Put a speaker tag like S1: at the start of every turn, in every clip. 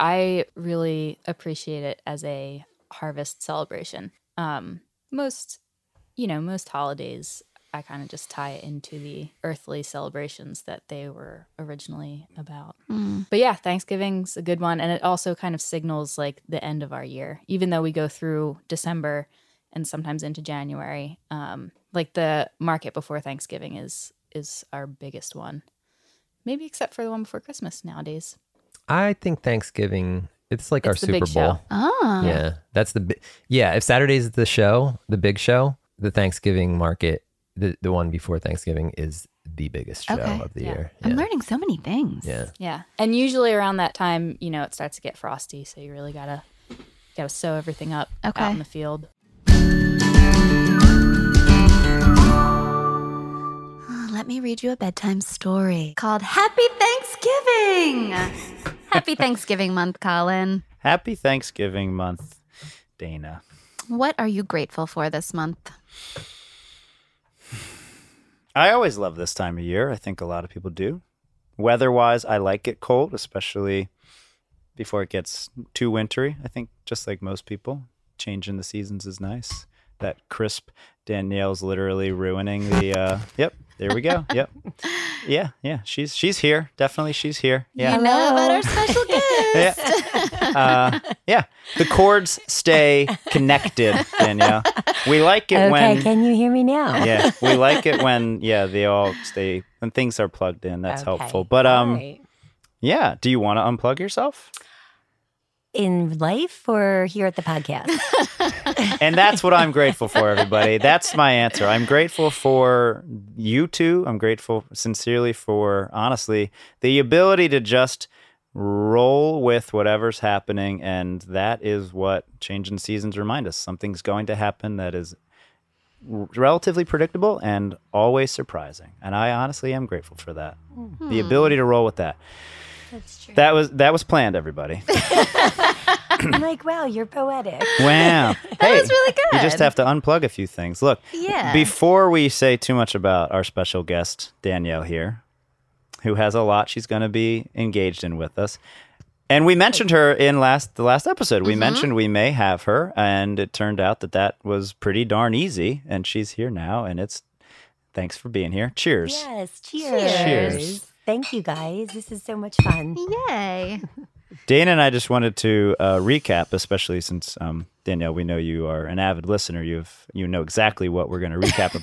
S1: I really appreciate it as a harvest celebration. Um, most, you know, most holidays, I kind of just tie it into the earthly celebrations that they were originally about.
S2: Mm.
S1: But yeah, Thanksgiving's a good one. And it also kind of signals like the end of our year, even though we go through December and sometimes into January. Um, like the market before Thanksgiving is is our biggest one. Maybe except for the one before Christmas nowadays.
S3: I think Thanksgiving, it's like
S1: It's
S3: our
S1: the
S3: Super
S1: big
S3: Bowl.
S1: show. Uh-huh.
S2: Ah.
S3: Yeah, that's the bi- yeah. If Saturday's the show, the big show, the Thanksgiving market, the the one before Thanksgiving is the biggest show
S2: Okay,
S3: of the
S1: yeah.
S3: year.
S2: I'm
S3: yeah.
S2: learning so many things.
S3: yeah.
S1: Yeah. And usually around that time, you know, it starts to get frosty, so you really gotta gotta sew everything up
S2: Okay.
S1: out in the field.
S2: Oh, Let me read you a bedtime story called Happy Thanksgiving. Happy Thanksgiving month, Colin.
S4: Happy Thanksgiving month, Dana.
S2: What are you grateful for this month?
S4: I always love this time of year. I think a lot of people do. Weather wise, I like it cold, especially before it gets too wintry. I think, just like most people, changing the seasons is nice. That crisp Danielle's literally ruining the. Uh, yep, there we go. Yep, yeah, yeah. She's she's here. Definitely, she's here. Yeah,
S2: You know about our
S1: Hello.
S2: special guest.
S4: uh, yeah. The chords stay connected, Danielle. We like it
S5: okay,
S4: when
S5: can you hear me now?
S4: yeah, we like it when yeah they all stay when things are plugged in. That's
S5: Okay,
S4: helpful. But um,
S5: alright.
S4: yeah. Do you want to unplug yourself?
S5: in life or here at the podcast?
S4: And that's what I'm grateful for, everybody. That's my answer. I'm grateful for you two. I'm grateful sincerely for honestly the ability to just roll with whatever's happening, and that is what changing seasons remind us. Something's going to happen that is r- relatively predictable and always surprising. And I honestly am grateful for that. The ability to roll with that. Hmm. That's true. That was that was planned, everybody.
S5: I'm like, wow, you're poetic.
S4: Wow. that
S2: was really
S4: You just
S2: good.
S4: have to unplug a few things. Look,
S2: Yeah.
S4: before we say too much about our special guest, Danielle here, who has a lot she's going to be engaged in with us. And we mentioned her in last the last episode.
S2: Mm-hmm.
S4: We mentioned we may have her, and it turned out that that was pretty darn easy. And she's here now, and it's thanks for being here. Cheers.
S5: Yes, cheers.
S4: Cheers.
S5: Thank you guys. This is so much fun.
S2: Yay.
S4: Dana and I just wanted to uh, recap, especially since um, Danielle, we know you are an avid listener. You've you know exactly what we're going to recap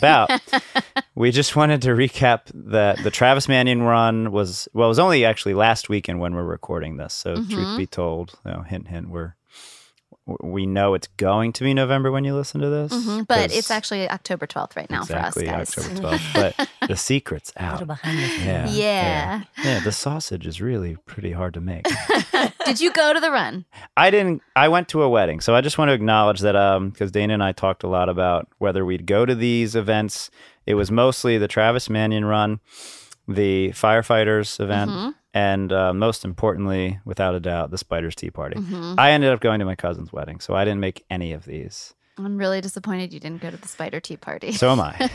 S4: about. we just wanted to recap that the Travis Mannion run was well, it was only actually last weekend when we're recording this. So
S2: Mm-hmm.
S4: truth be told, you know, hint hint, we're we know it's going to be November when you listen to this,
S2: Mhm, But
S4: 'cause
S2: it's actually October 12th right now
S4: exactly
S2: for us guys.
S4: October twelfth. but the secret's
S5: A
S4: out.
S5: little behind the scenes.
S4: Yeah,
S2: Yeah.
S4: yeah, yeah. The sausage is really pretty hard to make.
S2: Did you go to the run?
S4: I didn't. I went to a wedding, so I just want to acknowledge that. Um, because Dana and I talked a lot about whether we'd go to these events. It was mostly the Travis Mannion run, the firefighters event,
S2: Mhm.
S4: and uh, most importantly, without a doubt, the Spiders Tea Party.
S2: Mhm.
S4: I ended up going to my cousin's wedding, so I didn't make any of these.
S2: I'm really disappointed you didn't go to the spider tea party.
S4: So am I.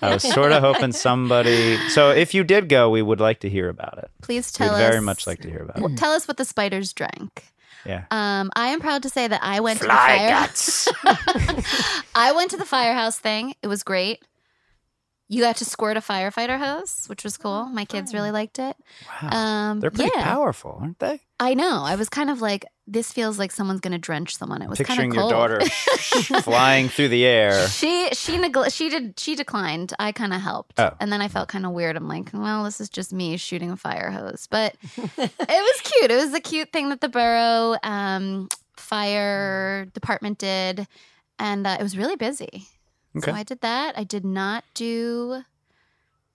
S4: I was sort of hoping somebody. So if you did go, we would like to hear about it.
S2: Please tell
S4: We'd
S2: us.
S4: very much like to hear about it.
S2: Tell us what the spiders drank.
S4: Yeah.
S2: Um, I am proud to say that I went to the fire. I went to the firehouse thing. It was great. You got to squirt a firefighter hose, which was cool. My kids really liked it.
S4: Wow.
S2: Um,
S4: They're pretty
S2: yeah,
S4: powerful, aren't they?
S2: I know. I was kind of like, this feels like someone's going to drench someone. It was
S4: picturing
S2: kind of
S4: your
S2: cold.
S4: daughter flying through the air.
S2: She she negl- she did she declined. I kind of helped,
S4: Oh.
S2: and then I felt kind of weird. I'm like, well, this is just me shooting a fire hose, but it was cute. It was a cute thing that the borough um, fire department did, and uh, it was really busy.
S4: Okay.
S2: So I did that. I did not do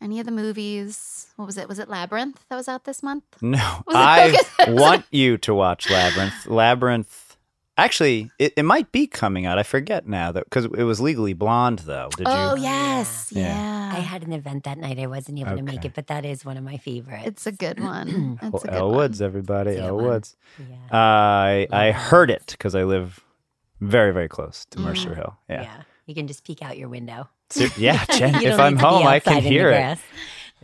S2: any of the movies. What was it? Was it Labyrinth that was out this month?
S4: No,
S2: Was it
S4: I
S2: focused?
S4: want you to watch Labyrinth. Labyrinth. Actually, it, it might be coming out. I forget now that because it was Legally Blonde, though. Did
S2: oh
S4: you?
S2: yes,
S4: Yeah.
S2: yeah.
S5: I had an event that night. I wasn't able to make
S4: Okay.
S5: it, but that is one of my favorites.
S2: it's a good one.
S4: Oh,
S2: It's a good
S4: Elle
S2: one.
S4: Woods, everybody.
S5: It's a
S4: Elle
S5: good one.
S4: Woods. Uh,
S5: yeah.
S4: I I
S5: Love
S4: heard it because I live very very close to
S2: Mm.
S4: Mercer Hill. Yeah,
S5: You can just peek out your window.
S4: So- yeah. Jen,
S5: You
S4: if
S5: don't
S4: I'm
S5: need to be
S4: home, I
S5: outside
S4: can
S5: in the
S4: hear it.
S5: grass.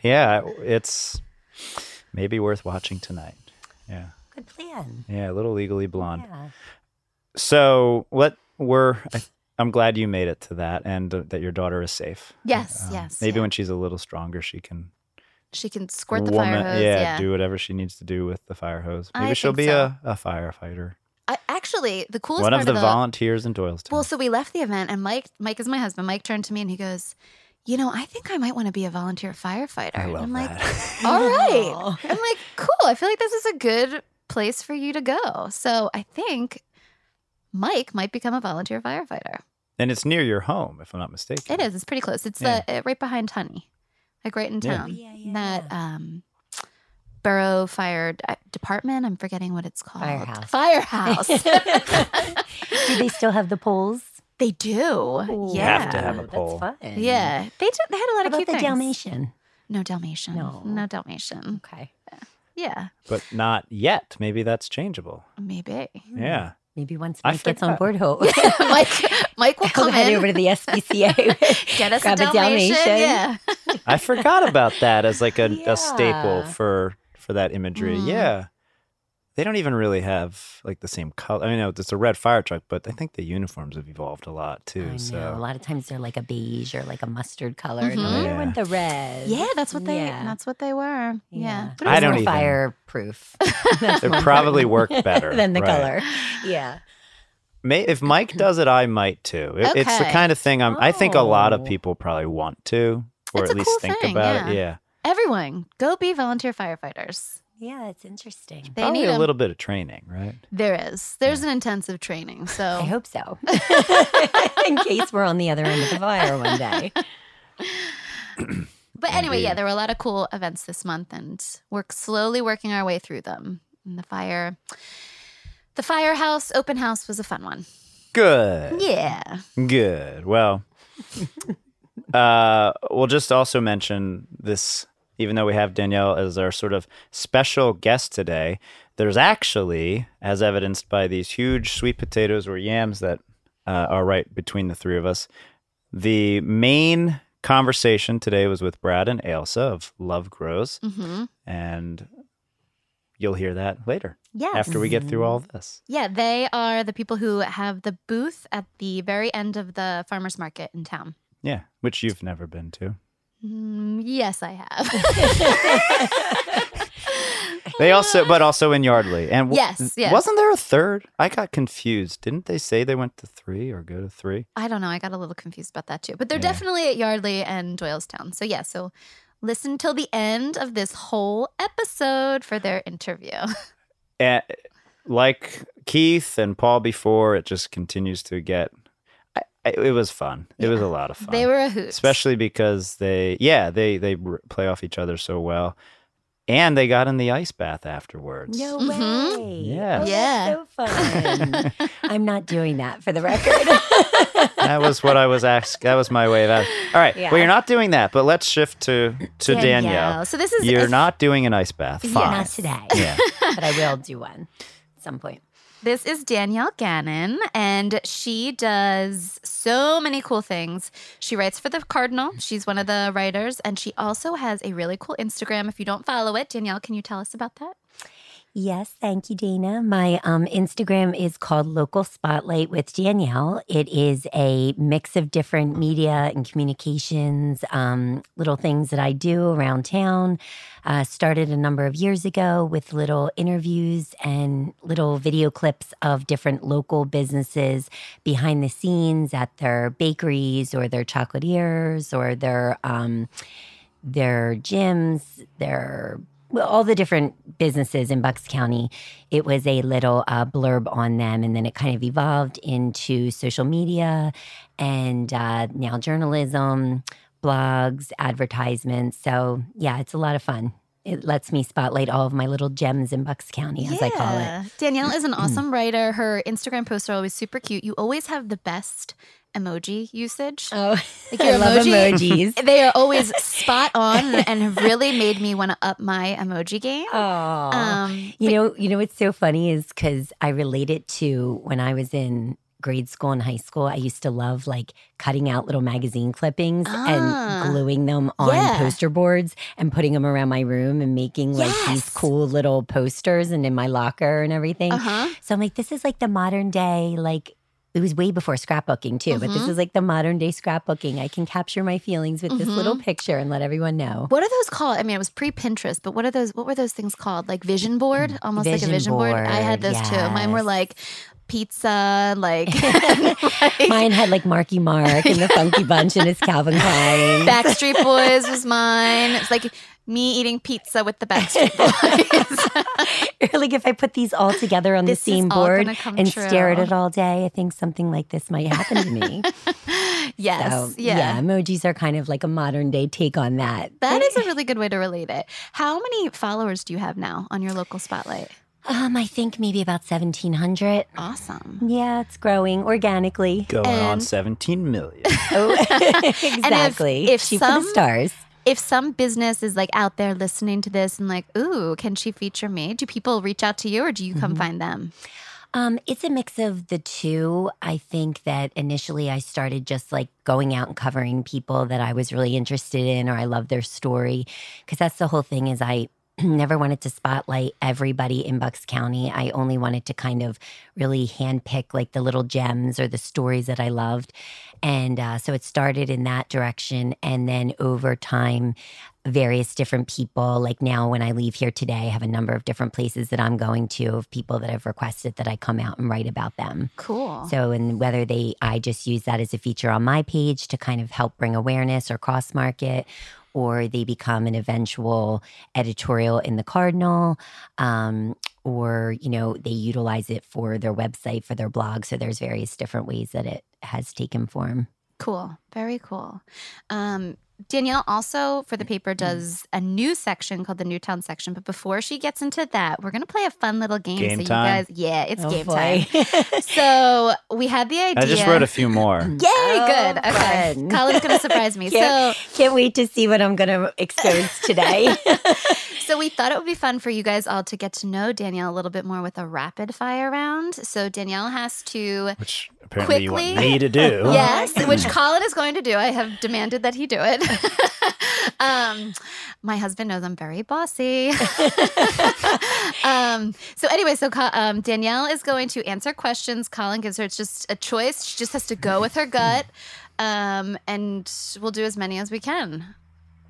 S4: Yeah, it's maybe worth watching tonight. Yeah.
S5: good plan.
S4: Yeah, a little legally blonde.
S5: Yeah.
S4: So what were I, I'm glad you made it to that and uh, that your daughter is safe.
S2: Yes,
S4: Um,
S2: yes.
S4: Maybe
S2: yeah.
S4: when she's a little stronger, she can
S2: she can squirt the
S4: woman-
S2: fire hose.
S4: Yeah,
S2: Yeah.
S4: do whatever she needs to do with the fire hose.
S2: I
S4: Maybe she'll be
S2: think so.
S4: a, a firefighter.
S2: I, actually, the coolest
S4: One
S2: part
S4: of the
S2: about,
S4: volunteers in Doylestown.
S2: Well, so we left the event, and Mike, Mike is my husband. Mike turned to me and he goes, "You know, I think I might want to be a volunteer firefighter."
S4: I
S2: And
S4: love
S2: I'm like,
S4: that.
S2: "All right."
S5: Oh.
S2: I'm like, "Cool. I feel like this is a good place for you to go." So I think Mike might become a volunteer firefighter.
S4: and it's near your home, if I'm not mistaken.
S2: It is. It's pretty close. It's the uh, right behind Honey, like right in
S4: Yeah.
S2: town.
S5: Yeah, yeah.
S2: That um, borough fire d- department. I'm forgetting what it's called.
S5: Firehouse.
S2: Firehouse.
S5: Do they still have the poles?
S2: they do.
S5: Ooh,
S2: yeah.
S4: have to have a pole.
S5: That's fun.
S2: Yeah, they did. They had a lot
S5: How
S2: of
S5: about
S2: cute
S5: the
S2: things.
S5: Dalmatian?
S2: No Dalmatian.
S5: No.
S2: no Dalmatian.
S5: Okay.
S2: Yeah,
S4: But not yet. Maybe that's changeable.
S2: maybe.
S4: Yeah.
S5: Maybe once
S4: I
S5: Mike gets on
S4: forgot.
S5: board, he'll,
S2: Mike, Mike will
S5: he'll
S2: come
S5: head
S2: in.
S5: over to the SPCA.
S2: get us
S5: grab
S2: a
S5: a
S2: Dalmatian.
S5: Dalmatian.
S2: Yeah,
S4: I forgot about that as like a, a staple
S5: Yeah.
S4: for for that imagery.
S2: Mm.
S4: Yeah. They don't even really have like the same color. I mean, no, it's a red fire truck, but I think the uniforms have evolved a lot
S5: I
S4: too.
S5: know.
S4: so
S5: A lot of times they're like a beige or like a mustard color.
S2: Mhm.
S5: And I'm like,
S4: Yeah.
S5: I want the red.
S2: yeah. That's what they.
S5: Mm-hmm. Yeah.
S2: That's what they were. Yeah.
S5: But
S4: I
S5: it's
S4: don't
S5: more
S4: even-
S5: fireproof. That's
S4: It
S5: more
S4: probably
S5: important
S4: worked better,
S5: than the
S4: right.
S5: color. Yeah.
S4: May, if Mike does it, I might too. It- It's the
S2: Okay.
S4: kind of thing I'm, I think a lot of
S5: Oh.
S4: people probably want to, or
S2: It's
S4: at
S2: a
S4: least
S2: cool
S4: think
S2: thing,
S4: about
S2: yeah.
S4: it. Yeah,
S2: Everyone, go be volunteer firefighters.
S5: Yeah, it's interesting.
S2: They
S4: probably
S2: need
S4: a
S2: 'em.
S4: little bit of training, right?
S2: There is. There's an intensive training.
S5: I
S2: So
S5: hope so. In case we're on the other end of the fire one day.
S2: But anyway, yeah,
S4: Indeed.
S2: there were a lot of cool events this month, and we're slowly working our way through them. And the fire, the firehouse open house was a fun one.
S4: Good.
S2: Yeah,
S4: Good. Well, uh, we'll just also mention this, even though we have Danielle as our sort of special guest today, there's actually, as evidenced by these huge sweet potatoes or yams that uh, are right between the three of us, the main conversation today was with Brad and Ailsa of Love Grows,
S2: hmm
S4: and you'll hear that later
S2: yeah,
S4: after we get through all this.
S2: yeah. They are the people who have the booth at the very end of the farmers market in town.
S4: Yeah, which you've never been to.
S2: Mm, yes, I have.
S4: They also, but also in Yardley. And w-
S2: Yes, yes.
S4: wasn't there a third? I got confused. Didn't they say they went to three or go to three?
S2: I don't know. I got a little confused about that too. But they're
S4: Yeah.
S2: definitely at Yardley and Doylestown. So yeah, so listen till the end of this whole episode for their interview.
S4: And like Keith and Paul before, it just continues to get. I, I, it was fun. It was a lot of fun.
S2: They were a hoot.
S4: especially because they, yeah, they they r- play off each other so well, and they got in the ice bath afterwards.
S5: No
S2: Mhm.
S5: way.
S4: Yeah.
S5: Oh, that's
S2: Yeah.
S5: so fun. I'm not doing that for the record.
S4: that was what I was asked. That was my way of. Asking. All right.
S5: Yeah.
S4: Well, you're not doing that, but let's shift to to Danielle.
S2: So this is
S4: You're
S2: if-
S4: not doing an ice bath.
S2: Yeah,
S4: Fine.
S5: Not today,
S4: Yeah.
S5: but I will do one at some point.
S2: This is Danielle Gannon, and she does so many cool things. She writes for the Cardinal. She's one of the writers, and she also has a really cool Instagram. If you don't follow it, Danielle, can you tell us about that?
S5: Yes, thank you, Dana. My um, Instagram is called Local Spotlight with Danielle. It is a mix of different media and communications, um, little things that I do around town. Uh, started a number of years ago with little interviews and little video clips of different local businesses behind the scenes at their bakeries or their chocolatiers or their. Um, their gyms, their well, all the different businesses in Bucks County. It was a little uh, blurb on them, and then it kind of evolved into social media and uh, now journalism, blogs, advertisements. So yeah, it's a lot of fun. It lets me spotlight all of my little gems in Bucks County, as I call it.
S2: Danielle is an awesome writer. Her Instagram posts are always super cute. You always have the best emoji usage.
S5: Oh,
S2: Like
S5: I
S2: your
S5: love
S2: emoji-
S5: emojis.
S2: They are always spot on and have really made me want to up my emoji game.
S5: Aw.
S2: Um,
S5: You know, you know what's so funny is because I relate it to when I was in grade school and high school, I used to love like cutting out little magazine clippings
S2: Ah.
S5: and gluing them on
S2: Yeah.
S5: poster boards and putting them around my room and making like
S2: Yes.
S5: these cool little posters and in my locker and everything.
S2: Uh huh.
S5: So I'm like, this is like the modern day, like it was way before scrapbooking too, but this
S2: Mhm.
S5: is like the modern day scrapbooking. I can capture my feelings with this little
S2: Mm-hmm.
S5: picture and let everyone know.
S2: What are those called? I mean, it was pre Pinterest, but what are those? What were those things called? Like vision board, almost like
S5: Vision
S2: a vision board. I had those
S5: board,
S2: too. Mine were
S5: yes.
S2: like pizza, like, like
S5: Mine had like Marky Mark and the Funky Bunch and his Calvin Klein.
S2: Backstreet Boys was mine. It's like me eating pizza with the Backstreet Boys.
S5: like if I put these all together on
S2: This is
S5: the same
S2: all
S5: board
S2: gonna come
S5: and stare at
S2: true.
S5: it all day, I think something like this might happen to me.
S2: yes.
S5: So,
S2: yeah.
S5: emojis are kind of like a modern day take on that.
S2: That is a really good way to relate it. How many followers do you have now on your local spotlight?
S5: um, I think maybe about seventeen hundred.
S2: Awesome.
S5: Yeah, it's growing organically.
S4: Going on
S2: And-
S4: 17 million.
S5: Oh, exactly.
S2: if
S5: Shoot for
S2: some-
S5: the stars.
S2: If some business is like out there listening to this and like, ooh, can she feature me? Do people reach out to you or do you
S5: Mm-hmm.
S2: come find them?
S5: Um, it's a mix of the two. I think that initially I started just like going out and covering people that I was really interested in or I love their story. Cause that's the whole thing is I never wanted to spotlight everybody in Bucks County. I only wanted to kind of really handpick like the little gems or the stories that I loved. And uh, so it started in that direction. And then over time, various different people. Like now, when I leave here today, I have a number of different places that I'm going to of people that have requested that I come out and write about them.
S2: Cool.
S5: So, and whether they, I just use that as a feature on my page to kind of help bring awareness or cross market, or they become an eventual editorial in the Cardinal, um, or, you know, they utilize it for their website, for their blog. So there's various different ways that it has taken form.
S2: Cool. Very cool. Um, Danielle also for the paper
S4: Mm-hmm.
S2: does a new section called the Newtown section. But before she gets into that, we're gonna play a fun little game.
S4: Game
S2: so
S4: time.
S2: you guys yeah, it's
S5: Oh,
S2: game
S5: boy.
S2: time. So we had the idea.
S4: I just wrote a few more.
S2: Yay,
S5: Oh,
S2: good. Okay.
S5: fun.
S2: Colin's gonna surprise me. so
S5: Can't- Can't wait to see what I'm going to expose today.
S2: so we thought it would be fun for you guys all to get to know Danielle a little bit more with a rapid fire round. So Danielle has to
S4: Which apparently you want
S2: Quickly.
S4: me to do.
S2: Yes, which Colin is going to do. I have demanded that he do it. um, my husband knows I'm very bossy. um, so anyway, so Co- um, Danielle is going to answer questions. Colin gives her it's just a choice. She just has to go with her gut, um, and we'll do as many as we can.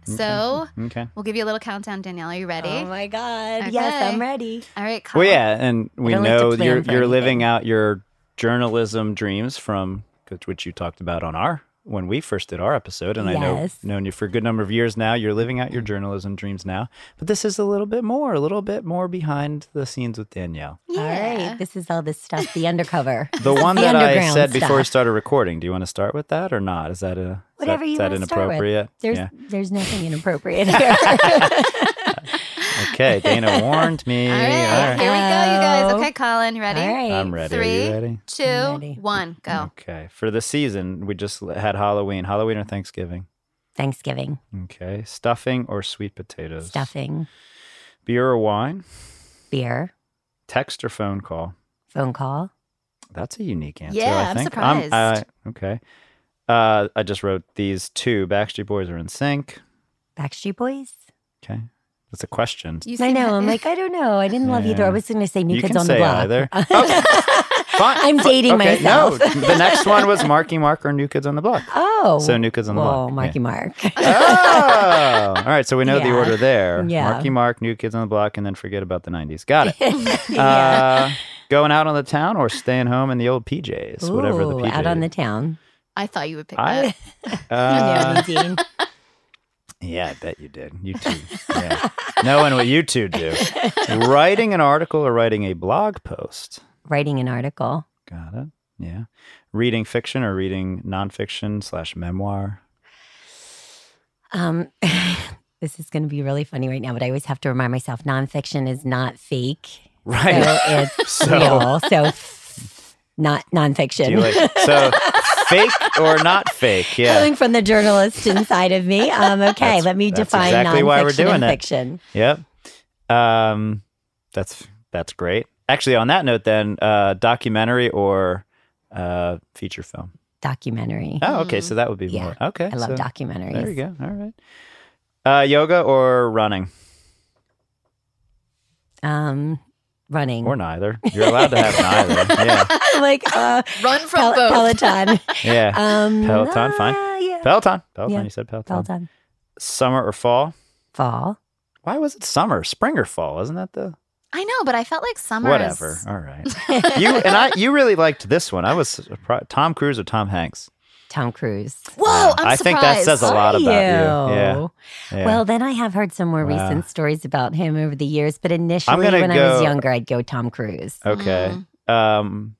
S2: So
S4: Okay.
S2: we'll give you a little countdown. Danielle, are you ready?
S5: Mm-hmm. Oh my God.
S2: Okay.
S5: Yes, I'm ready.
S2: All right, Colin.
S4: Well, yeah, and we
S5: don't like to
S4: know
S5: plan
S4: you're
S5: for
S4: you're living
S5: anything.
S4: out your journalism dreams from which you talked about on our when we first did our episode, and I know
S5: Yes.
S4: known you for a good number of years now. You're living out your journalism dreams now, but this is a little bit more, a little bit more behind the scenes with Danielle.
S2: Yeah.
S5: All right. This is all this stuff, the undercover.
S4: The one
S5: The
S4: that I
S5: underground
S4: said before we
S5: stuff.
S4: started recording. Do you want to start with that or not? Is that a is
S5: Whatever
S4: that,
S5: you
S4: is that
S5: wanna start with.
S4: inappropriate?
S5: There's
S4: yeah.
S5: there's nothing inappropriate here.
S4: Okay, Dana warned me.
S2: All right,
S4: All right.
S2: here we go, you guys.
S5: Hello.
S2: Okay, Colin, you ready?
S5: all right.
S4: I'm ready. Are
S2: Three,
S4: you ready?
S2: two,
S5: I'm ready. Mm-hmm.
S2: one, go.
S4: Okay. For the season, we just had Halloween. Halloween or Thanksgiving?
S5: Thanksgiving
S4: Okay. Stuffing or sweet potatoes?
S5: stuffing,
S4: Beer or wine?
S5: beer,
S4: Text or phone call?
S5: phone call,
S4: That's a unique answer.
S2: Yeah,
S4: I
S2: I'm
S4: think.
S2: surprised.
S4: uh, okay. Uh, I just wrote these two. Backstreet Boys are in sync.
S5: Backstreet Boys.
S4: Okay. That's a question.
S2: You
S5: I
S2: seem
S5: know.
S2: ha-
S5: I'm like, I don't know. I didn't love either. I
S4: Yeah.
S5: was going to say New
S4: You
S5: Kids
S4: can
S5: on the
S4: say
S5: Block.
S4: either. Oh, Fine.
S5: I'm dating
S4: okay,
S5: myself.
S4: No, the next one was Marky Mark or New Kids on the Block.
S5: Oh.
S4: So New Kids on the
S5: Whoa,
S4: Block.
S5: Marky Mark.
S4: oh, all right. So we know the
S5: Yeah.
S4: order there.
S5: Yeah.
S4: Marky Mark, New Kids on the Block, and then forget about the '90s. Got it.
S5: Yeah.
S4: Uh, going out on the town or staying home in the old PJs, whatever the
S5: Ooh,
S4: PJs.
S5: out on the town.
S2: I thought you would pick
S4: I,
S2: that.
S4: uh,
S5: yeah, Nadine.
S4: yeah, I bet you did. You too. Yeah. Knowing what you two do, writing an article or writing a blog post.
S5: Writing an article.
S4: Got it. Yeah. Reading fiction or reading nonfiction slash memoir.
S5: Um, this is going to be really funny right now, but I always have to remind myself nonfiction is not fake.
S4: Right.
S5: So it's
S4: So-
S5: real. So f- not nonfiction.
S4: Do you like- so fake or not fake? Yeah.
S5: Coming from the journalist inside of me. Um, okay,
S4: That's-
S5: let me
S4: that's
S5: define
S4: exactly
S5: nonfiction
S4: why we're doing
S5: and
S4: it.
S5: fiction.
S4: Yep. Um, that's that's great. Actually, on that note, then uh, documentary or uh, feature film.
S5: documentary.
S4: Oh, okay. So that would be
S5: Mm-hmm. Yeah.
S4: more. Okay.
S5: I love
S4: so
S5: documentaries.
S4: There you go. All right. Uh, yoga or running
S5: Um, running.
S4: or neither. You're allowed to have neither. Yeah.
S5: like uh,
S2: Run from
S5: Pel-
S2: both.
S5: Peloton.
S4: Yeah.
S5: Um,
S4: Peloton, fine.
S5: uh, yeah.
S4: Peloton. Peloton.
S5: Yeah.
S4: You said Peloton.
S5: Peloton.
S4: Summer or fall?
S5: Fall.
S4: Why was it summer? Spring or fall? Isn't that the
S2: I know, but I felt like summer.
S4: whatever? All right. you and I. You really liked this one. I was surprised. Tom Cruise or Tom Hanks.
S5: Tom Cruise.
S2: Whoa,
S4: Yeah.
S2: I'm
S4: Um, I
S2: surprised.
S4: think that says a lot
S5: Are
S4: about you. Yeah. Yeah.
S5: Well, then I have heard some more
S4: Wow.
S5: recent stories about him over the years, but initially
S4: gonna
S5: when I was
S4: go- Oh,
S5: younger, I'd go Tom Cruise.
S4: Okay.
S2: Mm.
S4: Um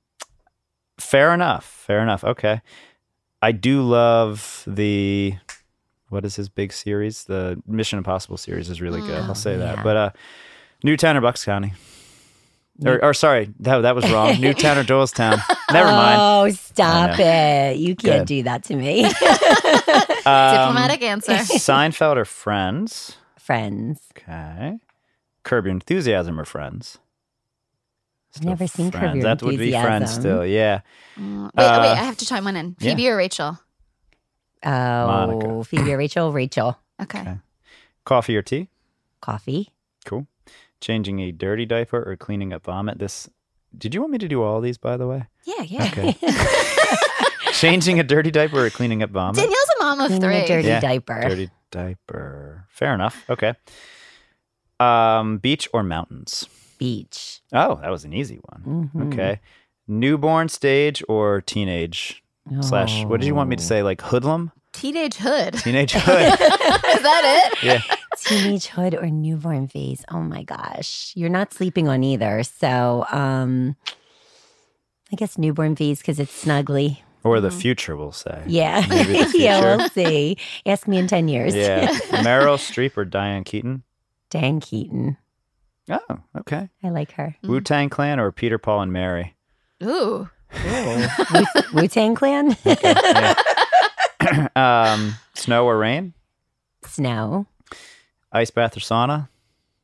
S4: fair enough. Fair enough. Okay. I do love the what is his big series? The Mission Impossible series is really good.
S2: Mm,
S4: I'll say that.
S5: yeah.
S4: But uh Newtown or Bucks County. Or, or sorry, that, that was wrong. Newtown or Doylestown. Never mind.
S5: Oh, stop it. You can't
S4: Good.
S5: do that to me.
S4: Um,
S2: Oh, Diplomatic answer.
S4: Seinfeld or Friends.
S5: Friends.
S4: Okay. Curb Your Enthusiasm or Friends.
S5: I've never seen Curb Your
S4: That would be Friends
S5: Enthusiasm.
S4: still. Yeah.
S2: Mm. Wait,
S4: Uh,
S2: wait, I have to chime one in. Phoebe or Rachel?
S5: Oh,
S4: Monica.
S5: Phoebe or Rachel? Rachel.
S2: Okay.
S4: Okay. Coffee or tea?
S5: Coffee.
S4: Cool. Changing a dirty diaper or cleaning up vomit. This. Did you want me to do all these, by the way?
S2: Yeah, yeah.
S4: Okay. Changing a dirty diaper or cleaning up vomit.
S2: Danielle's a mom of
S5: Cleaning
S2: three.
S5: a dirty
S4: Yeah.
S5: diaper.
S4: Dirty diaper. Fair enough. Okay. Um, beach or mountains?
S5: Beach.
S4: Oh, that was an easy one.
S5: Mhm.
S4: Okay. Newborn stage or teenage slash? What did you want me to
S5: Oh.
S4: say? Like hoodlum?
S2: Teenage hood. Is
S4: Teenage hood?
S2: that it?
S4: yeah.
S5: Teenage hood or newborn phase. Oh my gosh. You're not sleeping on either. So, um, I guess newborn phase because it's snuggly.
S4: Or the future, we'll say.
S5: Yeah.
S4: Maybe the
S5: yeah, we'll see. Ask me in 10 years.
S4: Yeah. Meryl Streep or Diane Keaton?
S5: Dan Keaton.
S4: Oh, okay.
S5: I like her.
S2: Mhm.
S4: Wu Tang Clan or Peter, Paul, and Mary?
S2: Ooh.
S5: Wu Tang Clan?
S4: um, snow or rain?
S5: Snow.
S4: Ice bath or sauna?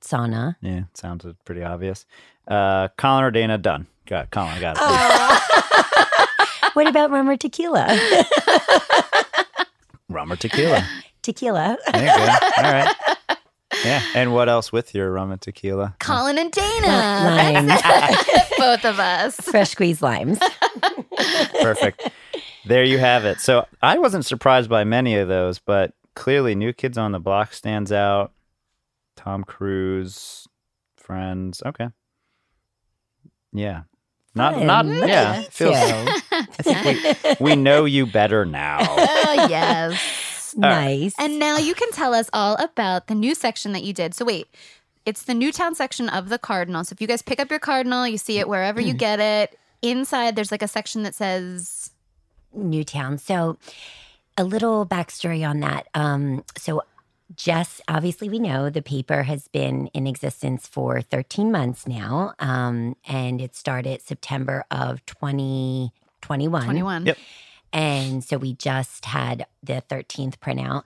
S5: Sauna.
S4: Yeah, sounds pretty obvious. Uh, Colin or Dana? Done. Got Colin. I got it.
S5: What about rum or tequila?
S4: rum or tequila?
S5: tequila.
S4: There you go. All right. Yeah. And what else with your rum and tequila?
S2: Colin and Dana.
S5: Limes.
S2: Both of us.
S5: Fresh squeezed limes.
S4: Perfect. There you have it. So I wasn't surprised by many of those, but clearly New Kids on the Block stands out. Tom Cruise, Friends. Okay. Yeah. Not
S5: Fun.
S4: not yeah.
S5: Thank
S4: Feels
S5: you.
S4: I think we, we know you better now.
S2: Oh, yes.
S5: nice.
S2: And now you can tell us all about the new section that you did. So wait, it's the Newtown section of the Cardinal. So if you guys pick up your Cardinal, you see it wherever
S5: Mm-hmm.
S2: you get it. Inside, there's like a section that says
S5: Newtown. So, a little backstory on that. Um, so, Jess, obviously, we know the paper has been in existence for 13 months now, um, and it started September of 2021.
S2: 21.
S4: Yep.
S5: And so we just had the 13th printout.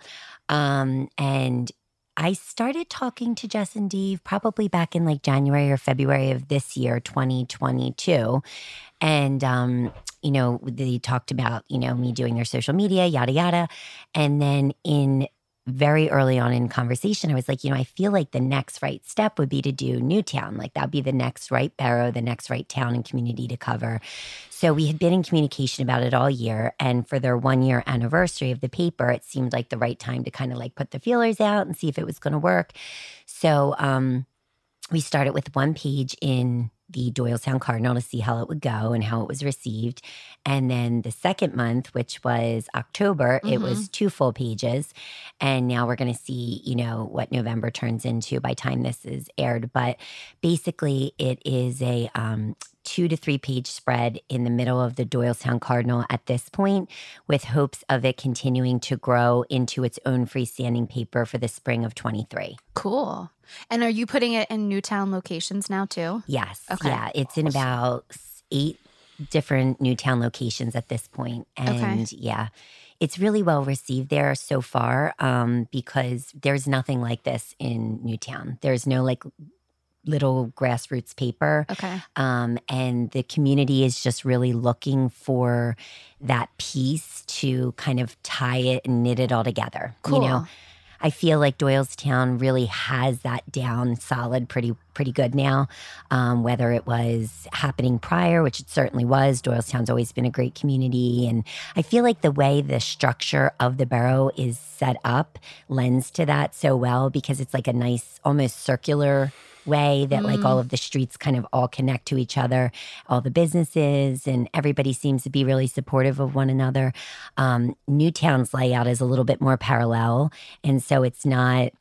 S5: Um, and I started talking to Jess and Dave probably back in like January or February of this year, 2022. And, um, you know, they talked about, you know, me doing their social media, yada, yada. And then in very early on in conversation, I was like, you know, I feel like the next right step would be to do Newtown. Like that'd be the next right borough, the next right town and community to cover. So we had been in communication about it all year. And for their one year anniversary of the paper, it seemed like the right time to kind of like put the feelers out and see if it was going to work. So um, we started with one page in the Doylestown Cardinal to see how it would go and how it was received. And then the second month, which was October, it was two full pages. And now we're going to see, you know, what November turns into by time this is aired. But basically, it is a um, two to three page spread in the middle of the Doylestown Cardinal at this point, with hopes of it continuing to grow into its own freestanding paper for the spring of 23.
S2: Cool. And are you putting it in Newtown locations now too?
S5: Yes.
S2: Okay.
S5: Yeah. It's in about s- eight different Newtown locations at this point.
S2: Okay.
S5: And yeah, it's really well received there so far um, because there's nothing like this in Newtown. There's no like little grassroots paper.
S2: Okay.
S5: Um, and the community is just really looking for that piece to kind of tie it and knit it all together.
S2: Cool.
S5: You know, I feel like Doylestown really has that down solid, pretty pretty good now. Um, whether it was happening prior, which it certainly was, Doylestown's always been a great community, and I feel like the way the structure of the borough is set up lends to that so well because it's like a nice, almost circular way that like
S2: Mm.
S5: all of the streets kind of all connect to each other all the businesses and everybody seems to be really supportive of one another um, newtown's layout is a little bit more parallel and so it's not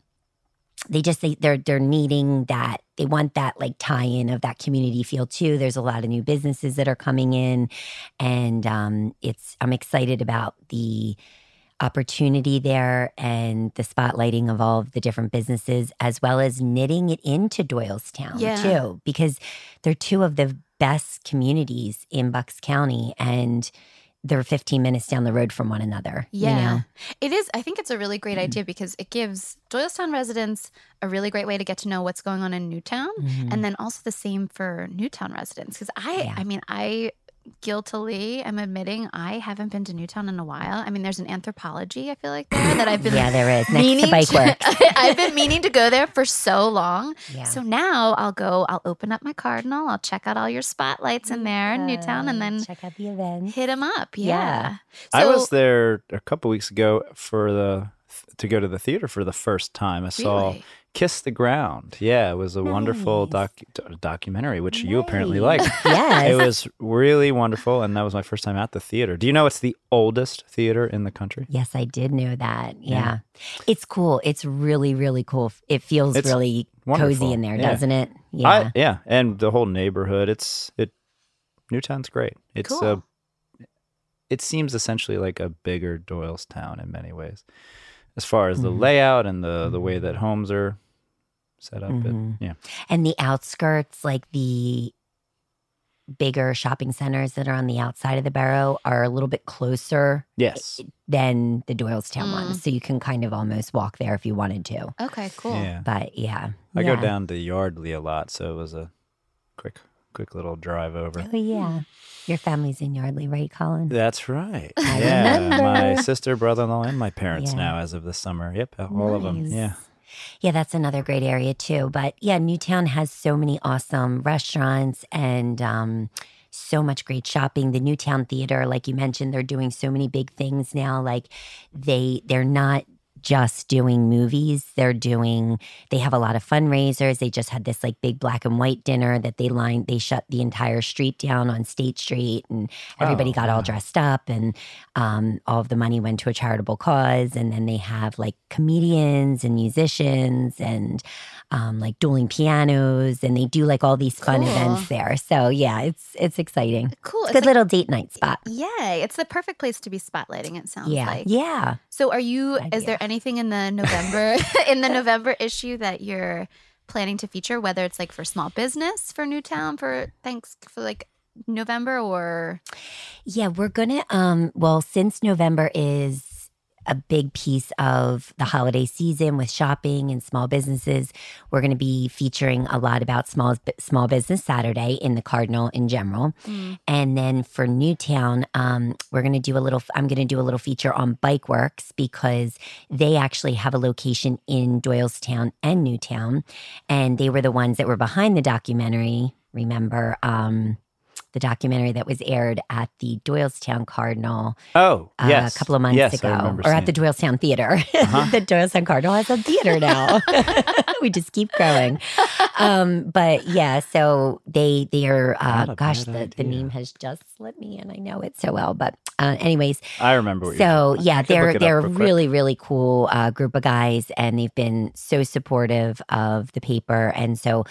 S5: they just they, they're they're needing that they want that like tie-in of that community feel too there's a lot of new businesses that are coming in and um it's i'm excited about the opportunity there and the spotlighting of all of the different businesses as well as knitting it into doylestown
S2: Yeah.
S5: too because they're two of the best communities in bucks county and they're 15 minutes down the road from one another you
S2: Yeah.
S5: know? Mm-hmm.
S2: It is, I think it's a really great idea because it gives Doylestown residents a really great way to get to know what's going on in Newtown.
S5: Mhm.
S2: And then also the same for Newtown residents. Because I,
S5: Yeah.
S2: I mean, I guiltily am admitting I haven't been to Newtown in a while. I mean, there's an anthropology, I feel like, there that I've been.
S5: yeah there is next
S2: Meaning
S5: to bike works
S2: I've been meaning to go there for so long.
S5: yeah.
S2: So now I'll go, I'll open up my Cardinal, I'll check out all your spotlights in there in Newtown, and then
S5: check out the event.
S2: hit them up. Yeah.
S5: Yeah.
S4: I
S2: So-
S4: was there a couple weeks ago for the to go to the theater for the first time. I saw
S2: Really?
S4: Kiss the Ground. Yeah, it was a wonderful
S5: Nice.
S4: doc, documentary, which you apparently like.
S5: Yes.
S4: it was really wonderful, and that was my first time at the theater. Do you know it's the oldest theater in the country?
S5: yes, I did know that.
S4: Yeah.
S5: Yeah. It's cool. It's really, really cool. It feels
S4: It's
S5: really
S4: wonderful.
S5: cozy in there,
S4: Yeah.
S5: doesn't it? Yeah.
S4: I- yeah, and the whole neighborhood. It's it. Newtown's great. It's
S2: cool.
S4: a. It seems essentially like a bigger Doylestown in many ways, as far as the
S5: Mhm.
S4: layout and the the way that homes are set up. It-
S5: Mhm.
S4: yeah,
S5: and the outskirts, like the bigger shopping centers that are on the outside of the borough, are a little bit closer
S4: yes,
S5: than the Doylestown
S2: Mm.
S5: ones. So you can kind of almost walk there if you wanted to.
S2: Okay, cool.
S4: uh, yeah.
S5: But yeah.
S4: I
S5: yeah.
S4: go down to Yardley a lot, so it was a quick quick little drive over.
S5: Oh, yeah. Your family's in Yardley, right, Colin?
S4: That's right.
S5: I
S4: yeah, my
S5: remember.
S4: sister, brother-in-law, and my parents
S5: Yeah.
S4: now, as of this summer. Yep, all of them.
S5: Nice.
S4: Yeah.
S5: Yeah, that's another great area too. But yeah, Newtown has so many awesome restaurants and um, so much great shopping. The Newtown Theater, like you mentioned, they're doing so many big things now. Like they they're not just doing movies. They're doing they have a lot of fundraisers. They just had this like big black and white dinner that they lined they shut the entire street down on State Street and everybody
S4: Oh,
S5: got all
S4: wow.
S5: dressed up and um, all of the money went to a charitable cause and then they have like comedians and musicians and um, like dueling pianos and they do like all these fun
S2: Cool.
S5: events there so yeah it's it's exciting
S2: Cool.
S5: it's a
S2: It's
S5: good
S2: like,
S5: little date night spot
S2: yay. It's the perfect place to be spotlighting, it sounds
S5: yeah
S2: like.
S5: yeah
S2: So are you
S5: Good
S2: is there
S5: idea.
S2: anything in the November in the November issue that you're planning to feature, whether it's like for small business for Newtown for thanks for like November or
S5: yeah we're gonna um well since november is a big piece of the holiday season with shopping and small businesses we're going to be featuring a lot about small small business saturday in the cardinal in general And then for Newtown, um, we're going to do a little, I'm going to do a little feature on Bike Works because they actually have a location in Doylestown and Newtown. And they were the ones that were behind the documentary. Remember um, the documentary that was aired at the Doylestown Cardinal
S4: Oh,
S5: uh,
S4: yes.
S5: a couple of months
S4: yes, I
S5: ago,
S4: remember
S5: or at the
S4: seeing it.
S5: Doylestown Theater.
S4: Uh-huh.
S5: the Doylestown Cardinal has a theater now. we just keep growing. Um, but yeah, so they they are.
S4: Not
S5: Uh,
S4: a
S5: gosh,
S4: bad
S5: the, the
S4: idea.
S5: name has just slipped me, and I know it so well. But uh, anyways,
S4: I remember what you
S5: so yeah,
S4: I could look it
S5: they're
S4: up
S5: they're a
S4: real quick.
S5: really really cool uh, group of guys, and they've been so supportive of the paper, and so.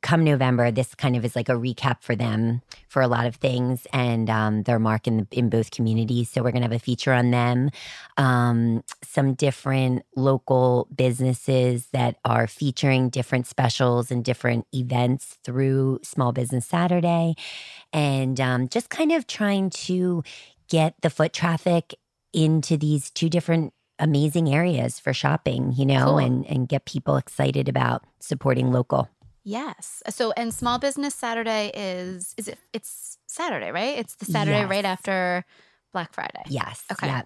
S5: Come November, this kind of is like a recap for them for a lot of things, and um, their mark in the, in both communities. So we're gonna have a feature on them, um, some different local businesses that are featuring different specials and different events through Small Business Saturday, and um, just kind of trying to get the foot traffic into these two different amazing areas for shopping, you know,
S2: Cool.
S5: and and get people excited about supporting local.
S2: Yes. So and Small Business Saturday is is it it's Saturday, right? It's the Saturday right
S5: Yes.
S2: after Black Friday.
S5: Yes.
S2: Okay.
S5: Yeah.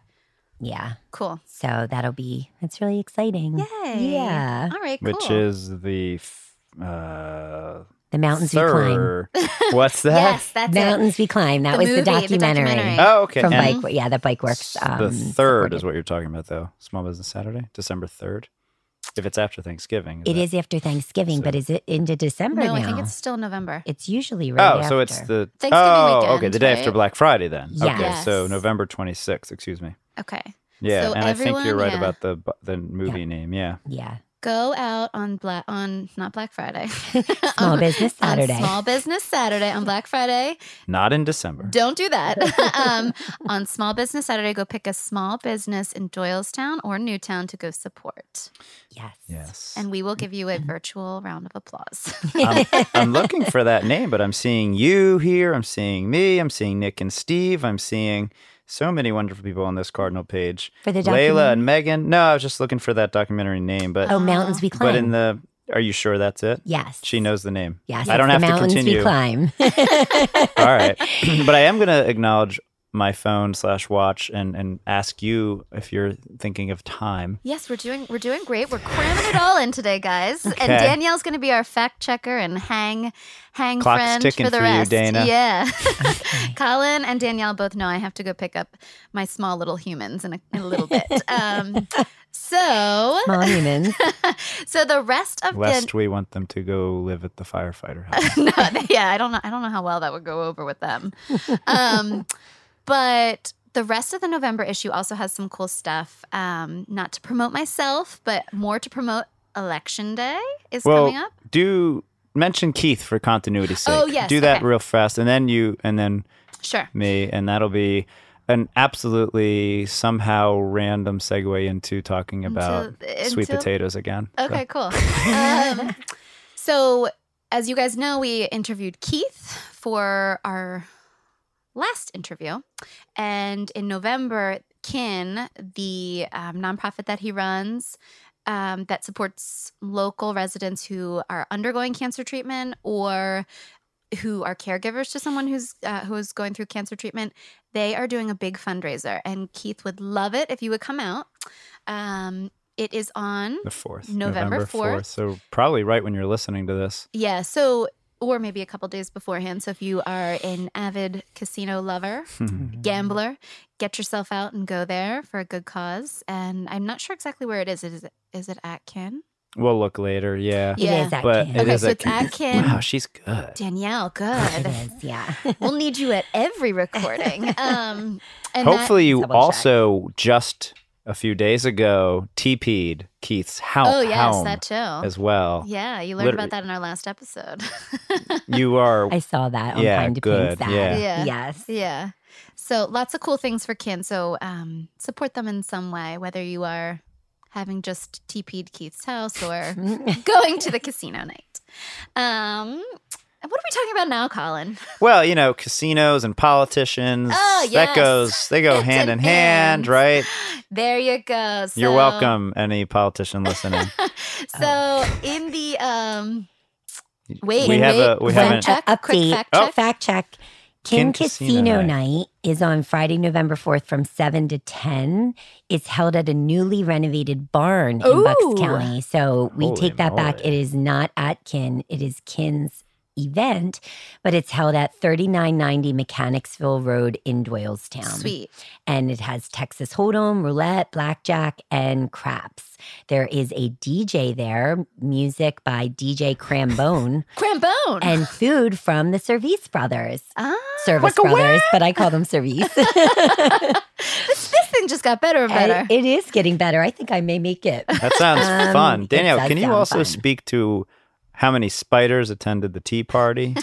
S5: Yeah.
S2: Cool.
S5: So that'll be, it's really exciting.
S2: Yay.
S5: Mm. Yeah.
S2: All right, cool.
S4: which is the f- uh,
S5: The mountains we climb.
S4: third. What's that?
S2: Yes, that's it.
S5: Mountains we climb. That
S2: The
S5: was
S2: movie,
S5: the documentary.
S2: documentary.
S4: Oh, okay.
S5: From
S4: And
S5: Bike,
S2: Mm-hmm.
S5: yeah, the Bike Works.
S4: s-
S5: Um,
S4: the third
S5: supported.
S4: is what you're talking about, though. Small Business Saturday, December third. If it's after Thanksgiving,
S5: It
S4: that-
S5: is after Thanksgiving,
S4: So-
S5: but is it into December
S2: No,
S5: now?
S2: I think it's still November.
S5: It's usually right
S4: Oh,
S5: after.
S4: so it's the
S2: Thanksgiving
S4: oh, okay,
S2: weekend,
S4: the day after
S2: right?
S4: Black Friday then. Okay,
S5: Yes.
S4: so November twenty sixth. Excuse me.
S2: Okay.
S4: Yeah,
S2: So
S4: and I think you're
S2: everyone-
S4: right
S2: yeah.
S4: about the bu- the movie name. Yeah,
S5: yeah.
S2: Go out on black on not Black Friday.
S5: Small
S2: on-
S5: Business
S2: on
S5: Saturday.
S2: Small Business Saturday on Black Friday.
S4: not in December.
S2: Don't do that. um, on Small Business Saturday, go pick a small business in Doylestown or Newtown to go support.
S5: yes.
S4: yes,
S2: And we will give you a virtual round of applause.
S4: I'm, I'm looking for that name, but I'm seeing you here. I'm seeing me. I'm seeing Nick and Steve. I'm seeing so many wonderful people on this Cardinal page.
S5: For the
S4: Layla
S5: documentary.
S4: and Megan. No, I was just looking for that documentary name, but
S5: Oh,
S2: Ah.
S5: mountains we climb.
S4: but in the are you sure that's it?
S5: yes.
S4: She knows the name.
S5: Yes.
S4: I don't
S5: it's
S4: have
S5: the
S4: to
S5: mountains
S4: continue.
S5: We climb.
S4: All right. but I am going to acknowledge my phone slash watch and, and ask you if you're thinking of time.
S2: yes, we're doing we're doing great. We're cramming it all in today, guys. And
S4: Okay.
S2: Danielle's going to be our fact checker and hang hang
S4: Clock's
S2: friend
S4: ticking
S2: for the
S4: for you,
S2: rest.
S4: Dana.
S2: Yeah. Colin and Danielle both know I have to go pick up my small little humans in a, in a little bit. Um, so
S5: Small humans.
S2: so the rest of the
S4: Lest we want them to go live at the firefighter house.
S2: no, they- yeah, I don't know. I don't know how well that would go over with them. Um, but the rest of the November issue also has some cool stuff. Um, not to promote myself, but more to promote election day is
S4: Well,
S2: coming up.
S4: Do mention Keith for continuity's sake.
S2: Oh, yes,
S4: Do that
S2: okay.
S4: real fast, and then you, and then
S2: Sure.
S4: me, and that'll be an absolutely somehow random segue into talking about
S2: Into-
S4: sweet
S2: into-
S4: potatoes again. So-
S2: Okay, cool. Um, so, as you guys know, we interviewed Keith for our last interview. And in November, Kin, the um, nonprofit that he runs, um, that supports local residents who are undergoing cancer treatment or who are caregivers to someone who's uh, who is going through cancer treatment. They are doing a big fundraiser, and Keith would love it if you would come out. Um, it is on
S4: The fourth,
S2: November 4th.
S4: So probably right when you're listening to this.
S2: yeah, so or maybe a couple days beforehand. So if you are an avid casino lover,
S4: Mm-hmm.
S2: gambler, get yourself out and go there for a good cause. And I'm not sure exactly where it is. Is it is it Atkin?
S4: we'll look later. Yeah.
S5: It
S2: Yeah.
S5: is that
S4: But
S5: kid.
S4: it
S2: okay,
S4: is
S2: so
S4: at
S2: it's Atkin.
S4: Wow, she's good.
S2: Danielle,
S5: It
S2: good.
S5: is, yeah.
S2: we'll need you at every recording. Um, and that-
S4: Hopefully, you
S5: Double check.
S4: also just a few days ago TP'd Keith's house
S2: oh yes, that too.
S4: as well.
S2: Yeah, you learned
S4: Literally-
S2: about that in our last episode.
S4: You are
S5: I saw that on
S4: Yeah,
S5: Pine to
S4: good,
S5: Pink's ad.
S4: yeah.
S2: Yeah.
S5: Yes.
S2: Yeah. So lots of cool things for kin. So um, support them in some way, whether you are having just TP'd Keith's house or going to the casino night. Um, and what are we talking about now, Colin?
S4: well, you know, casinos and politicians.
S2: Oh, yes.
S4: That goes, they go hand in
S2: hand.
S4: hand, right?
S2: There you go. So,
S4: You're welcome, any politician listening.
S2: So in the um, wait,
S4: we have a, we
S5: Fun
S4: haven't.
S2: check,
S5: update.
S2: quick fact Oh. check.
S5: Fact check. Kin,
S4: Kin
S5: Casino,
S4: Casino
S5: night. is on Friday, November 4th from 7 to 10. It's held at a newly renovated barn in
S2: Ooh.
S5: Bucks County. So we
S4: Holy
S5: take that back.
S4: moly.
S5: It is not at Kin, it is Kin's event, but it's held at 3990 Mechanicsville Road in Doylestown.
S2: sweet.
S5: And it has Texas Hold'em, roulette, blackjack, and craps. There is a DJ there, music by DJ Crambone
S2: Crambone.
S5: and food from the Service Brothers.
S2: ah,
S5: Service Brothers, but I call them Service.
S2: this, this thing just got better and better.
S5: And it is getting better. I think I may make it.
S4: That sounds
S5: Um,
S4: fun.
S5: it
S4: Danielle,
S5: does
S4: can you
S5: sound
S4: also
S5: fun.
S4: speak to how many spiders attended the tea party?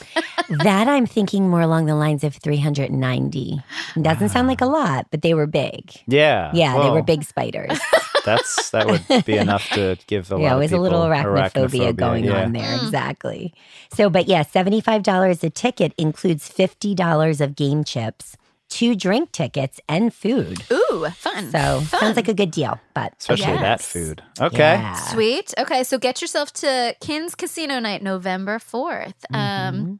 S5: that I'm thinking more along the lines of 390. It doesn't sound like a lot, but they were big.
S4: Yeah.
S5: Yeah, they were
S4: well,
S5: big spiders.
S4: That's that would be enough to give a lot
S5: yeah, it
S4: of
S5: was a
S4: people
S5: little arachnophobia, going
S4: yeah. Hmm.
S5: on there.
S2: Mm.
S5: Exactly. So, but yeah, $75 a ticket includes $50 of game chips two drink tickets and food.
S2: Ooh, fun.
S5: So
S2: fun.
S5: sounds like a good deal. But
S4: Especially that
S2: Yes.
S4: food. Okay.
S5: yeah.
S2: Sweet. Okay, so get yourself to Kin's Casino Night, November 4th.
S5: Mm-hmm.
S2: Um,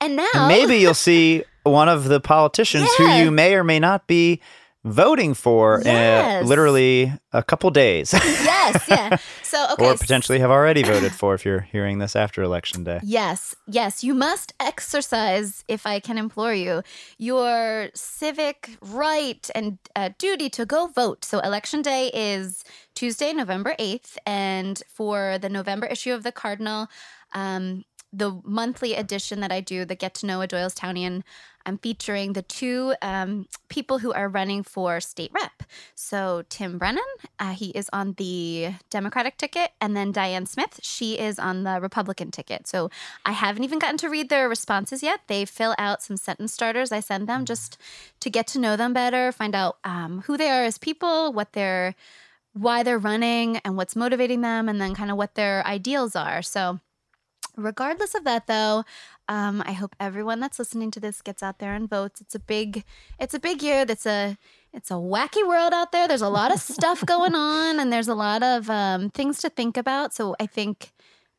S2: and now
S5: Oh.
S4: And maybe you'll see one of the politicians
S2: Yeah.
S4: who you may or may not be voting for
S2: Yes.
S4: in literally a couple days.
S2: yes, yeah. So okay,
S4: or potentially have already voted for if you're hearing this after election day.
S2: Yes, yes, you must exercise, if I can implore you, your civic right and uh, duty to go vote. So, election day is Tuesday, November 8th. And for the November issue of the Cardinal, um, the monthly edition that I do, the Get to Know a Doylestown, I'm featuring the two um, people who are running for state rep. So, Tim Brennan, uh, he is on the Democratic ticket, and then Diane Smith, she is on the Republican ticket. So, I haven't even gotten to read their responses yet. They fill out some sentence starters I send them just to get to know them better, find out um, who they are as people, what their why they're running and what's motivating them, and then kind of what their ideals are. So, regardless of that, though, um, I hope everyone that's listening to this gets out there and votes. It's a big, it's a big year. That's a, it's a wacky world out there. There's a lot of stuff going on, and there's a lot of um, things to think about. So, I think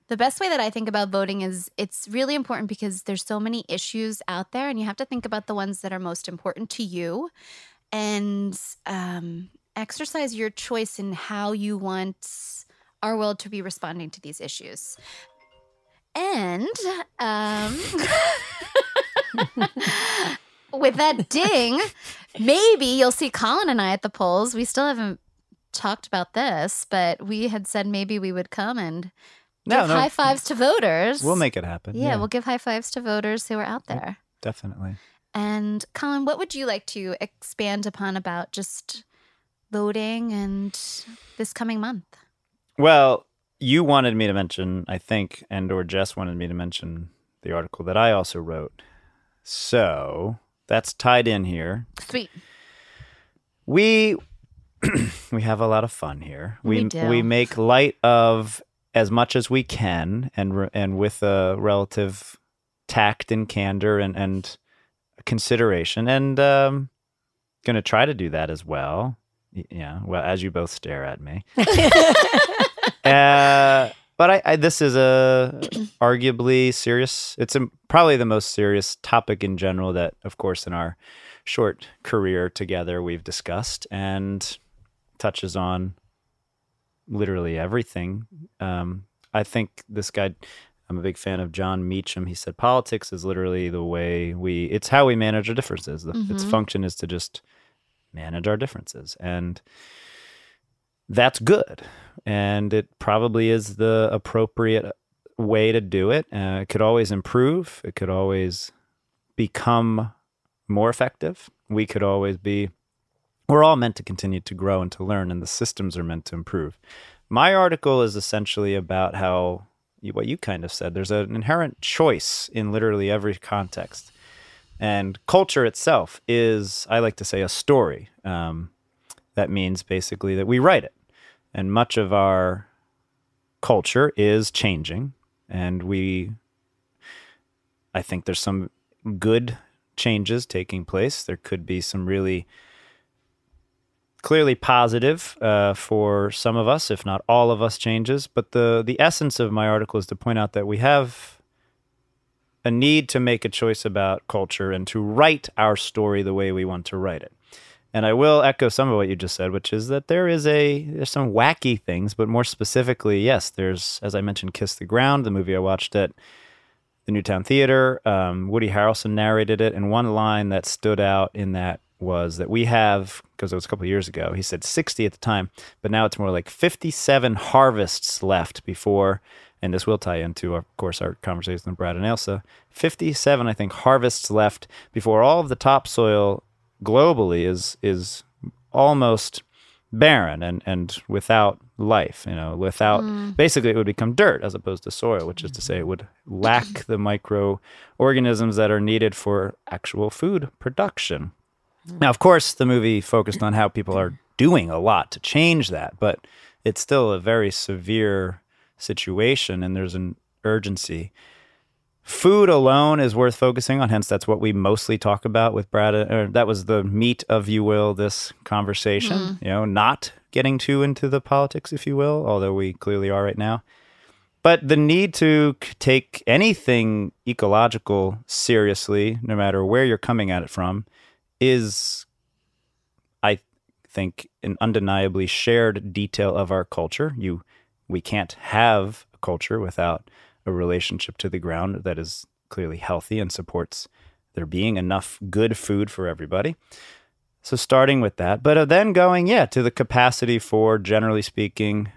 S2: the best way that I think about voting is it's really important because there's so many issues out there, and you have to think about the ones that are most important to you and um, exercise your choice in how you want our world to be responding to these issues. And um, with that ding, maybe you'll see Colin and I at the polls. We still haven't talked about this, but we had said maybe we would come and
S4: No,
S2: give
S4: no.
S2: high fives to voters.
S4: We'll make it happen.
S2: yeah, we'll give high fives to voters who are out there.
S4: definitely.
S2: And Colin, what would you like to expand upon about just voting and this coming month?
S4: Well, you wanted me to mention, I think, and or Jess wanted me to mention the article that I also wrote. So that's tied in here.
S2: Sweet.
S4: We we have a lot of fun here.
S2: We
S4: We
S2: do.
S4: make light of as much as we can, and re- and with a relative tact and candor and and consideration, and um, going to try to do that as well. Y- Yeah, well, as you both stare at me. uh, but I, I this is a arguably serious. It's a, probably the most serious topic in general that, of course, in our short career together we've discussed and touches on literally everything. Um, I think this guy, I'm a big fan of John Meacham. He said politics is literally the way we, it's how we manage our differences. The, Its
S2: Mhm.
S4: function is to just manage our differences. And that's good. And it probably is the appropriate way to do it. Uh, it could always improve, it could always become more effective. We could always be, we're all meant to continue to grow and to learn, and the systems are meant to improve. My article is essentially about how, what you kind of said, there's an inherent choice in literally every context. And culture itself is, I like to say, a story. Um, that means basically that we write it. And much of our culture is changing. And we, I think there's some good changes taking place. There could be some really clearly positive uh, for some of us, if not all of us, changes. But the, the essence of my article is to point out that we have a need to make a choice about culture and to write our story the way we want to write it. And I will echo some of what you just said, which is that there is a there's some wacky things, but more specifically, yes, there's as I mentioned, "Kiss the Ground," the movie I watched at the Newtown Theater. Um, Woody Harrelson narrated it, and one line that stood out in that was that we have because it was a couple of years ago. He said 60 at the time, but now it's more like 57 harvests left before. And this will tie into, of course, our conversation with Brad and Elsa. 57, I think, harvests left before all of the topsoil globally is is almost barren and and without life you know without basically it would become dirt as opposed to soil which is to say it would lack the microorganisms that are needed for actual food production now of course the movie focused on how people are doing a lot to change that but it's still a very severe situation and there's an urgency Food alone is worth focusing on, hence that's what we mostly talk about with Brad. uh, Or that was the meat of, you will, this conversation. You know, not getting too into the politics, if you will, although we clearly are right now. But the need to c- take anything ecological seriously, no matter where you're coming at it from, is, I think, an undeniably shared detail of our culture. You, we can't have a culture without a relationship to the ground that is clearly healthy and supports there being enough good food for everybody. So starting with that, but uh, then going, yeah, to the capacity for, generally speaking,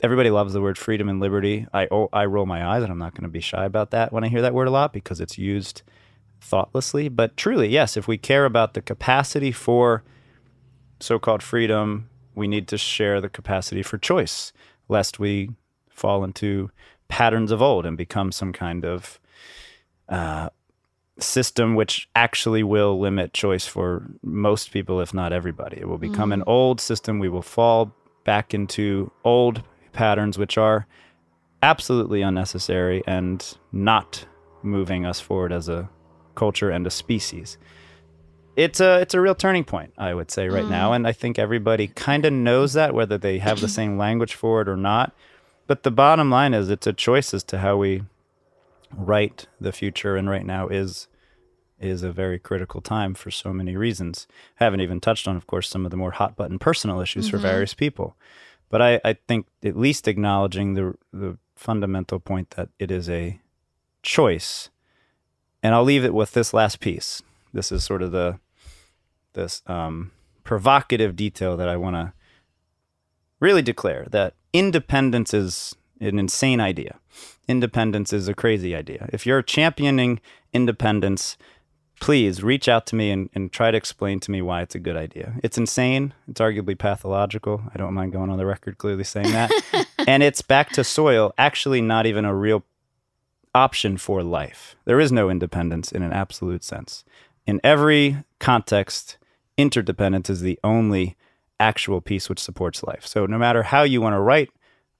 S4: everybody loves the word freedom and liberty. I oh, I roll my eyes, and I'm not going to be shy about that when I hear that word a lot because it's used thoughtlessly. But truly, yes, if we care about the capacity for so-called freedom, we need to share the capacity for choice, lest we fall into patterns of old and become some kind of uh, system which actually will limit choice for most people, if not everybody. It will become an old system. We will fall back into old patterns, which are absolutely unnecessary and not moving us forward as a culture and a species. It's a it's a real turning point, I would say, right now, and I think everybody kind of knows that, whether they have the same language for it or not. But the bottom line is, it's a choice as to how we write the future, and right now is is a very critical time for so many reasons. I haven't even touched on, of course, some of the more hot button personal issues for various people. But I, I think at least acknowledging the the fundamental point that it is a choice. And I'll leave it with this last piece. This is sort of the this um, provocative detail that I want to really declare that independence is an insane idea. Independence is a crazy idea. If you're championing independence, please reach out to me and, and try to explain to me why it's a good idea. It's insane. It's arguably pathological. I don't mind going on the record clearly saying that. and it's back to soil, actually, not even a real option for life. There is no independence in an absolute sense. In every context, interdependence is the only actual piece which supports life. So, no matter how you want to write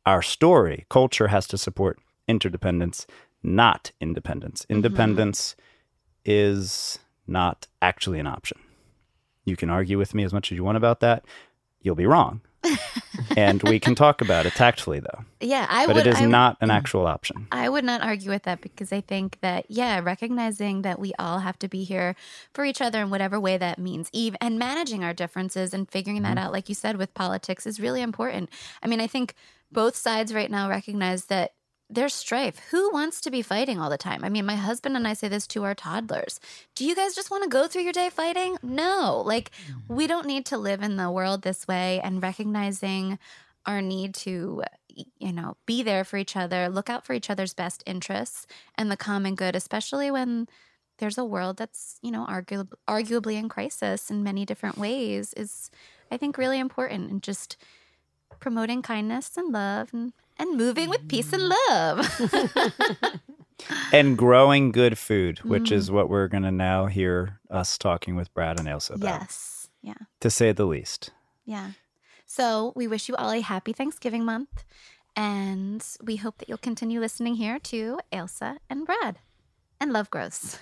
S4: our story, culture has to support interdependence, not independence.
S2: Mm-hmm.
S4: Independence is not actually an option. You can argue with me as much as you want about that. You'll be wrong. and we can talk about it tactfully, though.
S2: Yeah, I
S4: But
S2: would. Mm.
S4: it is
S2: I,
S4: not an actual option.
S2: I would not argue with that because I think that yeah, recognizing that we all have to be here for each other in whatever way that means, Eve, and managing our differences and figuring that out, like you said, with politics is really important. I mean, I think both sides right now recognize that there's strife. Who wants to be fighting all the time? I mean, my husband and I say this to our toddlers. Do you guys just want to go through your day fighting? No. Like, we don't need to live in the world this way and recognizing our need to, y- you know, be there for each other, look out for each other's best interests and the common good, especially when there's a world that's, you know, argu- arguably in crisis in many different ways is, I think, really important. And just promoting kindness and love and, and moving with peace and love.
S4: And growing good food, which
S1: Mm.
S4: is what we're going to now hear us talking with Brad and Ailsa about,
S2: yes. Yeah.
S4: to say the least.
S2: Yeah. So we wish you all a happy Thanksgiving month. And we hope that you'll continue listening here to Ailsa and Brad and Love Gross.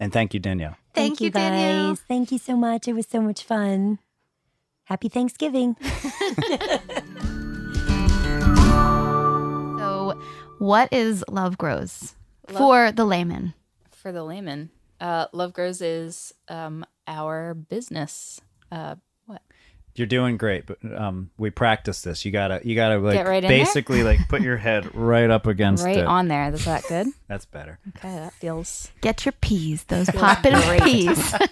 S4: And thank you, Danielle.
S2: Thank, you, Danielle.
S5: guys. Thank you so much. It was so much fun. Happy Thanksgiving.
S2: So, what is Love Grows for the layman?
S1: for the layman. Uh, Love Grows is um, our business. Uh, what?
S4: You're doing great, but um, we practice this. You gotta, you gotta like
S1: Get right in there?
S4: basically like put your head right up against
S1: Right
S4: it.
S1: on there. Is that good?
S4: That's better.
S1: Okay, that feels.
S2: Get your peas, those poppin' peas.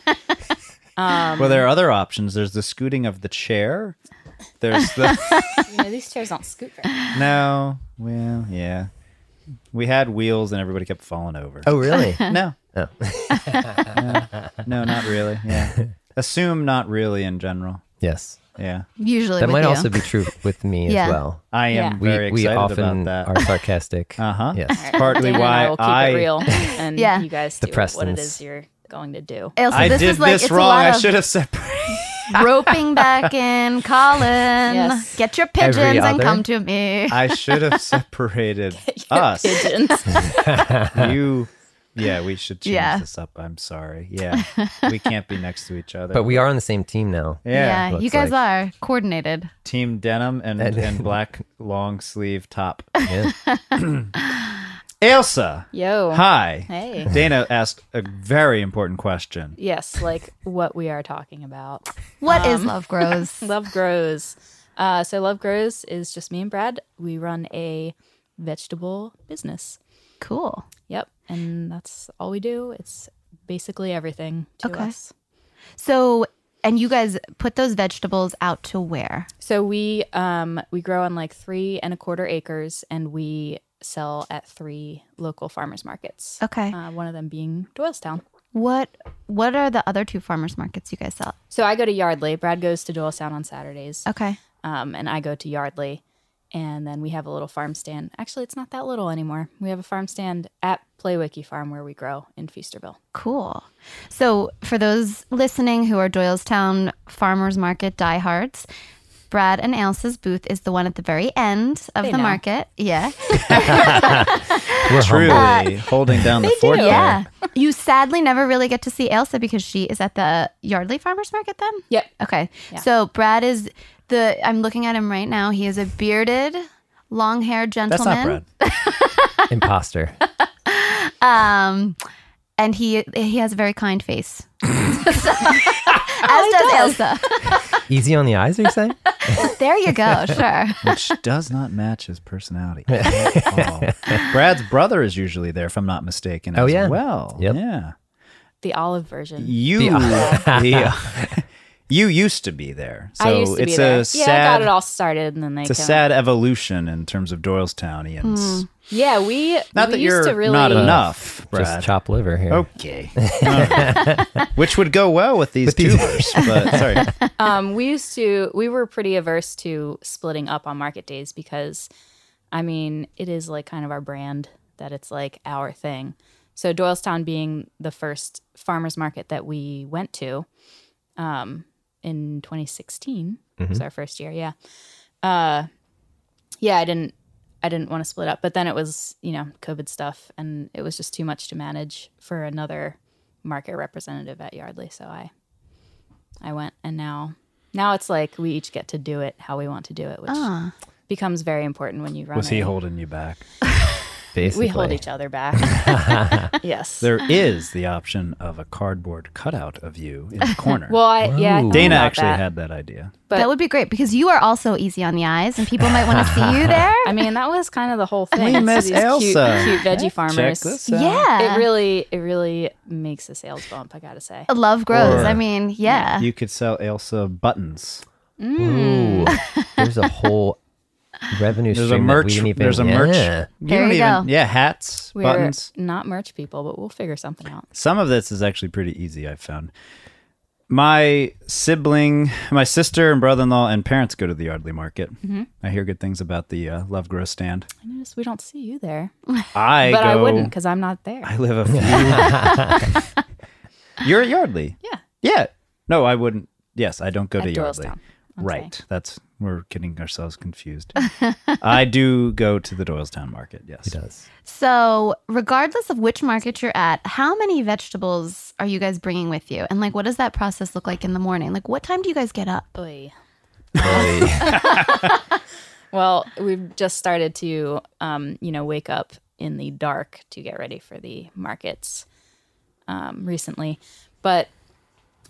S1: Um,
S4: Well, there are other options. There's the scooting of the chair. There's the
S1: you know, these chairs don't scoot very much.
S4: no. Well, yeah. We had wheels and everybody kept falling over.
S3: Oh, really?
S4: no,
S3: oh.
S4: no, not really. Yeah. Assume not really in general.
S3: Yes.
S4: Yeah.
S2: Usually,
S3: That
S2: with
S3: might
S2: you.
S3: also be true with me
S2: Yeah.
S3: as well.
S4: I am
S1: Yeah.
S4: very
S3: We, we
S4: excited
S3: often
S4: about that.
S3: are sarcastic.
S4: Uh-huh.
S3: Yes.
S4: Partly
S1: Dan and
S4: why
S1: I will keep
S4: I-
S1: it real, and
S2: Yeah.
S1: you guys
S3: The
S1: do what it
S3: Prestons.
S1: is you're going to do.
S2: Ailsa,
S4: I
S2: this
S4: did
S2: is like
S4: this
S2: it's
S4: wrong.
S2: a lot
S4: I
S2: of
S4: should have separated.
S2: roping back in, Colin.
S1: Yes.
S2: Get your
S3: Every
S2: pigeons and
S3: other?
S2: come to me.
S4: I should have separated us.
S1: Pigeons.
S4: You, yeah, we should change
S2: Yeah.
S4: this up. I'm sorry. Yeah, we can't be next to each other.
S3: but we are on the same team now.
S4: yeah,
S2: you
S3: looks
S2: guys
S3: like.
S2: are coordinated.
S4: team denim and
S3: And-
S4: and black long sleeve top.
S3: Yeah.
S4: Elsa,
S1: Yo.
S4: hi.
S1: Hey.
S4: Dana asked a very important
S2: Uh,
S4: question.
S1: Yes, like what we are talking about.
S2: What is
S1: Um,
S2: Love Grows?
S1: Love Grows. Uh, so Love Grows is just me and Brad. We run a vegetable business.
S2: cool.
S1: Yep, and that's all we do. It's basically everything to
S2: Okay.
S1: us.
S2: So, and you guys put those vegetables out to where?
S1: So we um we grow on like three and a quarter acres, and we sell at three local farmers markets.
S2: Okay.
S1: Uh, one of them being Doylestown.
S2: What What are the other two farmers markets you guys sell?
S1: So I go to Yardley. Brad goes to Doylestown on Saturdays.
S2: Okay.
S1: um, and I go to Yardley. And then we have a little farm stand. Actually, it's not that little anymore. We have a farm stand at Playwicky Farm where we grow in Feasterville.
S2: Cool. So, for those listening who are Doylestown Farmers Market diehards, Brad and Elsa's booth is the one at the very end of
S1: They
S2: the
S1: know.
S2: market. Yeah.
S3: We're
S4: Truly
S3: humble.
S4: holding down the fort. there.
S2: yeah. You sadly never really get to see Elsa because she is at the Yardley Farmers Market then?
S1: Yep.
S2: Okay.
S1: Yeah.
S2: So, Brad is the, I'm looking at him right now. He is a bearded, long haired
S4: That's
S2: gentleman.
S4: not bread.
S3: Imposter.
S2: Um, and he he has a very kind face. As Oh, does Elsa.
S3: Easy on the eyes, are you saying?
S2: There you go. Sure.
S4: Which does not match his personality at all. Brad's brother is usually there, if I'm not mistaken.
S3: Oh,
S4: as
S3: yeah.
S4: Well,
S3: Yep.
S4: yeah.
S1: The olive version.
S4: You, yeah. you used to be there. So
S1: I used to
S4: it's
S1: be
S4: a
S1: there.
S4: sad,
S1: yeah, I got it all started, and then they.
S4: it's a
S1: came-
S4: sad evolution in terms of Doylestounians.
S1: Yeah, we.
S4: Not
S1: Hmm. we used
S4: that you're
S1: to really,
S4: not enough, Brad. Oh.
S3: Just chop liver here.
S4: Okay. Which would go well with these
S3: these-
S4: tubers, but sorry.
S1: um, we used to we were pretty averse to splitting up on market days because i mean it is like kind of our brand that it's like our thing so doylestown being the first farmers market that we went to um, in 2016 was
S4: Mm-hmm.
S1: our first year yeah uh, yeah i didn't i didn't want to split up but then it was you know covid stuff and it was just too much to manage for another market representative at yardley so i I went, and now now it's like we each get to do it how we want to do it, which
S2: Ah.
S1: becomes very important when you run.
S4: Was he
S1: a-
S4: holding you back?
S3: Basically.
S1: We hold each other back. yes.
S4: There is the option of a cardboard cutout of you in the corner.
S1: well, I, yeah. I
S3: Ooh.
S1: thought
S4: Dana
S1: about
S4: actually
S1: that.
S4: had that idea.
S1: But-
S2: that would be great because you are also easy on the eyes and people might want to see you there.
S1: I mean, that was kind of the whole thing.
S4: We
S1: So
S4: miss
S1: these cute-
S4: Elsa.
S1: Cute, veggie farmers.
S4: Check this out.
S2: yeah.
S1: It really, it really makes a sales bump. I gotta say.
S2: Love grows.
S3: Or-
S2: I mean, yeah.
S4: You could sell Elsa buttons. Hmm.
S3: Ooh, there's a whole revenue
S4: There's a
S3: stream. that we
S4: merch.
S3: didn't even-
S4: there's a merch.
S3: Yeah.
S2: There
S4: don't
S2: you
S4: even-
S2: go.
S4: Yeah, hats,
S1: We're
S4: buttons.
S1: not merch people, but we'll figure something out.
S4: Some of this is actually pretty easy, I've found. My sibling, my sister and brother in law and parents go to the Yardley Market.
S1: Mm-hmm.
S4: I hear good things about the uh, Love Grow stand.
S1: I noticed we don't see you there,
S4: I
S1: but
S4: go,
S1: I wouldn't because I'm not there.
S4: I live a few. You're at Yardley.
S1: Yeah.
S4: Yeah. No, I wouldn't. Yes, I don't go
S1: At
S4: to Yardley.
S1: Doylestown, I'm
S4: Right. That's we're getting ourselves confused. I do go to the Doylestown Market. Yes.
S3: He does.
S2: So, regardless of which market you're at, how many vegetables are you guys bringing with you? And like, what does that process look like in the morning? Like, what time do you guys get up?
S1: Oy.
S3: Really.
S1: Well, we've just started to, um, you know, wake up in the dark to get ready for the markets um, recently. But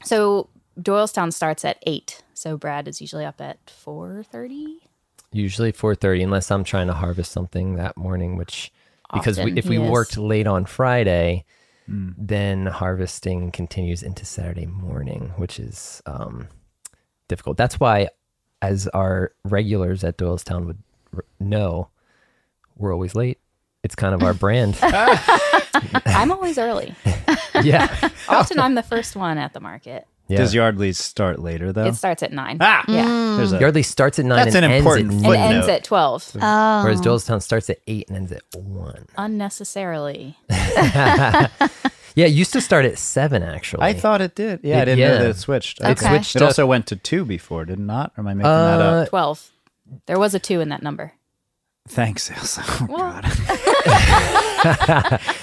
S1: so Doylestown starts at eight, so Brad is usually up at four thirty.
S3: Usually 4:30, unless I'm trying to harvest something that morning, which because we,
S1: Often,
S3: if we
S1: yes.
S3: worked late on Friday,
S4: Hmm.
S3: then harvesting continues into Saturday morning, which is um, difficult. That's why, as our regulars at Doylestown would r- know, we're always late. It's kind of our brand.
S1: I'm always early.
S3: yeah.
S1: Often I'm the first one at the market.
S3: yeah.
S4: Does Yardley's start later though?
S1: It starts at nine
S4: Oh. ah.
S1: yeah.
S4: There's a
S3: Yardley starts at nine.
S4: That's
S3: and
S4: an
S3: ends
S4: important
S3: at
S1: and
S4: footnote.
S3: noon,
S1: ends at twelve
S2: Oh,
S3: Whereas
S1: Uh-huh.
S3: Doylestown starts at eight and ends at one.
S1: unnecessarily.
S3: Yeah, it used to start at seven actually.
S4: I thought it did. Yeah, I
S3: It-
S4: didn't know that
S3: yeah.
S4: it switched.
S2: It
S4: I
S3: it
S2: Okay.
S4: think-
S3: switched
S4: It
S3: up.
S4: also went to two before, did it not? Or am I making that
S3: uh,
S4: up?
S1: 12. There was a 2 in that number.
S4: Thanks, Elsa. Oh,
S1: Well-
S4: God.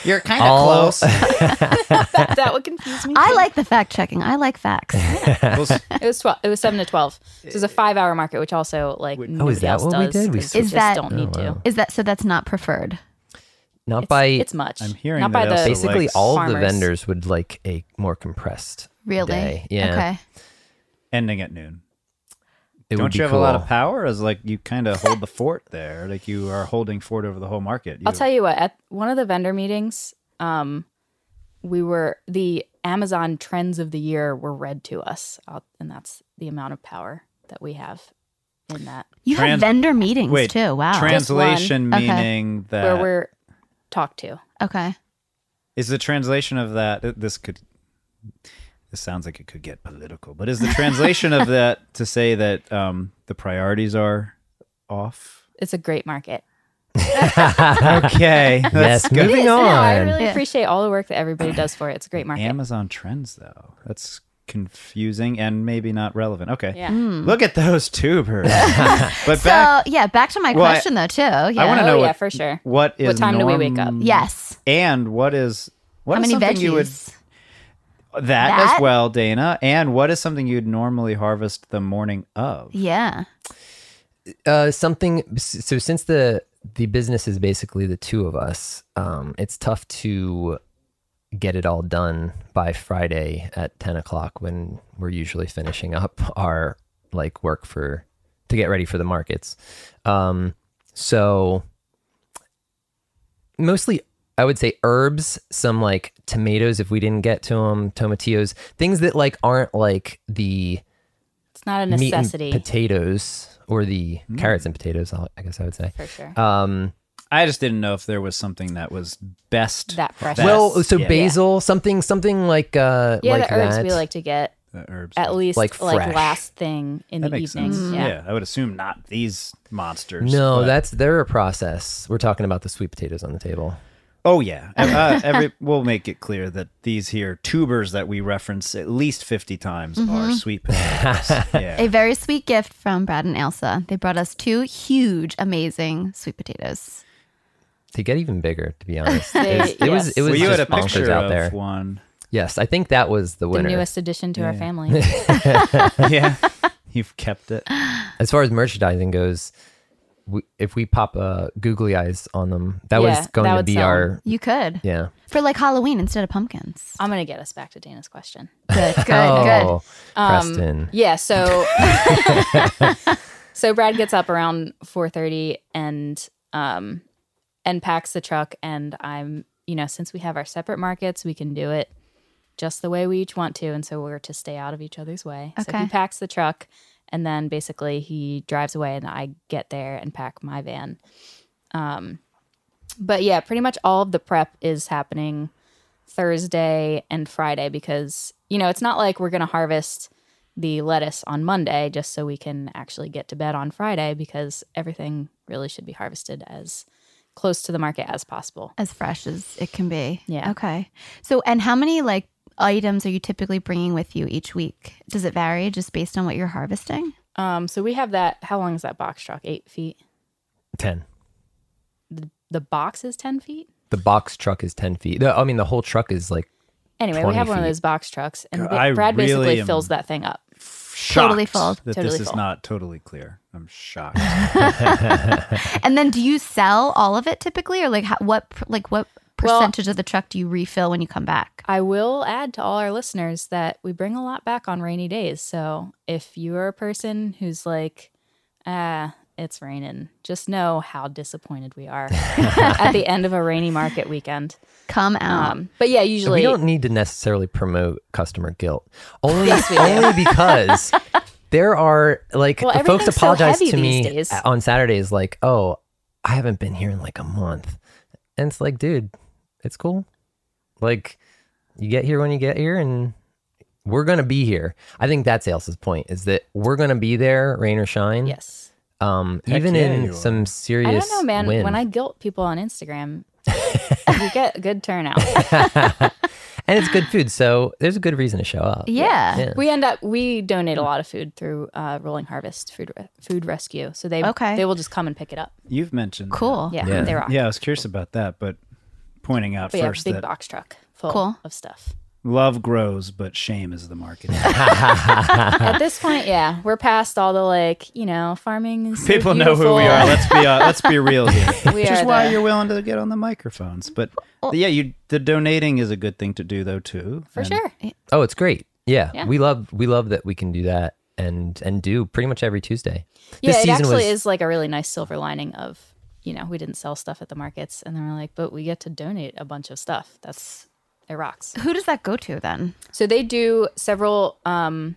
S4: You're kind
S3: All-
S1: that, that would confuse me.
S2: I
S1: too.
S2: like the fact checking. I like facts.
S1: it was 12 it was 7 to 12. So it was a 5-hour market which also like
S4: Which- Oh,
S1: nobody
S4: is
S3: that
S1: else
S3: what we
S1: does
S3: did? We
S1: 'cause
S3: switched-
S1: you
S2: Is
S1: just
S2: that-
S1: don't
S3: Oh,
S1: need to.
S3: wow.
S2: Is that so? That's not preferred.
S3: not
S1: It's,
S3: by
S1: it's much.
S4: I'm hearing
S1: not
S4: that
S1: by the
S4: Elsa likes-
S3: basically all of the
S1: farmers.
S3: vendors would like a more compressed.
S2: Really?
S3: Day. Yeah.
S2: Okay.
S4: Ending at noon.
S3: It would
S4: Don't
S3: be
S4: you have
S3: cool.
S4: a lot of power? As like you kind of hold the fort there, like you are holding fort over the whole market.
S1: I'll tell you what, at one of the vendor meetings, um, we were the Amazon trends of the year were read to us, uh, and that's the amount of power that we have in that.
S2: You have
S4: Trans-
S2: vendor meetings
S4: Wait,
S2: too. Wow.
S4: Translation
S2: Just one. Okay.
S4: meaning that
S1: where we're talked to.
S2: okay.
S4: Is the translation of that th- this could this sounds like it could get political, but is the translation of that to say that um, the priorities are off?
S1: It's a great market.
S4: Okay,
S3: yes, moving
S1: No,
S3: on.
S1: I really
S2: Yeah.
S1: appreciate all the work that everybody does for it. It's a great market.
S4: Amazon trends though. That's confusing and maybe not relevant. Okay.
S1: Yeah.
S2: Mm.
S4: Look at those tubers. but
S2: So
S4: back
S2: yeah, back to my
S4: Well, I-
S2: question though too. Yeah.
S4: I want to
S1: Oh,
S4: know
S1: yeah,
S4: what-
S1: for sure.
S4: What is
S1: What time do we wake up?
S4: norm-
S2: Yes.
S4: And what is what
S2: How
S4: is
S2: many
S4: something
S2: veggies?
S4: you would that,
S2: That?
S4: as well, Dana? And what is something you'd normally harvest the morning of?
S2: Yeah.
S3: uh, something so since the the business is basically the two of us um it's tough to get it all done by friday at 10 o'clock when we're usually finishing up our like work for to get ready for the markets um so mostly i would say herbs some like tomatoes if we didn't get to them tomatillos things that like aren't like the
S1: It's not a
S3: meat and
S1: necessity
S3: potatoes or the
S4: Mm.
S3: carrots and potatoes. I'll- I guess I would say.
S1: for sure.
S3: Um,
S4: I just didn't know if there was something that was best.
S1: That precious.
S3: well, oh, so
S4: yeah.
S3: basil, something, something like uh,
S1: yeah,
S3: like
S1: the herbs
S3: that.
S1: we like to get
S4: the herbs.
S1: at least like,
S3: Like fresh.
S1: last thing in
S4: that
S1: the
S4: makes
S1: evening.
S4: sense.
S1: Yeah.
S4: Yeah. I would assume not these monsters.
S3: no,
S4: but-
S3: that's they're a process. We're talking about the sweet potatoes on the table.
S4: Oh yeah. Uh, every we'll make it clear that these here tubers that we reference at least fifty times are sweet potatoes.
S2: A
S4: yeah.
S2: very sweet gift from Brad and Elsa. They brought us two huge, amazing sweet potatoes.
S3: To get even bigger, to be honest,
S1: They-
S3: it was it was,
S1: yes.
S3: it was
S4: Well, you
S3: just
S4: had a
S3: bonkers
S4: picture
S3: out
S4: of
S3: there.
S4: one.
S3: Yes, I think that was the
S1: The
S3: winner.
S1: newest addition to our
S4: Yeah.
S1: family.
S4: yeah. You've kept it.
S3: as far as merchandising goes, we, if we pop uh, googly eyes on them, that
S1: Yeah,
S3: was going
S1: that
S3: to
S1: would
S3: be
S1: sell.
S3: our
S2: You could
S3: yeah.
S2: for like Halloween instead of pumpkins.
S1: I'm gonna get us back to Dana's question.
S2: Good, good, good.
S3: oh,
S1: Um,
S3: Preston.
S1: Yeah, so so Brad gets up around 4:30 and um and packs the truck and I'm, you know, since we have our separate markets, we can do it just the way we each want to and so we're to stay out of each other's way. So
S2: Okay.
S1: he packs the truck and then basically he drives away and I get there and pack my van. Um but yeah, pretty much all of the prep is happening Thursday and Friday because, you know, it's not like we're going to harvest the lettuce on Monday just so we can actually get to bed on Friday because everything really should be harvested as close to the market as possible.
S2: As fresh as it can be.
S1: Yeah.
S2: Okay. So, and how many like items are you typically bringing with you each week? Does it vary just based on what you're harvesting?
S1: Um, so we have that. How long is that box truck? Eight feet.
S3: Ten.
S1: The box is 10 feet.
S3: The box truck is ten feet. The- I mean, the whole truck is like
S1: Anyway, we
S3: 20
S1: have one of
S3: feet.
S1: those box trucks, and
S4: God,
S1: ba-
S4: I
S1: Brad
S4: really
S1: basically
S4: am-
S1: fills that thing up.
S2: Totally
S4: Shocked
S2: full.
S4: That
S1: Totally
S4: this
S1: full.
S4: is not totally clear. I'm shocked.
S2: And then, do you sell all of it typically, or like how, what pr- like what
S1: Well-
S2: percentage of the truck do you refill when you come back?
S1: I will add to all our listeners that we bring a lot back on rainy days. So if you are a person who's like, ah, it's raining, just know how disappointed we are at the end of a rainy market weekend.
S2: Come out.
S1: Um, but yeah, usually
S3: We don't need to necessarily promote customer guilt. Only,
S1: we do.
S3: only because there are like
S1: Well,
S3: folks
S1: everything's so
S3: apologize
S1: heavy
S3: to me
S1: these days.
S3: on Saturdays, like, "Oh, I haven't been here in like a month," and it's like, dude, it's cool. Like, you get here when you get here, and we're gonna be here. I think that's Elsa's point: is that we're gonna be there, rain or shine.
S1: yes.
S3: Um,
S4: Heck
S3: even
S4: yeah, you
S3: in
S4: are.
S3: some
S1: I
S3: serious
S1: don't know, man.
S3: wind.
S1: When I guilt people on Instagram, you get a good turnout.
S3: and it's good food, so there's a good reason to show up.
S2: Yeah.
S1: We end up we donate
S4: Hmm.
S1: a lot of food through uh, Rolling Harvest Food Re- Food Rescue, so they
S2: Okay.
S1: they will just come and pick it up.
S4: You've mentioned. that.
S2: Cool.
S1: Yeah,
S3: Yeah.
S1: they rock.
S4: Yeah, I was curious about that, but pointing out
S1: but yeah,
S4: first
S1: big
S4: that
S1: box truck full
S2: Cool.
S1: of stuff.
S4: love grows, but shame is the marketing.
S1: At this point, yeah, we're past all the like you know farming. Is so
S4: People know who we
S1: beautiful.
S4: are. Let's be uh, let's be real here.
S1: We
S4: Which is
S1: are
S4: why
S1: the-
S4: you're willing to get on the microphones. But yeah, you the donating is a good thing to do though too.
S1: for sure.
S3: Oh, it's great. Yeah.
S1: Yeah.
S3: We love we love that we can do that and and do pretty much every Tuesday.
S1: Yeah,
S3: this
S1: it
S3: season
S1: actually
S3: was
S1: is like a really nice silver lining of you know we didn't sell stuff at the markets, and then we're like, but we get to donate a bunch of stuff. That's it rocks.
S2: Who does that go to then?
S1: So they do several. Um,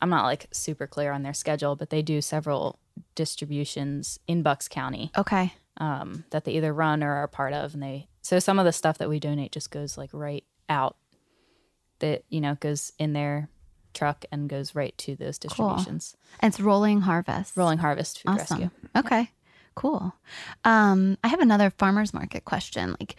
S1: I'm not like super clear on their schedule, but they do several distributions in Bucks County
S2: Okay.
S1: um, that they either run or are part of, and they so some of the stuff that we donate just goes like right out that you know goes in their truck and goes right to those distributions.
S2: And it's Rolling Harvest.
S1: Rolling Harvest Food
S2: Awesome.
S1: Rescue.
S2: Okay. Cool. Um, I have another farmers market question. Like,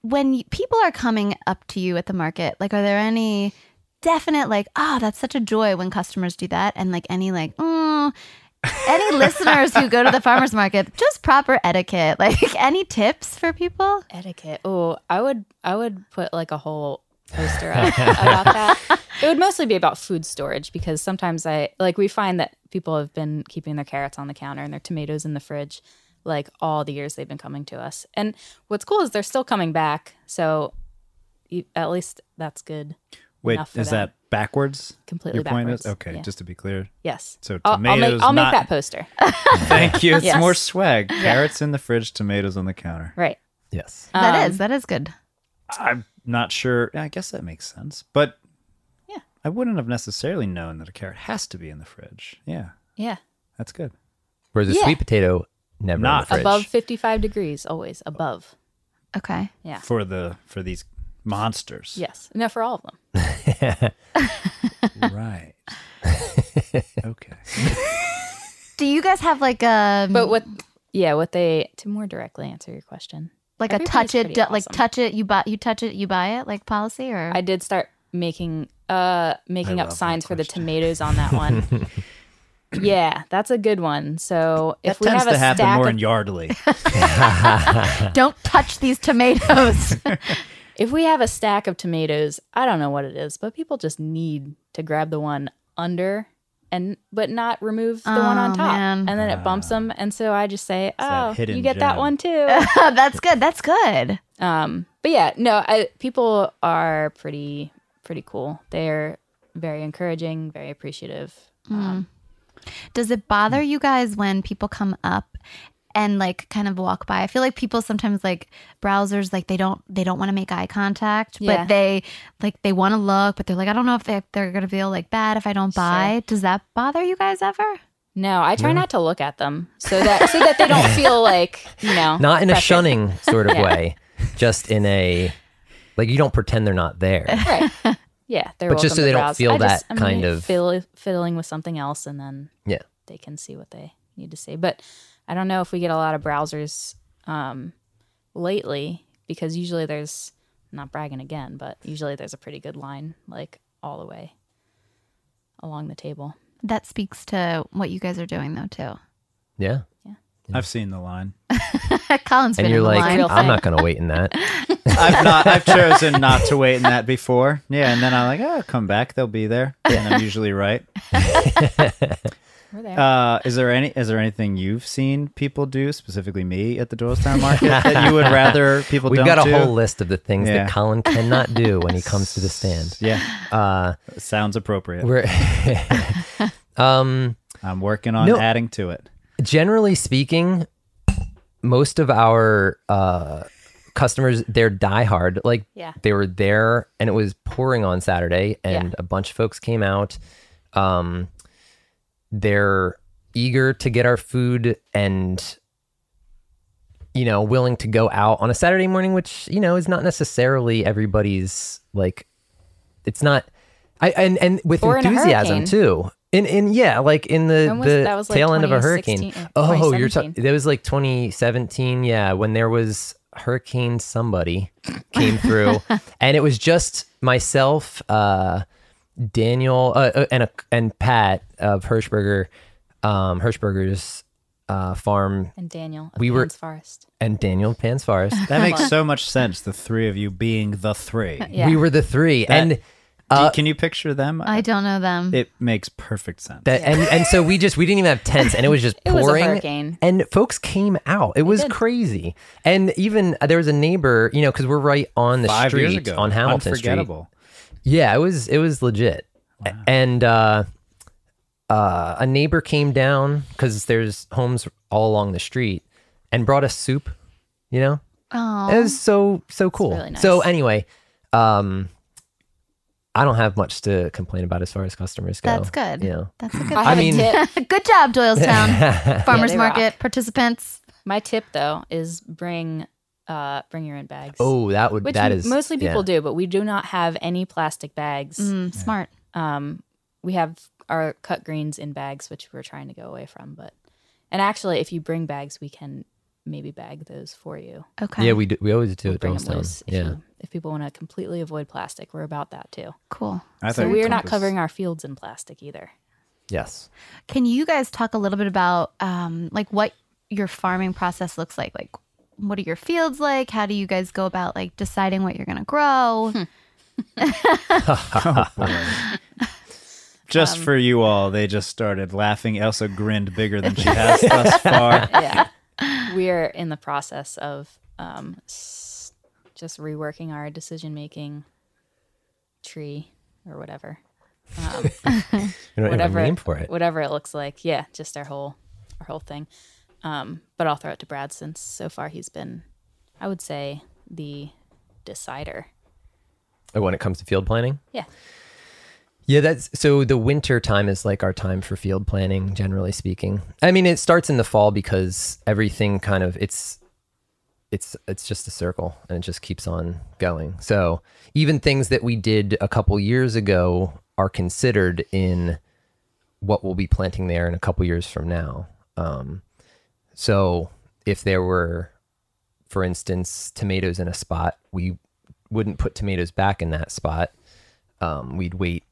S2: when y- people are coming up to you at the market, like, are there any definite like, oh, that's such a joy when customers do that, and like any like, mm, any listeners who go to the farmers market, just proper etiquette, like any tips for people?
S1: Etiquette. Oh, I would I would put like a whole poster up about that. It would mostly be about food storage because sometimes I like we find that people have been keeping their carrots on the counter and their tomatoes in the fridge like all the years they've been coming to us. And what's cool is they're still coming back. So you- at least that's good.
S4: Wait,
S1: enough for
S4: is
S1: them.
S4: that backwards?
S1: completely
S4: Your point
S1: backwards?
S4: is okay.
S1: Yeah.
S4: Just to be clear,
S1: yes.
S4: so
S1: I'll, I'll
S4: tomatoes.
S1: make I'll
S4: not-
S1: make that poster.
S4: Thank you. It's
S1: Yes.
S4: more swag. Carrots in the fridge, tomatoes on the counter.
S1: Right.
S3: yes.
S2: that
S1: Um,
S2: is that is good.
S4: I'm not sure. I guess that makes sense, but
S1: Yeah.
S4: I wouldn't have necessarily known that a carrot has to be in the fridge. Yeah,
S1: Yeah.
S4: that's good.
S3: Whereas a
S1: Yeah.
S3: sweet potato never in the
S4: Not
S3: fridge.
S1: Above 55 degrees always above.
S2: Okay.
S1: Yeah.
S4: For the for these monsters.
S1: Yes. No for all of them.
S4: Right. okay.
S2: Do you guys have like um, a
S4: Mm-hmm.
S1: But what? Yeah, what they to more directly answer your question.
S2: like a
S1: everybody's
S2: touch it
S1: pretty
S2: du- like
S1: awesome.
S2: touch it you buy you touch it you buy it like policy or
S1: I did start making uh making
S4: I
S1: up
S4: love that
S1: signs for the
S4: question.
S1: tomatoes on that one. yeah, that's a good one. So if
S4: that
S1: we
S4: tends
S1: have a
S4: to happen
S1: stack
S4: more
S1: of,
S4: in Yardley.
S2: don't touch these tomatoes.
S1: if we have a stack of tomatoes, I don't know what it is, but people just need to grab the one under and but not remove the one on
S2: Oh,
S1: top,
S2: man.
S1: and then it bumps them. And so I just say,
S4: Ah. that
S1: oh,
S4: hidden
S1: you get that
S4: gem.
S1: one too.
S2: that's good. That's good.
S1: Um, but yeah, no, I, people are pretty pretty cool. They're very encouraging, very appreciative. Um,
S2: Does it bother you guys when people come up and like kind of walk by? I feel like people sometimes like browsers like they don't they don't want to make eye contact,
S1: Yeah.
S2: but they like they want to look, but they're like I don't know if they, they're going to feel like bad if I don't buy. Does that bother you guys ever?
S1: no, I try not to look at them so that so that they don't feel like you know
S3: Not in a
S1: pressured.
S3: shunning sort of
S1: Yeah.
S3: way, just in a like you don't pretend they're not there.
S1: Right. Yeah, they're
S3: But
S1: welcome
S3: just so
S1: to
S3: they don't
S1: browse.
S3: feel
S1: I just,
S3: that
S1: I'm
S3: kind of-
S1: fill, fiddling with something else, and then
S3: Yeah.
S1: they can see what they need to see. But I don't know if we get a lot of browsers um, lately because usually there's not bragging again, but usually there's a pretty good line like all the way along the table.
S2: That speaks to what you guys are doing though too.
S3: Yeah.
S4: I've seen the line.
S2: Colin's been
S3: And
S2: in
S3: you're
S2: the
S3: like,
S2: line.
S1: Real
S3: I'm
S1: thing.
S3: not gonna wait in that.
S4: I've not. I've chosen not to wait in that before. Yeah, and then I'm like, oh, I'll come back. They'll be there, and I'm usually right.
S1: We're there.
S4: Uh, is there any? Is there anything you've seen people do, specifically me, at the Doylestown Market that you would rather people?
S3: We've
S4: don't
S3: got a
S4: do?
S3: whole list of the things
S4: Yeah.
S3: that Colin cannot do when he comes to the stand.
S4: Yeah,
S3: Uh,
S4: sounds appropriate.
S3: we're um,
S4: I'm working on
S3: No.
S4: adding to it.
S3: generally speaking, most of our uh, customers they're diehard. Like
S1: Yeah.
S3: they were there, and it was pouring on Saturday, and
S1: Yeah.
S3: a bunch of folks came out. Um, they're eager to get our food and you know willing to go out on a Saturday morning, which you know is not necessarily everybody's like. It's not. I and and with
S1: Or in a
S3: enthusiasm
S1: hurricane.
S3: too. In in yeah, like in the
S1: When was-
S3: the
S1: that was like
S3: tail end of a hurricane.
S1: 2016 or
S3: Oh, you're
S1: 2017.
S3: talking. That was like 2017. Yeah, when there was Hurricane somebody came through, and it was just myself, uh, Daniel, uh, uh, and a, and Pat of Hirschberger, um, Hirschberger's uh, farm,
S1: and Daniel of
S3: We were-
S1: Pans Forest.
S3: and Daniel Pans Forest.
S6: That makes so much sense. The three of you being the three.
S1: Yeah.
S3: We were the three,
S6: That-
S3: and
S4: Do you-
S3: Uh,
S4: can you picture them?
S1: um,
S2: I don't know them.
S4: it makes perfect sense.
S3: that and and so we just we didn't even have tents, and it was just
S1: It was a
S3: pouring.
S1: hurricane.
S3: and folks came out. It was
S1: did.
S3: crazy, and even uh, there was a neighbor, you know, because we're right on the
S6: Five
S3: street
S6: years ago.
S3: on Hamilton Street.
S6: Unforgettable.
S3: Yeah, it was it was legit. A- And uh, uh, a neighbor came down because there's homes all along the street and brought us soup. You know,
S2: Oh,
S3: it was so so cool.
S1: really nice.
S3: So anyway, um, I don't have much to complain about as far as customers go.
S2: that's good.
S3: You know,
S2: That's a
S1: I
S2: good.
S1: have
S3: mean-
S1: a tip.
S2: good job, Doylestown Farmers
S1: they rock.
S2: Market participants.
S1: My tip though is bring uh bring your own bags.
S3: oh, that would
S1: which
S3: that
S1: m-
S3: is
S1: mostly
S3: yeah.
S1: people do, but we do not have any plastic bags.
S2: Mm, Smart.
S1: Um, we have our cut greens in bags, which we're trying to go away from. But and actually, if you bring bags, we can maybe bag those for you.
S2: Okay.
S3: Yeah, we do, we always do
S1: We'll
S3: it.
S1: bring 'em
S3: Jonestown.
S1: loose if,
S3: Yeah.
S1: you- if people want to completely avoid plastic, we're about that too.
S2: cool.
S6: I
S1: So
S6: thought
S1: we
S6: you
S1: are not
S6: told us-
S1: covering our fields in plastic either.
S3: Yes.
S2: Can you guys talk a little bit about um, like what your farming process looks like? Like, what are your fields like? How do you guys go about like deciding what you're gonna grow?
S4: Just
S1: um,
S4: for you all, they just started laughing. Elsa grinned bigger than she has thus far.
S1: yeah. We're in the process of um, s- just reworking our decision making tree or whatever. Um,
S3: You don't
S1: whatever
S3: have a name for it.
S1: Whatever it looks like. Yeah, just our whole our whole thing. Um, but I'll throw it to Brad since so far he's been I would say the decider.
S3: Or when it comes to field planning.
S1: Yeah.
S3: Yeah, that's so the winter time is like our time for field planning, generally speaking. I mean, it starts in the fall because everything kind of it's it's it's just a circle and it just keeps on going. So even things that we did a couple years ago are considered in what we'll be planting there in a couple years from now. Um, so if there were, for instance, tomatoes in a spot, we wouldn't put tomatoes back in that spot. Um, we'd wait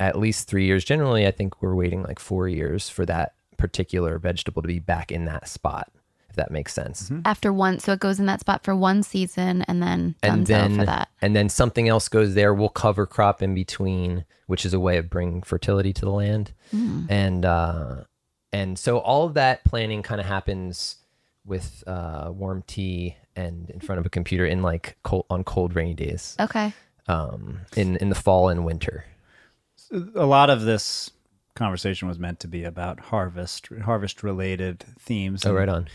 S3: at least three years. Generally, I think we're waiting like four years for that particular vegetable to be back in that spot, if that makes sense.
S2: After one, so it goes in that spot for one season, and then
S3: And
S2: and
S3: then,
S2: for that.
S3: and then something else goes there. We'll cover crop in between, which is a way of bringing fertility to the land.
S2: Hmm,
S3: And, uh, and so all of that planning kind of happens with uh, warm tea and in front of a computer in like cold, on cold rainy days
S2: Okay.
S3: um, in, in the fall and winter.
S4: a lot of this conversation was meant to be about harvest harvest related themes
S3: Oh,
S4: and-
S3: right on.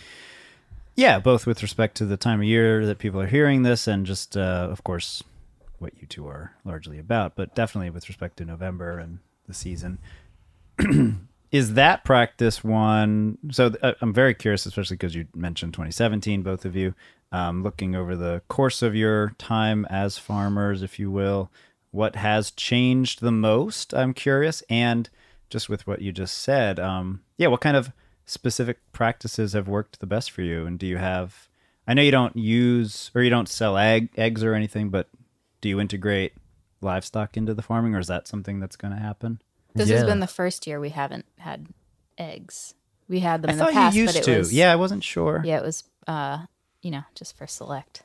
S4: yeah both with respect to the time of year that people are hearing this and just uh, of course what you two are largely about but definitely with respect to november and the season is that practice one so th- uh, i'm very curious especially because you mentioned 2017 both of you um, looking over the course of your time as farmers if you will what has changed the most i'm curious and just with what you just said um, yeah what kind of specific practices have worked the best for you and do you have i know you don't use or you don't sell egg, eggs or anything but do you integrate livestock into the farming or is that something that's going to happen
S1: This
S3: Yeah.
S1: has been the first year we haven't had eggs. We had them
S4: I
S1: in the
S4: thought
S1: past,
S4: you used
S1: but it
S4: to.
S1: was
S4: yeah, I wasn't sure.
S1: yeah, it was uh, you know, just for select.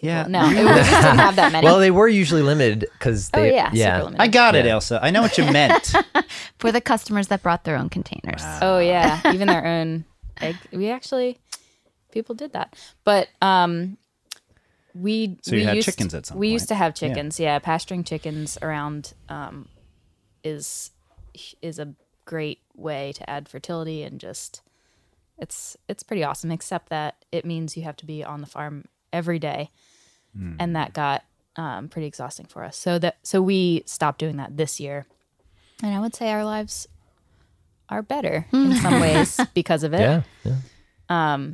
S4: Yeah.
S1: No, it, we just didn't have that many.
S3: Well, they were usually limited because
S1: oh
S3: they.
S1: yeah, super
S3: yeah.
S1: limited.
S4: I got it, Elsa. I know what you meant.
S2: For the customers that brought their own containers.
S1: Oh yeah, even their own egg. We actually people did that, but um, we
S4: So you
S1: we
S4: had
S1: used,
S4: chickens at some
S1: We
S4: point.
S1: used to have chickens. Yeah, pasturing chickens around um, is is a great way to add fertility and just it's it's pretty awesome. Except that it means you have to be on the farm every day, and that got um, pretty exhausting for us. So that so we stopped doing that this year, and I would say our lives are better in some ways because of it.
S3: Yeah. yeah.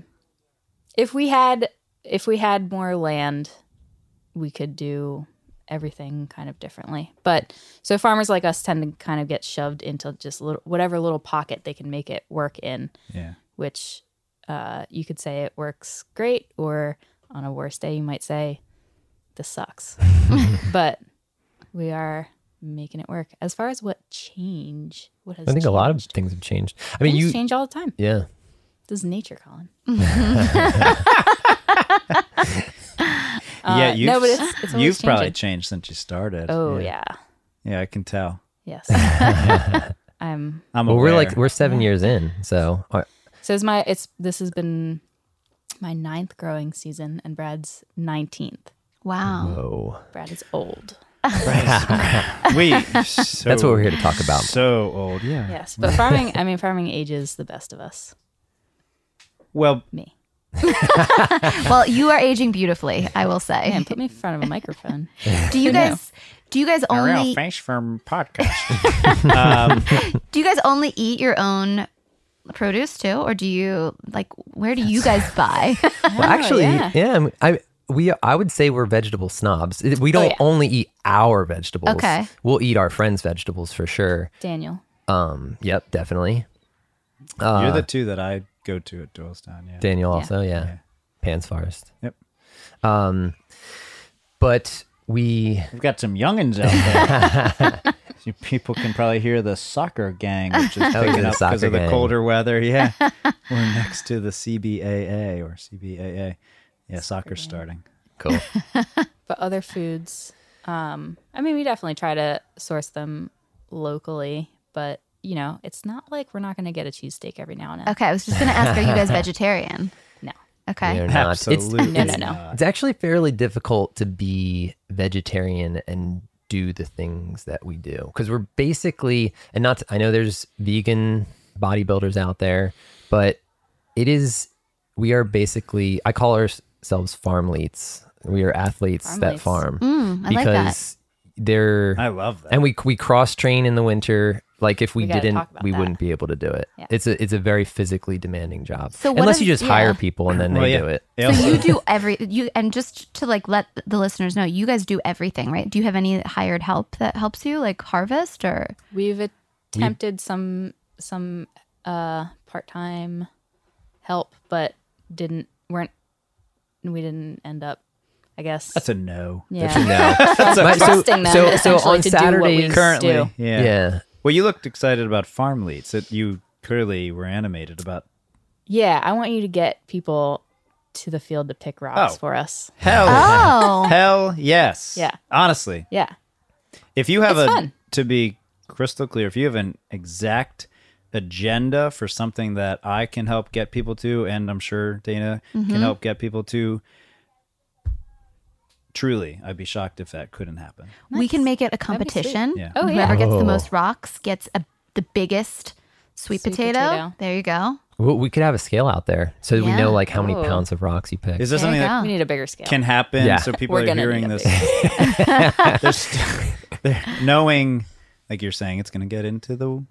S1: If we had if we had more land, we could do everything kind of differently. But so farmers like us tend to kind of get shoved into just little, whatever little pocket they can make it work in,
S4: yeah.
S1: which uh, you could say it works great or on a worse day, you might say, this sucks. but we are making it work. As far as what change, what has
S3: I think a lot of
S1: changed?
S3: things have changed. I mean,
S1: Things
S3: you,
S1: change all the time.
S3: yeah.
S1: This is nature, Colin.
S4: yeah,
S1: Uh,
S4: you've,
S1: no, but it's- it's always
S4: you've probably
S1: changing.
S4: changed since you started.
S1: Oh yeah,
S4: Yeah, I can tell.
S1: yes. I'm.
S4: I'm
S3: Well,
S4: aware.
S3: we're like we're seven years in, so uh,
S1: So it's my. It's this has been my ninth growing season, and Brad's nineteenth.
S2: Wow.
S4: Oh.
S3: whoa,
S1: Brad is old.
S4: we. So,
S3: that's what we're here to talk about.
S6: So old, yeah.
S1: Yes, but farming. I mean, farming ages the best of us.
S4: Well,
S1: Me.
S2: Well, you are aging beautifully, I will say.
S1: Man, put me in front of a microphone.
S2: Do you guys do you guys only
S4: face from podcast.
S2: do you guys only eat your own produce too or do you like where do you guys buy?
S3: Well, actually,
S1: yeah.
S3: yeah, I'm- I we I would say we're vegetable snobs. It- We don't
S1: Oh, yeah.
S3: only eat our vegetables.
S2: Okay.
S3: we'll eat our friends' vegetables for sure.
S1: Daniel.
S3: Um, yep, definitely.
S4: You're
S3: Uh,
S4: the two that I go to at Doylestown. Yeah.
S3: Daniel also, yeah, Pans Forest.
S4: Yep.
S3: Um, but we
S4: We've got some youngins out there. You people can probably hear the soccer gang, which is
S3: yeah,
S4: picking
S3: the
S4: up because
S3: soccer
S4: of the
S3: gang.
S4: colder weather. Yeah, we're next to the CBAA or CBAA. Yeah, soccer's starting.
S3: cool.
S1: but other foods um i mean we definitely try to source them locally but you know it's not like we're not going to get a cheesesteak every now and then
S2: Okay, I was just going to ask are you guys vegetarian?
S1: No.
S2: Okay.
S3: They're not- it's-
S4: Absolutely.
S1: No, no, no.
S4: not.
S3: It's actually fairly difficult to be vegetarian and do the things that we do because we're basically and not. I know there's vegan bodybuilders out there, but it is we are basically. I call ourselves farmleets. We are athletes that
S1: Farmleets.
S3: farm
S2: Mm, I like that.
S3: because they're
S4: I love that.
S3: and we we cross train in the winter. Like if we,
S1: We gotta
S3: didn't,
S1: talk about
S3: we
S1: that.
S3: wouldn't be able to do it.
S1: Yeah.
S3: It's a it's a very physically demanding job.
S2: So what
S3: unless
S2: is-
S3: you just
S2: yeah.
S3: hire people and then they
S4: Well, yeah.
S3: do it.
S4: They also-
S2: So you do every you and just to like let the listeners know, you guys do everything, right? Do you have any hired help that helps you like harvest or
S1: we've attempted some some uh part-time help but didn't weren't we didn't end up i guess
S4: That's a no.
S1: yeah
S3: No.
S1: that's
S3: But so-
S1: trusting them
S3: so-
S1: essentially
S3: so on
S1: to do what we
S3: Saturdays-
S4: Currently,
S1: do.
S4: yeah.
S3: yeah.
S4: Well, you looked excited about farm leads. That you clearly were animated about.
S1: yeah i want you to get people to the field to pick rocks
S4: Oh.
S1: for us
S4: Hell,
S2: Oh.
S4: hell yes.
S1: Yeah.
S4: Honestly,
S1: yeah
S4: If you have
S1: It's
S4: a
S1: fun.
S4: to be crystal clear, if you have an exact agenda for something that I can help get people to, and I'm sure Dana
S1: Mm-hmm.
S4: can help get people to, truly, I'd be shocked if that couldn't happen.
S2: we can make it a
S1: be sweet.
S2: competition.
S4: Yeah.
S1: oh yeah
S2: Whoever gets the
S3: Oh.
S2: most rocks gets a, the biggest sweet,
S1: Sweet
S2: potato.
S1: potato.
S2: There you go.
S3: Well, we could have a scale out there so that we
S2: Yeah.
S3: know like how many
S1: Ooh.
S3: pounds of rocks you pick.
S4: Is there
S2: There
S4: something
S2: you
S4: that
S2: go.
S1: we need a bigger scale
S4: can happen?
S3: Yeah.
S4: So people
S1: We're
S4: are
S1: gonna
S4: hearing
S1: need a
S4: this, they're, st- they're knowing, like you're saying, it's going to get into the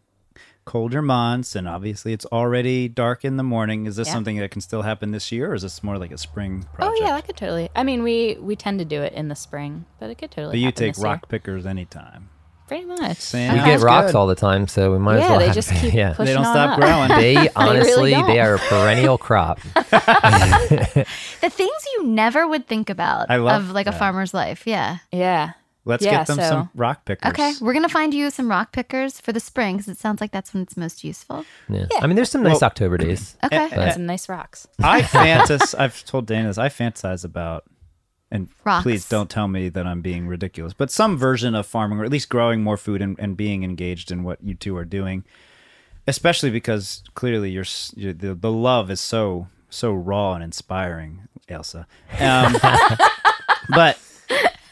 S4: colder months, and obviously it's already dark in the morning. Is this
S1: Yeah.
S4: something that can still happen this year, or is this more like a spring
S1: Oh
S4: project?
S1: yeah, that could totally. I mean, we we tend to do it in the spring, but it could totally.
S4: But you
S1: happen
S4: take
S1: this year.
S4: rock pickers anytime.
S1: pretty much.
S4: Sam.
S3: we
S4: Yeah.
S3: get
S4: Sounds
S3: rocks
S4: good.
S3: all the time, so we might as
S1: Yeah,
S3: well.
S1: they
S3: have-
S1: just keep
S3: yeah.
S1: pushing
S4: they don't
S1: on
S4: stop
S1: up.
S4: growing.
S3: They honestly, they,
S1: don't.
S3: are a perennial crop.
S2: The things you never would think about
S4: I love
S2: of like a
S4: that.
S2: farmer's life. Yeah.
S1: Yeah,
S4: Let's
S1: Yeah,
S4: get them
S1: so-
S4: some rock pickers.
S2: Okay, we're gonna find you some rock pickers for the spring because it sounds like that's when it's most useful.
S3: Yeah. I mean, there's some nice
S4: Well-
S3: October days.
S4: Eh,
S2: Okay,
S1: and some nice rocks.
S4: I fantasize. I've told Dana this. I fantasize about, and
S2: Rocks.
S4: please don't tell me that I'm being ridiculous, but some version of farming, or at least growing more food and, and being engaged in what you two are doing, especially because clearly your s- your- the, the love is so so raw and inspiring, Elsa. Um, but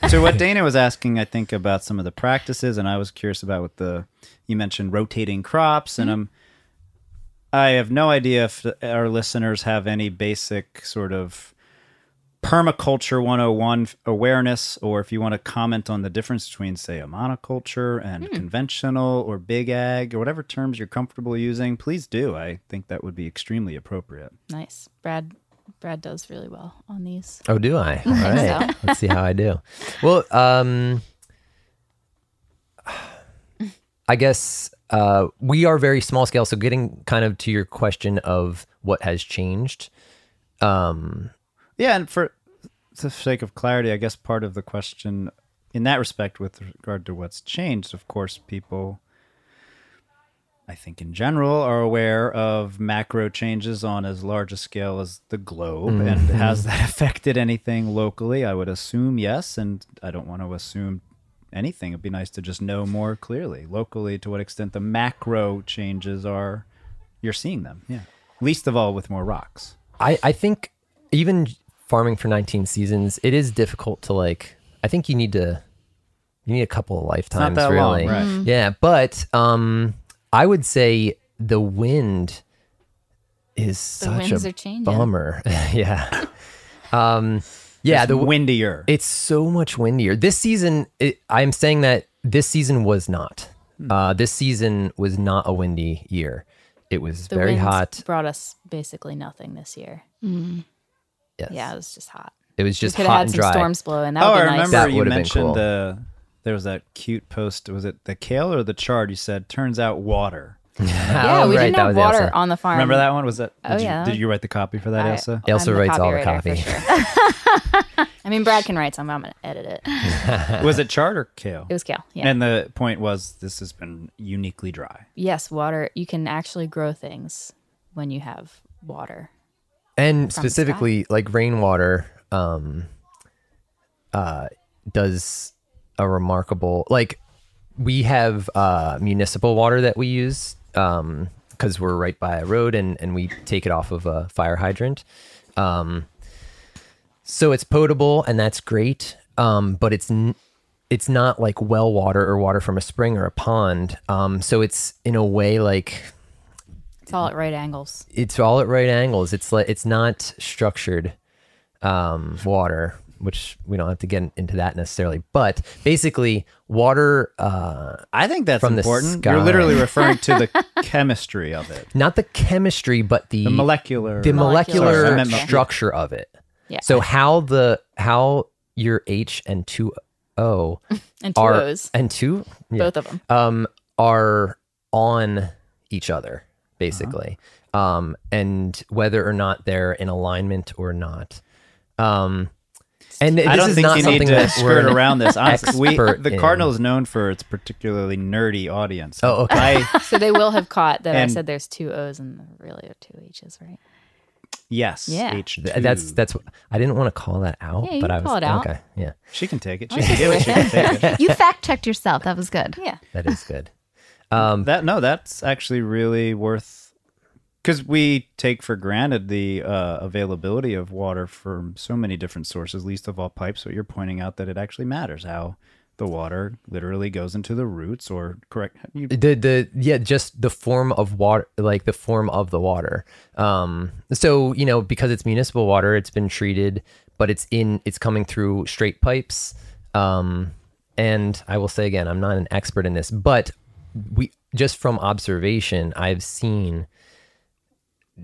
S4: to what Dana was asking, I think about some of the practices, and I was curious about what the you mentioned rotating crops, and I'm I have no idea if our listeners have any basic sort of permaculture 101 awareness or if you want to comment on the difference between say a monoculture and conventional or big ag or whatever terms you're comfortable using please do i think that would be extremely appropriate
S1: Nice. Brad, Brad does really well on these.
S3: Oh, do I? All right.
S1: so.
S3: Let's see how I do. Well, um, I guess uh, we are very small scale. So, getting kind of to your question of what has changed, um,
S4: yeah and for for the sake of clarity, I guess part of the question in that respect, with regard to what's changed, of course, people, I think in general, are aware of macro changes on as large a scale as the globe.
S3: Mm-hmm.
S4: And has that affected anything locally? I would assume yes. And I don't want to assume anything. It'd be nice to just know more clearly locally to what extent the macro changes are, you're seeing them. Yeah. Least of all with more rocks.
S3: I, I think even farming for 19 seasons, it is difficult to like. I think you need to, you need a couple of lifetimes,
S4: that long,
S3: really.
S4: right.
S1: Mm-hmm.
S4: Mm.
S3: Yeah, but um, I would say the wind is such
S1: winds
S3: a
S1: are changing.
S3: bummer. yeah, um, yeah,
S4: It's
S3: the
S4: windier.
S3: it's so much windier. This season, it, I'm saying that this season was not.
S4: Hmm.
S3: Uh, this season was not a windy year. It was
S1: The
S3: very
S1: winds
S3: hot.
S1: Brought us basically nothing this year.
S3: Yes.
S1: Yeah, it was just hot.
S3: It was just
S1: we could
S3: hot
S1: have had
S3: and
S1: some
S3: dry.
S1: storms blowing. That
S4: Oh,
S1: would
S4: I
S1: be nice.
S4: remember
S3: That
S4: you
S3: would've been
S4: mentioned
S3: cool.
S4: the there was that cute post. Was it the kale or the chard? You said turns out water.
S1: yeah,
S3: Oh,
S1: we
S3: right,
S1: didn't
S3: that
S1: have
S3: was
S1: water
S3: Elsa.
S1: on the farm.
S4: Remember that one? Was that?
S1: Oh,
S4: did
S1: yeah.
S4: You, did you write the copy for that,
S1: I-
S4: Elsa?
S1: I'm
S3: Elsa
S1: the
S3: writes all the
S1: copywriter
S3: copy.
S1: for sure. I mean, Brad can write some. I'm gonna edit it. It
S4: was it chard or kale?
S1: was Cal. Yeah.
S4: And the point was, this has been uniquely dry.
S1: yes, water. You can actually grow things when you have water.
S3: and
S1: the sky.
S3: specifically like rainwater um uh does a remarkable like we have uh municipal water that we use um because we're right by a road and and we take it off of a fire hydrant um so it's potable and that's great um but it's n- it's not like well water or water from a spring or a pond um so it's in a way like
S1: It's all at right angles.
S3: it's all at right angles. It's like it's not structured um, water, which we don't have to get into that necessarily. But basically, water, uh,
S4: I think that's
S3: From the
S4: important.
S3: sky.
S4: You're literally referring to the chemistry of it,
S3: not the chemistry, but the
S4: the molecular.
S3: the molecular,
S1: Molecular
S4: Sorry, I meant mo-
S3: structure of it.
S1: Yeah.
S3: So how the how your H and two O
S1: And two
S3: are
S1: O's,
S3: and two yeah.
S1: both of them.
S3: um, are on each other basically
S4: Uh-huh.
S3: um, and whether or not they're in alignment or not um, and
S4: I
S3: this
S4: don't
S3: is
S4: think
S3: not
S4: you
S3: something
S4: need to
S3: that we're
S4: skirt around this. Honestly, we,
S3: expert
S4: the
S3: in.
S4: Cardinal is known for its particularly nerdy audience.
S3: Oh, okay.
S4: I-
S1: So they will have caught that I
S4: And-
S1: said there's two O's and there really are two H's, right?
S4: yes.
S1: Yeah.
S4: H2.
S3: th- that's that's what- I didn't want to call that out,
S1: Yeah, you
S3: but I
S1: can
S3: was
S1: call it out.
S3: okay. Yeah,
S4: She can take it. She can give it. She can take it.
S2: You fact checked yourself. That was good.
S1: Yeah.
S3: that is good. Um,
S4: That no, that's actually really worth because we take for granted the uh, availability of water from so many different sources, least of all pipes. But you're pointing out that it actually matters how the water literally goes into the roots, or correct? You,
S3: the the yeah just the form of water like the form of the water um so you know because it's municipal water it's been treated but it's in it's coming through straight pipes um and i will say again i'm not an expert in this but we just from observation i've seen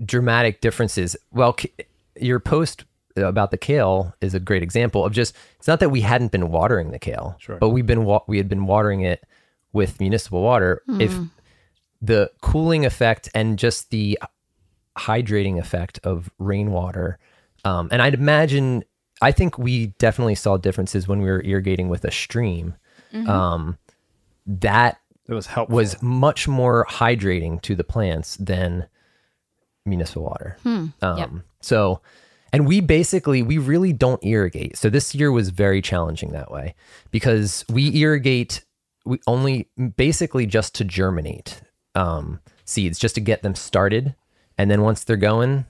S3: dramatic differences. Well, k- your post about the kale is a great example of just it's not that we hadn't been watering the kale, but we've been wa- we had been watering it with municipal water. If the cooling effect and just the hydrating effect of rainwater, um, and I'd imagine I think we definitely saw differences when we were irrigating with a stream. Um, that
S4: it was helpful.
S3: was much more hydrating to the plants than municipal water. Um,
S1: Yep.
S3: So, and we basically we really don't irrigate. So this year was very challenging that way because we irrigate we only basically just to germinate um, seeds, just to get them started, and then once they're going,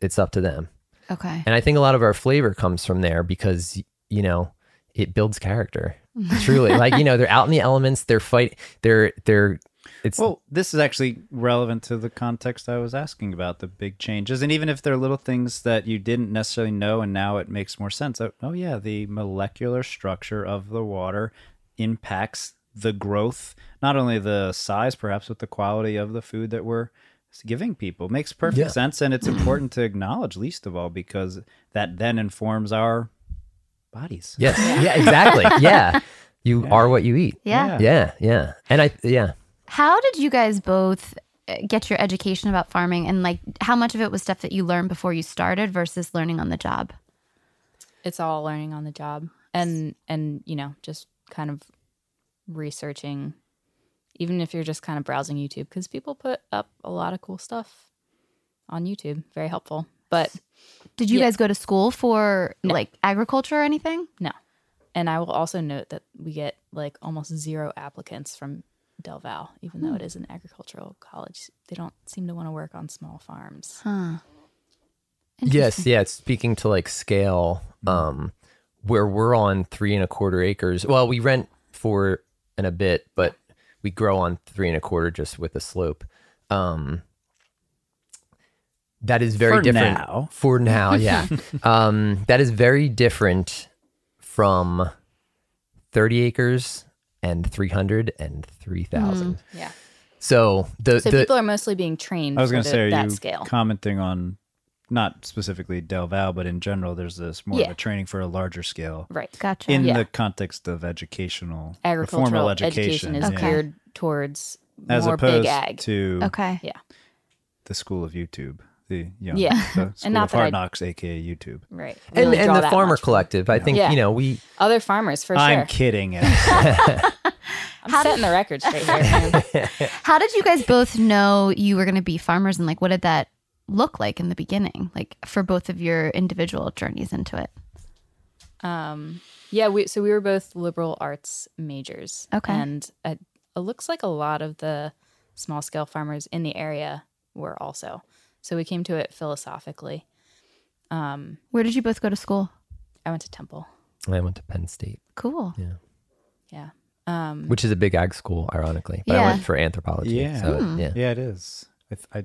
S3: it's up to them.
S2: Okay.
S3: And I think a lot of our flavor comes from there because you know it builds character. Truly, like you know, they're out in the elements. They're fight. They're they're. It's
S4: Well, this is actually relevant to the context I was asking about the big changes, and even if they're little things that you didn't necessarily know, and now it makes more sense. Oh, oh, yeah, the molecular structure of the water impacts the growth, not only the size, perhaps, but the quality of the food that we're giving people. Makes perfect
S3: Yeah.
S4: sense, and it's important to acknowledge, least of all, because that then informs our bodies.
S3: yes, yeah, exactly, yeah. You are what you eat.
S2: Yeah.
S4: Yeah.
S3: yeah, yeah. And I yeah.
S2: How did you guys both uh, get your education about farming and like how much of it was stuff that you learned before you started versus learning on the job?
S1: it's all learning on the job and and you know just kind of researching even if you're just kind of browsing youtube because people put up a lot of cool stuff on youtube very helpful but
S2: Did you
S1: Yeah.
S2: guys go to school for like agriculture or anything?
S1: and i will also note that we get like almost zero applicants from del val even
S3: Hmm.
S1: though it is an agricultural college they don't seem to want to work on small farms
S2: Huh.
S3: Yes, yeah. It's speaking to like scale, um, where we're on three and a quarter acres. Well, we rent four and a bit, but we grow on three and a quarter just with a slope. Um, that is very
S6: For
S3: different
S6: now.
S3: for now. Yeah, um, that is very different from thirty acres and three hundred and three thousand.
S1: yeah
S3: So the
S1: Hmm. so
S3: the
S1: people are mostly being trained
S6: I was
S1: for
S6: going to
S1: the-
S6: say, are
S1: that
S6: you
S1: scale
S6: commenting on not specifically Del Val, but in general, there's this more of
S1: Yeah.
S6: a training for a larger scale
S1: right
S2: Gotcha.
S6: in
S1: Yeah.
S6: the context of educational, or
S1: agricultural
S6: formal education,
S1: education, is
S2: yeah. Okay.
S1: geared towards
S6: as
S1: more
S6: opposed
S1: big ag
S6: to
S2: okay.
S6: the school of YouTube, the young,
S1: Yeah.
S6: the school
S1: not
S6: of
S1: that
S6: hard
S1: I-
S6: knocks, aka YouTube.
S1: right
S3: and,
S1: really
S3: and
S1: draw
S3: the
S1: that
S3: farmer
S1: much.
S3: collective. I think
S1: Yeah.
S3: you know we
S1: other farmers for
S6: I'm
S1: sure
S6: kidding.
S1: i'm setting the record straight here man.
S2: How did you guys both know you were going to be farmers and like what did that look like in the beginning? Like for both of your individual journeys into it.
S1: um yeah we so we were both liberal arts majors
S2: Okay.
S1: and it, it looks like a lot of the small scale farmers in the area were also so we came to it philosophically um
S2: Where did you both go to school?
S1: i went to temple
S3: I went to Penn State.
S2: Cool.
S1: yeah um
S3: which is a big ag school, ironically. But I went
S2: Yeah.
S3: for anthropology.
S6: Yeah.
S3: So,
S2: Hmm.
S3: yeah.
S6: yeah, it is. I, th- I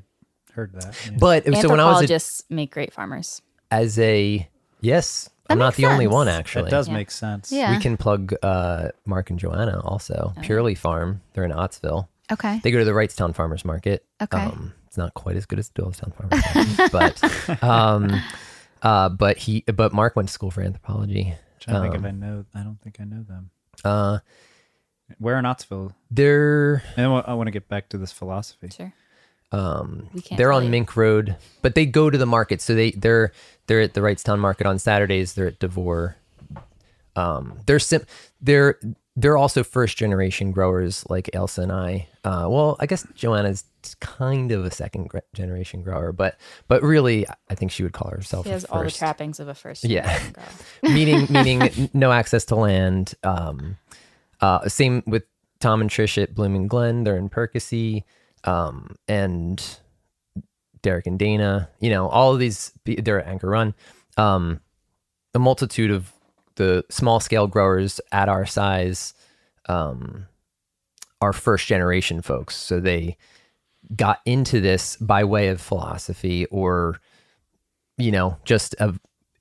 S6: heard that. yeah.
S3: But so when I was a,
S1: anthropologists make great farmers
S3: as a yes, I'm
S2: That
S3: not
S2: makes
S3: the only one
S2: sense.
S3: actually.
S6: that does
S1: Yeah.
S6: make sense.
S2: Yeah.
S3: We can plug uh, Mark and Joanna also.
S2: Oh.
S3: Purely Farm. They're in Ottsville.
S2: Okay.
S3: They go to the Wrightstown Farmers Market. Um,
S2: Okay.
S3: it's not quite as good as Doylestown Farmers Market, but um, uh, but he but Mark went to school for anthropology.
S6: trying to think
S3: Um,
S6: if I know. I don't think I know them.
S3: Uh,
S6: We're in Ottsville.
S3: they're
S6: And I wa- I want to get back to this philosophy.
S1: sure
S3: Um,
S1: We can't
S3: they're on
S1: really-
S3: Mink Road, but they go to the market. So they they're they're at the Wrightstown Market on Saturdays. They're at Devore. Um, they're sim- they're they're also first generation growers like Elsa and I. Uh, well, I guess Joanna's kind of a second gre- generation grower, but but really, I think she would call herself
S1: he
S3: a
S1: has all the
S3: first.
S1: trappings of a first
S3: Yeah.
S1: generation girl.
S3: meaning meaning n- no access to land. Um, uh, same with Tom and Trish at Blooming Glen. They're in Percy, um, and Derek and Dana. You know, all of these. They're at Anchor Run. Um, a multitude of the small scale growers at our size um, are first generation folks. So they got into this by way of philosophy or you know just a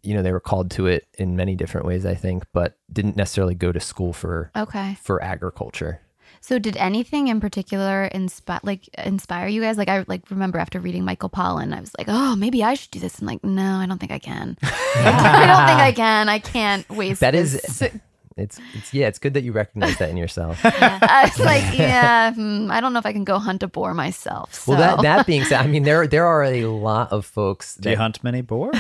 S3: you know they were called to it in many different ways i think but didn't necessarily go to school for
S2: Okay.
S3: for agriculture
S2: So did anything in particular inspire like inspire you guys? Like I like remember after reading Michael Pollan, I was like, "Oh, maybe I should do this." And like, "No, I don't think I can." I don't think I can. I can't waste
S3: that is
S2: this.
S3: it's, it's yeah it's good that you recognize that in yourself
S2: I was like, "Yeah, hmm, I don't know if I can go hunt a boar myself." So.
S3: well that that being said i mean there there are a lot of folks
S6: Do you
S3: that
S6: hunt many boar?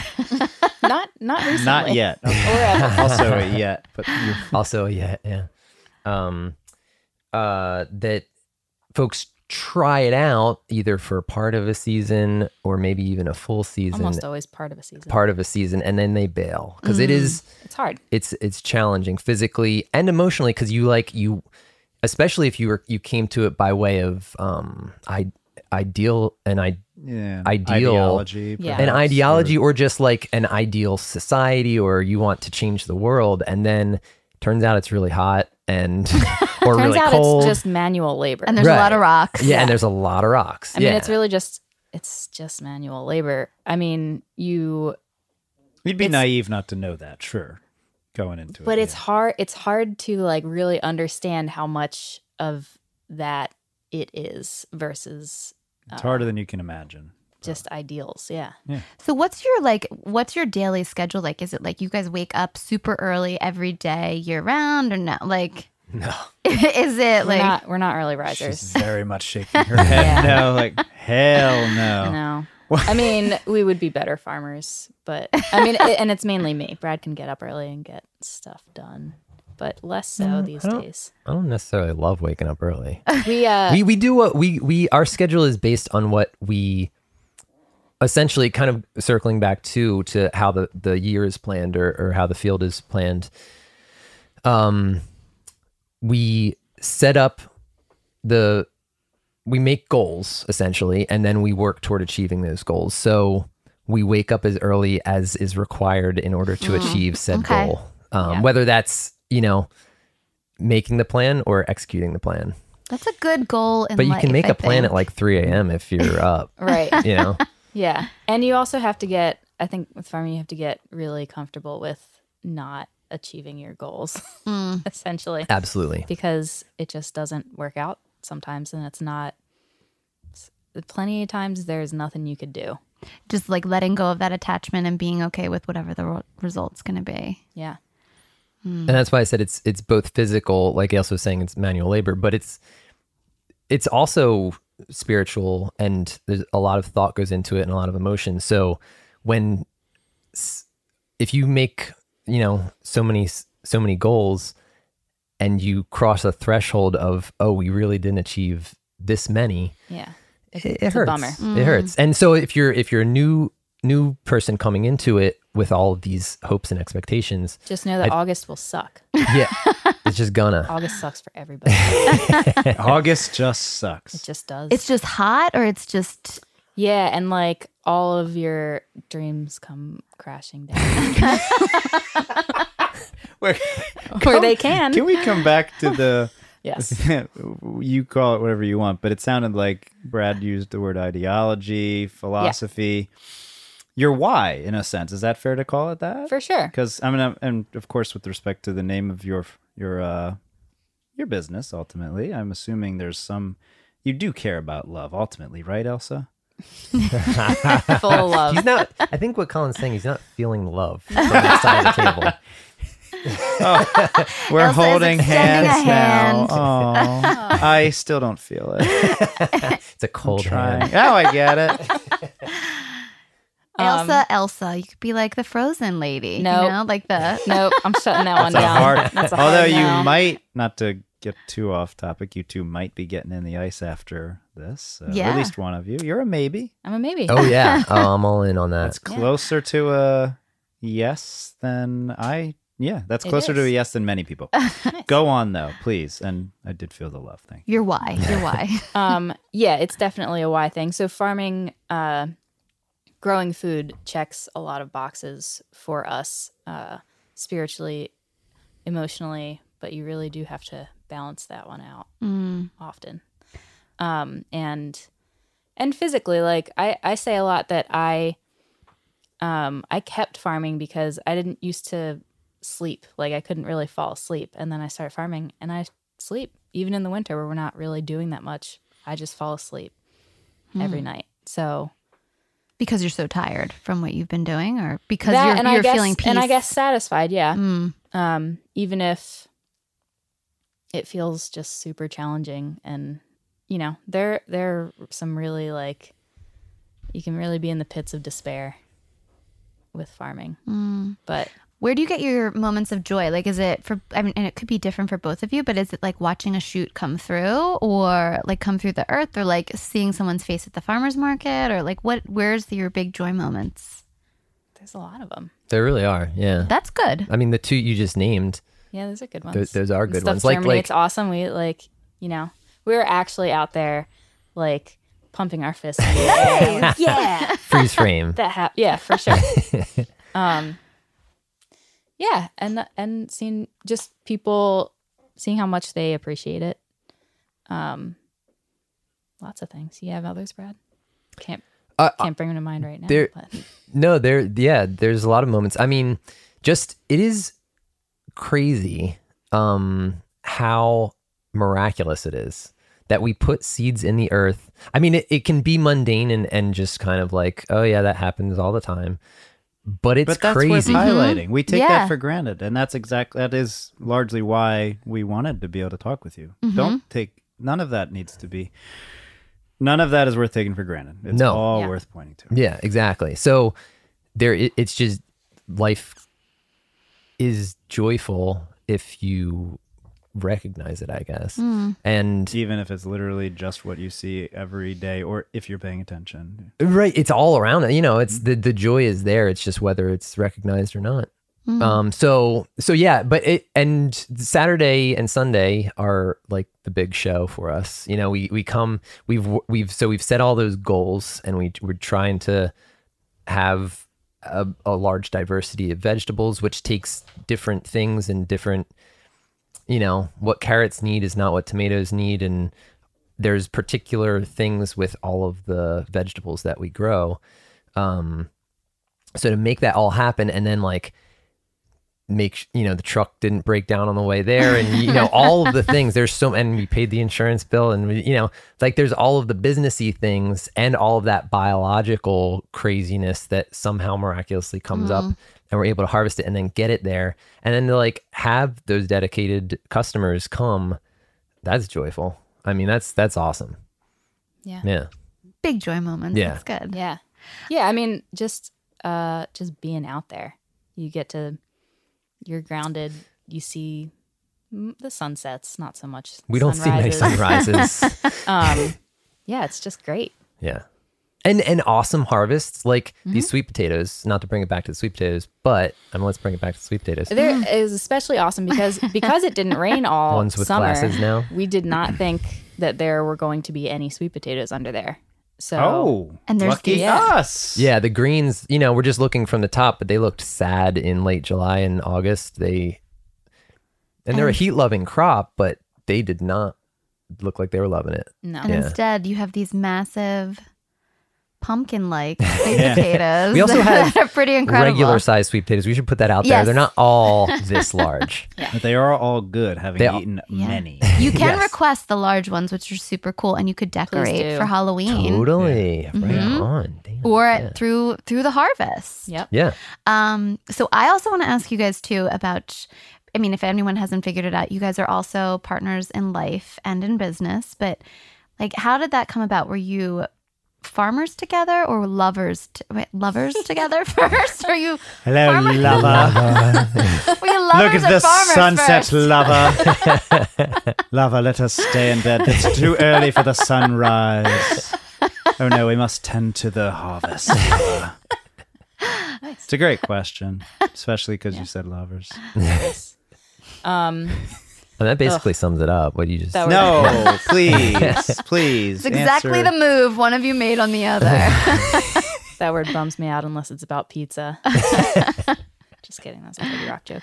S1: not not recently
S6: Not yet.
S1: or ever.
S6: also a yet, but you
S3: also yeah yeah um uh that folks try it out either for part of a season or maybe even a full season
S1: almost always part of a season
S3: part of a season and then they bail because it is
S1: it's hard
S3: it's it's challenging physically and emotionally because you like you especially if you were you came to it by way of um i ideal and i
S6: yeah,
S3: Ideal.
S6: ideology,
S1: Yeah.
S3: an
S1: Perhaps,
S3: ideology or just like an ideal society or you want to change the world and then turns out it's really hot and or
S1: turns
S3: really
S1: out
S3: cold
S1: it's just manual labor
S2: and there's a lot of rocks.
S3: yeah, and there's a lot of rocks
S1: I mean,
S3: yeah.
S1: it's really just it's just manual labor. I mean, you
S6: You'd be
S1: It's-
S6: naive not to know that, sure, going into it.
S1: but it's
S6: yeah.
S1: hard it's hard to like really understand how much of that it is versus uh,
S6: it's harder than you can imagine.
S1: just ideals. Yeah.
S2: So what's your like what's your daily schedule like? Is it like you guys wake up super early every day year round or no? Like
S3: No.
S2: is
S1: we're
S2: it like
S1: not we're not early
S6: She's
S1: risers.
S6: very much shaking her head no, like hell no.
S1: No. I mean, we would be better farmers, but I mean, it, and it's mainly me. Brad can get up early and get stuff done, but less so
S6: Mm,
S1: these
S3: I don't-
S1: days.
S3: I don't necessarily love waking up early.
S1: We uh,
S3: we we do what we we our schedule is based on what we essentially kind of circling back to to how the the year is planned or or how the field is planned um we set up the we make goals essentially and then we work toward achieving those goals so we wake up as early as is required in order to achieve said
S2: okay.
S3: goal um, whether that's you know making the plan or executing the plan
S2: That's a good goal in
S3: but you
S2: life,
S3: can make
S2: I
S3: a plan
S2: think.
S3: at like 3 a.m. if you're up,
S1: right,
S3: you know?
S1: yeah, and you also have to get. I think with farming, you have to get really comfortable with not achieving your goals,
S2: Mm.
S1: essentially,
S3: Absolutely.
S1: because it just doesn't work out sometimes, and it's not. s- Plenty of times, there's nothing you could do.
S2: just like letting go of that attachment and being okay with whatever the ro- result's going to be.
S1: Yeah,
S2: Mm.
S3: And that's why I said it's it's both physical, like Elsa was saying, it's manual labor, but it's it's also spiritual and there's a lot of thought goes into it and a lot of emotion. So when s- if you make, you know, so many s- so many goals and you cross a threshold of oh, we really didn't achieve this many,
S1: yeah,
S3: it, it
S1: it's a
S3: hurts.
S1: bummer.
S4: Mm.
S3: It hurts. And so if you're if you're a new new person coming into it with all of these hopes and expectations,
S1: Just know that August will suck.
S3: yeah, it's just gonna.
S1: August sucks for everybody.
S4: August just
S1: It
S4: sucks.
S1: just does.
S2: It's just hot or it's just
S1: yeah, and like all of your dreams come crashing down,
S4: Wait,
S1: or they can.
S4: Can we come back to the
S1: yes.
S4: you call it whatever you want, but it sounded like Brad used the word ideology, philosophy, your why, in a sense. Is that fair to call it that?
S1: For sure.
S4: Because I mean, I'm- and of course, with respect to the name of your your uh, your business, ultimately, I'm assuming there's some you do care about love, ultimately, right, Elsa?
S1: Full of love.
S3: He's not. I think what Colin's saying, he's not feeling love from that side of the table.
S4: We're
S2: Elsa is
S4: holding
S2: extending a
S4: hands
S2: hand.
S4: now. Oh, I still don't feel it.
S3: It's a cold
S4: Trying.
S3: hand.
S4: Now I get it.
S2: Elsa, Elsa. You could be like the frozen lady.
S1: Um, Nope.
S2: You know, like the.
S1: Nope, I'm shutting that one
S4: It's a
S1: down.
S4: hard-
S1: That's a hard
S4: although you
S1: no.
S4: might not to get too off topic, you two might be getting in the ice after this. So
S2: Yeah.
S4: At least one of you. You're a maybe.
S1: I'm a maybe.
S3: Oh yeah, oh, I'm all in on that.
S4: That's closer to a yes than I. Yeah, that's
S1: It
S4: closer to a
S1: is.
S4: yes than many people. Go on though, please. And I did feel the love thing.
S2: Your why. Your why.
S1: um yeah it's definitely a why thing so farming uh growing food checks a lot of boxes for us uh spiritually emotionally but you really do have to balance that one out
S2: Mm.
S1: often um and and physically like i i say a lot that i um i kept farming because i didn't used to sleep like i couldn't really fall asleep and then i started farming and i sleep even in the winter where we're not really doing that much i just fall asleep
S2: Hmm.
S1: every night so
S2: Because you're so tired from what you've been doing or because
S1: that,
S2: you're,
S1: and
S2: you're
S1: I guess,
S2: feeling peace.
S1: and i guess satisfied yeah
S2: Mm.
S1: um, even if it feels just super challenging and you know there there are some really like you can really be in the pits of despair with farming
S3: Mm.
S1: but
S2: Where do you get your moments of joy? Like, is it for, I mean, and it could be different for both of you, but is it like watching a shoot come through or like come through the earth or like seeing someone's face at the farmer's market or like what, where's your big joy moments?
S1: there's a lot of them
S3: There really are. Yeah.
S2: That's good.
S3: I mean, the two you just named.
S1: yeah those are good ones
S3: Th- those are
S1: And
S3: good
S1: stuff
S3: ones. Like-
S1: Germany,
S3: like-
S1: it's awesome we like you know we were actually out there like pumping our fists in the air.
S5: yeah.
S3: Freeze frame.
S1: that hap- yeah for sure um yeah and and seeing just people seeing how much they appreciate it um lots of things you have others brad can't
S3: Uh,
S1: can't bring them to mind right now
S3: there-
S1: but
S3: No, there. Yeah, there's a lot of moments. I mean, just it is crazy um, how miraculous it is that we put seeds in the earth. I mean, it, it can be mundane and, and just kind of like, oh yeah, that happens all the time. But it's
S4: but that's worth
S3: crazy.
S4: highlighting. We take
S2: Yeah.
S4: that for granted, and that's exactly that is largely why we wanted to be able to talk with you. Don't take none of that needs to be None of that is worth taking for granted. It's
S3: No.
S4: all
S2: Yeah.
S4: worth pointing to.
S3: Yeah, exactly. So there, i- it's just life is joyful if you recognize it, I guess. And
S4: Even if it's literally just what you see every day or if you're paying attention.
S3: right, it's all around. You know, it's the the joy is there. It's just whether it's recognized or not. Um. So so yeah, but it and Saturday and Sunday are like the big show for us. You know, we we come we've we've so we've set all those goals and we we're trying to have a, a large diversity of vegetables, which takes different things and different, you know, what carrots need is not what tomatoes need. And there's particular things with all of the vegetables that we grow. Um, so to make that all happen and then like, make sh- you know the truck didn't break down on the way there and you know all of the things there's so and we paid the insurance bill and we, you know like there's all of the businessy things and all of that biological craziness that somehow miraculously comes up and we're able to harvest it and then get it there and then to like have those dedicated customers come that's joyful i mean that's that's awesome
S1: Yeah.
S3: yeah
S2: Big joy moments.
S3: Yeah.
S2: That's good.
S1: Yeah. Yeah, I mean, just uh just being out there. You get to you're grounded, you see mm, the sunsets, not so much.
S3: we don't see many sunrises
S1: um yeah, it's just great.
S3: Yeah. And and awesome harvests like these sweet potatoes, not to bring it back to the sweet potatoes, but I mean, let's bring it back to the sweet potatoes.
S1: There is especially awesome because because it didn't rain all
S3: Ones with
S1: summer.
S3: glasses now.
S1: We did not think that there were going to be any sweet potatoes under there. So
S4: Oh.
S2: And there's
S4: lucky
S2: these-
S4: us.
S3: Yeah, the greens, you know, we're just looking from the top, but they looked sad in late July and August. They and they're a heat loving crop, but they did not look like they were loving it.
S1: no.
S2: And instead, you have these massive pumpkin-like sweet potatoes.
S3: We also
S2: that
S3: have
S2: are pretty incredible.
S3: Regular sized sweet potatoes. We should put that out there.
S2: Yes.
S3: They're not all this large.
S4: But they are all good, having
S3: They are-
S4: eaten
S2: Yeah.
S4: many.
S2: You can
S3: Yes.
S2: request the large ones, which are super cool, and you could decorate
S1: do.
S2: for Halloween
S3: totally. Right
S1: Mm-hmm.
S2: Mhm.
S3: on. Damn.
S2: or
S3: yeah.
S2: through through the harvest.
S1: Yep.
S3: yeah.
S2: Um, so I also want to ask you guys too about. I mean, if anyone hasn't figured it out, you guys are also partners in life and in business. But like, how did that come about? Were you farmers together or lovers? T- wait, lovers together first? Are you
S4: Hello,
S2: Farmer-
S4: lover.
S2: were you lovers
S4: Look at
S2: or
S4: the
S2: farmers
S4: sunset,
S2: first?
S4: lover. lover, let us stay in bed. It's too early for the sunrise. Oh no, we must tend to the harvest. lover. It's a great question, especially because you said lovers.
S1: Um
S3: And that basically sums it up. What you just
S1: That was-
S4: No, please, please.
S2: It's exactly
S4: answer.
S2: the move one of you made on the other.
S1: That word bums me out unless it's about pizza. Just kidding. That's a 30 Rock joke.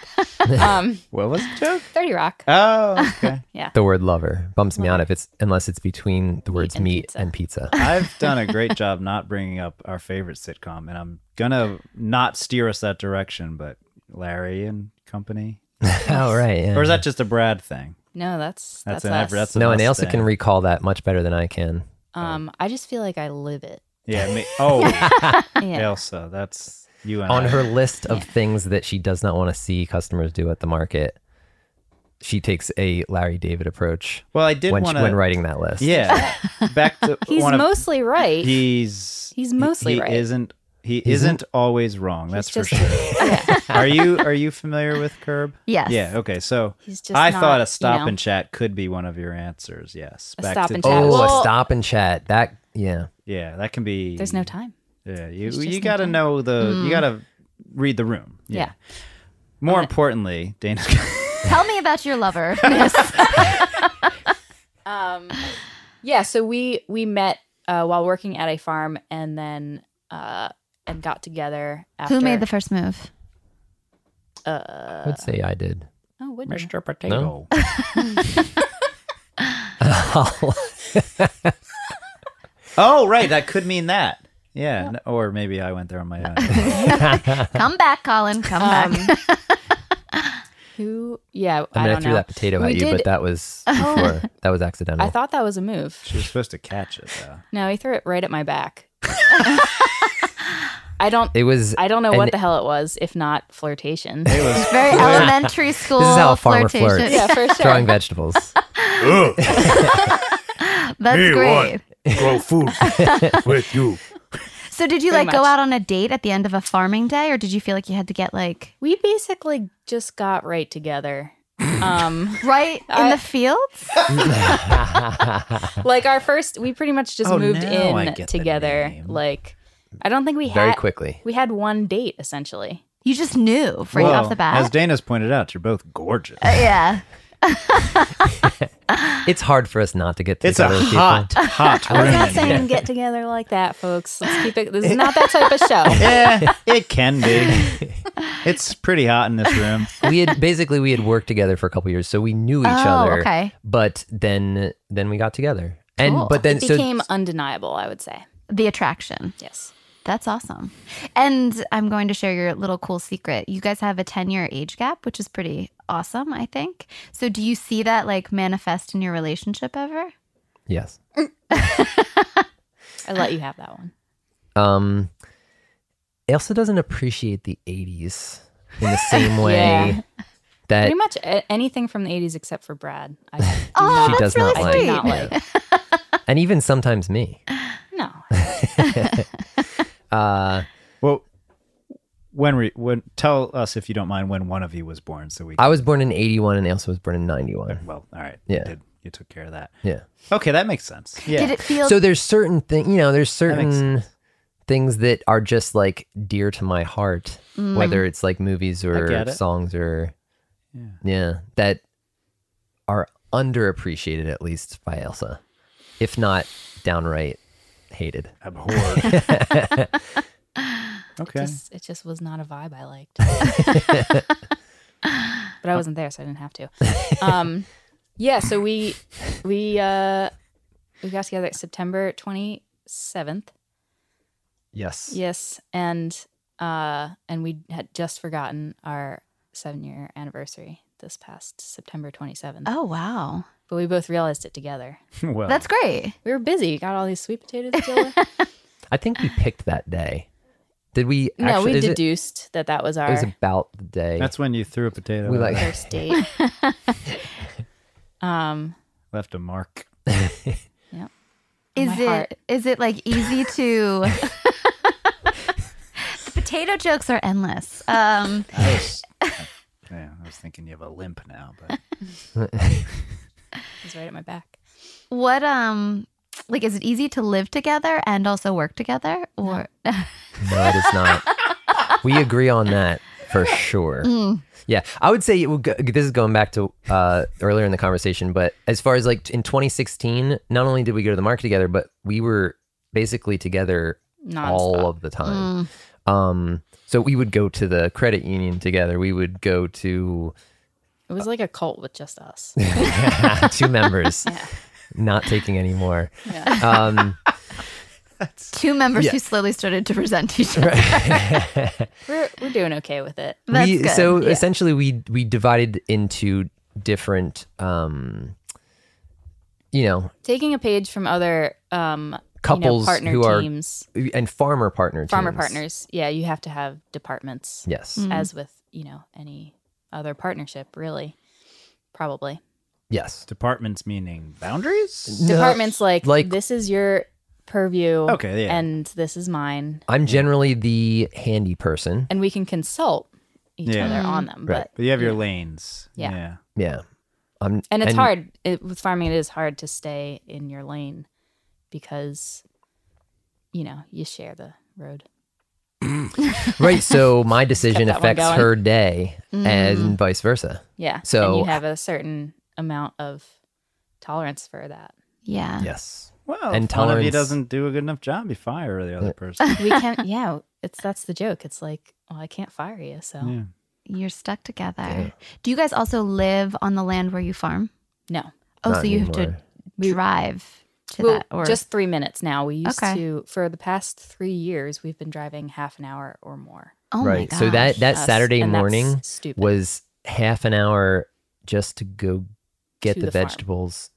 S1: Um,
S4: What was the joke?
S1: 30 Rock.
S4: Oh, okay.
S3: the word lover bumps me out if it's unless it's between the words
S1: and
S3: meat
S1: pizza.
S3: and pizza.
S4: I've done a great job not bringing up our favorite sitcom, and I'm gonna not steer us that direction. But Larry and Company,
S3: oh right. Yeah.
S4: or is that just a Brad thing?
S1: No, that's
S4: That's
S1: that's,
S4: an
S1: us.
S4: effort, that's-
S3: no, and
S4: us
S3: Ailsa can
S4: thing?
S3: recall that much better than I can.
S1: um, I just feel like I live it.
S4: Yeah. Me- oh,
S1: Yeah.
S4: Elsa, that's you and
S3: On
S4: I.
S3: her list of things that she does not want to see customers do at the market, she takes a Larry David approach
S4: Well, I did
S3: when,
S4: want
S3: she,
S4: to.
S3: when writing that list.
S4: Yeah. Back to
S1: He's
S4: one of-
S1: mostly right.
S4: He's
S1: He's mostly
S4: he,
S1: right.
S4: Isn't he?
S3: Isn't-
S4: Isn't always wrong. That's for
S1: just-
S4: sure. Are you Are you familiar with Curb?
S2: yes.
S4: Yeah. Okay. So
S1: He's just
S4: I
S1: not,
S4: thought
S1: you
S4: a stop
S1: know.
S4: and chat could be one of your answers. Yes.
S1: A stop and chat.
S3: Oh,
S1: Well-
S3: a stop and chat. That yeah.
S4: Yeah, that can be.
S1: There's no time.
S4: Yeah, you
S1: There's just
S4: you
S1: no
S4: got to
S1: time.
S4: know the. You got to read the room.
S1: Yeah.
S4: More importantly, Dana.
S2: Tell me about your lover.
S1: Um, yeah. So we we met uh, while working at a farm, and then uh, and got together. After,
S2: Who made the first move?
S1: Uh.
S3: I would say I did.
S1: Oh, would you?
S3: Potato.
S4: oh, right. That could mean that. Yeah, n- or maybe I went there on my own.
S2: Come back, Colin. Come back.
S1: Who? Yeah.
S3: I mean, I,
S1: don't
S3: threw
S1: know.
S3: that potato
S1: We
S3: at you,
S1: did-
S3: but that was before. that was accidental.
S1: I thought that was a move.
S4: she was supposed to catch it though.
S1: No, he threw it right at my back. I don't.
S3: it was.
S1: I don't know
S3: And-
S1: what the hell it was, if not flirtation.
S4: It was
S2: Very elementary school
S3: this is how a farmer
S2: flirtation.
S3: flirts.
S1: yeah, for sure.
S3: Throwing vegetables.
S2: That's great.
S7: grow food with you.
S2: So did you
S1: Pretty
S2: like go
S1: much.
S2: out on a date at the end of a farming day, or did you feel like you had to get like
S1: We basically just got right together. Um,
S2: right in
S1: I-
S2: the fields?
S1: like our first, we pretty much just
S6: Oh,
S1: moved
S6: now I
S1: in
S6: get the
S1: together.
S6: name.
S1: Like, I don't think we
S3: Very
S1: had
S3: quickly.
S1: we had one date essentially.
S2: You just knew right off
S6: Well,
S2: the bat. Uh,
S6: As Dana's pointed out, you're both gorgeous.
S2: yeah.
S3: It's hard for us not to get
S4: It's a
S3: together. with people.
S4: hot, hot
S1: I was
S4: room.
S1: not saying get together like that, folks. Let's keep it. This is not that type of show.
S4: yeah, it can be. It's pretty hot in this room.
S3: we had basically we had worked together for a couple years, so we knew each
S2: oh,
S3: other.
S2: okay.
S3: But then then we got together, and
S2: Cool.
S3: but then
S1: It
S3: so
S1: became undeniable. I would say
S2: The attraction.
S1: yes.
S2: That's awesome. And I'm going to share your little cool secret. You guys have a 10 year age gap, which is pretty awesome, I think. So do you see that like manifest in your relationship ever?
S3: yes,
S1: I let you have that one.
S3: um, Elsa doesn't appreciate the '80s in the same way
S1: Yeah.
S3: that
S1: Pretty much a- anything from the 80s except for Brad. I do
S2: Oh,
S3: she
S1: not,
S3: does
S2: that's really
S3: not
S1: I do
S3: like,
S1: not
S2: sweet.
S1: like.
S3: and even sometimes me.
S1: No.
S3: Uh,
S6: Well, when we when tell us if you don't mind when one of you was born, so we.
S3: I was born in '81, and Elsa was born in '91.
S6: well, all right.
S3: Yeah.
S6: You, did, you took care of that.
S3: Yeah.
S6: Okay, that makes sense. Yeah.
S2: Did it feel
S3: So there's certain things, you know, there's
S6: makes
S3: certain things that are just like dear to my heart,
S2: Mm.
S3: whether it's like movies
S6: get
S3: or
S6: it.
S3: songs or
S6: Yeah.
S3: yeah, that are underappreciated at least by Elsa, if not downright hated.
S6: Abhorred. okay.
S1: Just, it just was not a vibe I liked. but I wasn't there, so I didn't have to. Um, yeah, so we we uh, we got together September twenty seventh.
S3: Yes.
S1: Yes, and uh, and we had just forgotten our seven year anniversary this past September twenty seventh.
S2: Oh, wow.
S1: But we both realized it together.
S6: well,
S2: That's great.
S1: We were busy. Got all these sweet potatoes. to deal with.
S3: I think we picked that day. Did we?
S1: no,
S3: actually,
S1: we
S3: is it-
S1: deduced that that was
S3: It,
S1: our
S3: was about the day.
S6: that's when you threw a potato.
S3: we
S6: and
S3: like
S1: first date. um,
S6: left a mark.
S1: Oh,
S2: Is
S1: my
S2: it is
S1: heart.
S2: it like easy to The potato jokes are endless. Um
S6: I was, yeah, I was thinking you have a limp now, but
S1: it was right at my back.
S2: what um like is it easy to live together and also work together or
S3: No, it is not. we agree on that for sure. Yeah, I would say it would go, this is going back to uh, earlier in the conversation, but as far as like in 2016, not only did we go to the market together, but we were basically together
S1: Nonstop.
S3: all of the time. Um, so we would go to the credit union together. We would go to
S1: It was like a cult with just us.
S3: two members, not taking any more. Um,
S2: two members
S3: Yeah.
S2: who slowly started to resent each other?
S1: we're we're doing okay with it.
S2: That's
S3: we,
S2: good.
S3: So essentially, we we divided into different, um, you know,
S1: Taking a page from other um you know,
S3: Couples
S1: partner
S3: who are-
S1: teams,
S3: and farmer partner
S1: farmer
S3: teams.
S1: partners. Hmm. Yeah, you have to have departments,
S3: Yes.
S1: as with you know any other partnership, really. Probably
S3: Yes.
S6: departments meaning boundaries.
S1: departments like
S3: like-
S1: this is your purview,
S6: Okay, yeah.
S1: and this is mine,
S3: I'm generally the handy person.
S1: and we can consult each
S6: Yeah.
S1: other on them,
S3: Right.
S1: but.
S6: But you have your lanes.
S1: Yeah.
S6: yeah.
S3: Yeah. I'm,
S1: And it's hard it, with farming. It is hard to stay in your lane because, you know, you share the road.
S3: Right. So my decision
S1: that one
S3: affects
S1: going. Mm-hmm.
S3: her day uh,
S2: Mm,
S3: and vice versa.
S1: Yeah. and
S3: So-
S1: you have a certain amount of tolerance for that.
S2: yeah.
S3: Yes.
S6: Well,
S3: And
S6: if one of you
S3: tolerance.
S6: doesn't do a good enough job, you fire the other person.
S1: We can't. yeah, it's that's the joke. It's like, well, I can't fire you, so
S6: Yeah.
S2: You're stuck together.
S3: Yeah.
S2: Do you guys also live on the land where you farm?
S1: no.
S2: Oh,
S3: Not
S2: so you have
S3: anymore.
S2: to drive to
S1: Well,
S2: that or
S1: just three minutes now. We used
S2: Okay.
S1: to for the past three years we've been driving half an hour or more.
S2: oh my
S3: right.
S2: gosh.
S3: So that that
S1: Us,
S3: Saturday
S1: and that's
S3: morning
S1: stupid.
S3: was half an hour just to go get
S1: To
S3: the,
S1: the farm.
S3: vegetables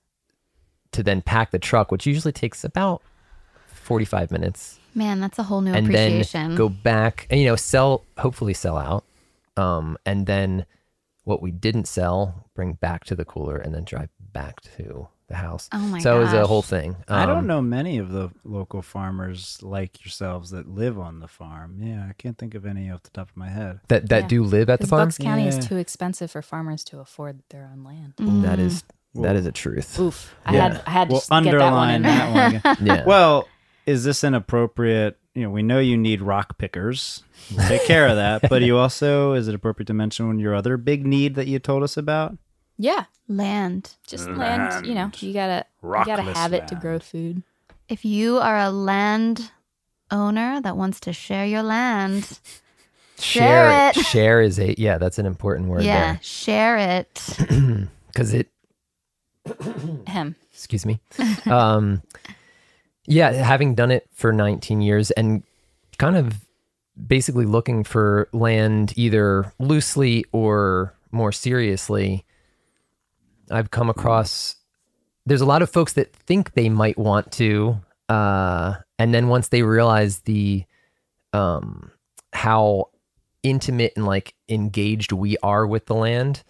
S3: to then pack the truck, which usually takes about 45 minutes
S2: man, that's a whole new
S3: and
S2: appreciation.
S3: then go back and you know sell hopefully sell out um and then what we didn't sell bring back to the cooler and then drive back to the house.
S2: Oh my
S3: so it was a
S2: gosh.
S3: whole thing.
S4: I don't
S3: Um,
S4: know many of the local farmers like yourselves that live on the farm. Yeah, I can't think of any off the top of my head.
S3: that that
S1: Yeah.
S3: do live at the
S1: Because
S3: farm.
S1: Bucks County
S4: Yeah.
S1: is too expensive for farmers to afford their own land.
S2: Mm.
S3: That is that is a truth.
S1: Oof. I
S3: Yeah.
S1: had I had to
S4: We'll
S1: s- get that one
S4: underline
S1: in there.
S4: that one. again.
S3: Yeah.
S4: Well, is this inappropriate? You know, we know you need rock pickers. We'll take care of that. But you also, is it appropriate to mention your other big need that you told us about?
S1: Yeah.
S2: land.
S1: Just land, you know, you gotta you gotta
S8: Rockless
S1: have it to grow
S8: land.
S1: food.
S2: If you are a land owner that wants to share your land,
S3: share
S2: share
S3: it.
S2: it.
S3: Share is a yeah. That's an important word
S2: yeah,
S3: there
S2: share it.
S3: because it Hmm.
S1: Him.
S3: excuse me um yeah having done it for 19 years and kind of basically looking for land either loosely or more seriously i've come across there's a lot of folks that think they might want to uh and then once they realize the um how intimate and like engaged we are with the land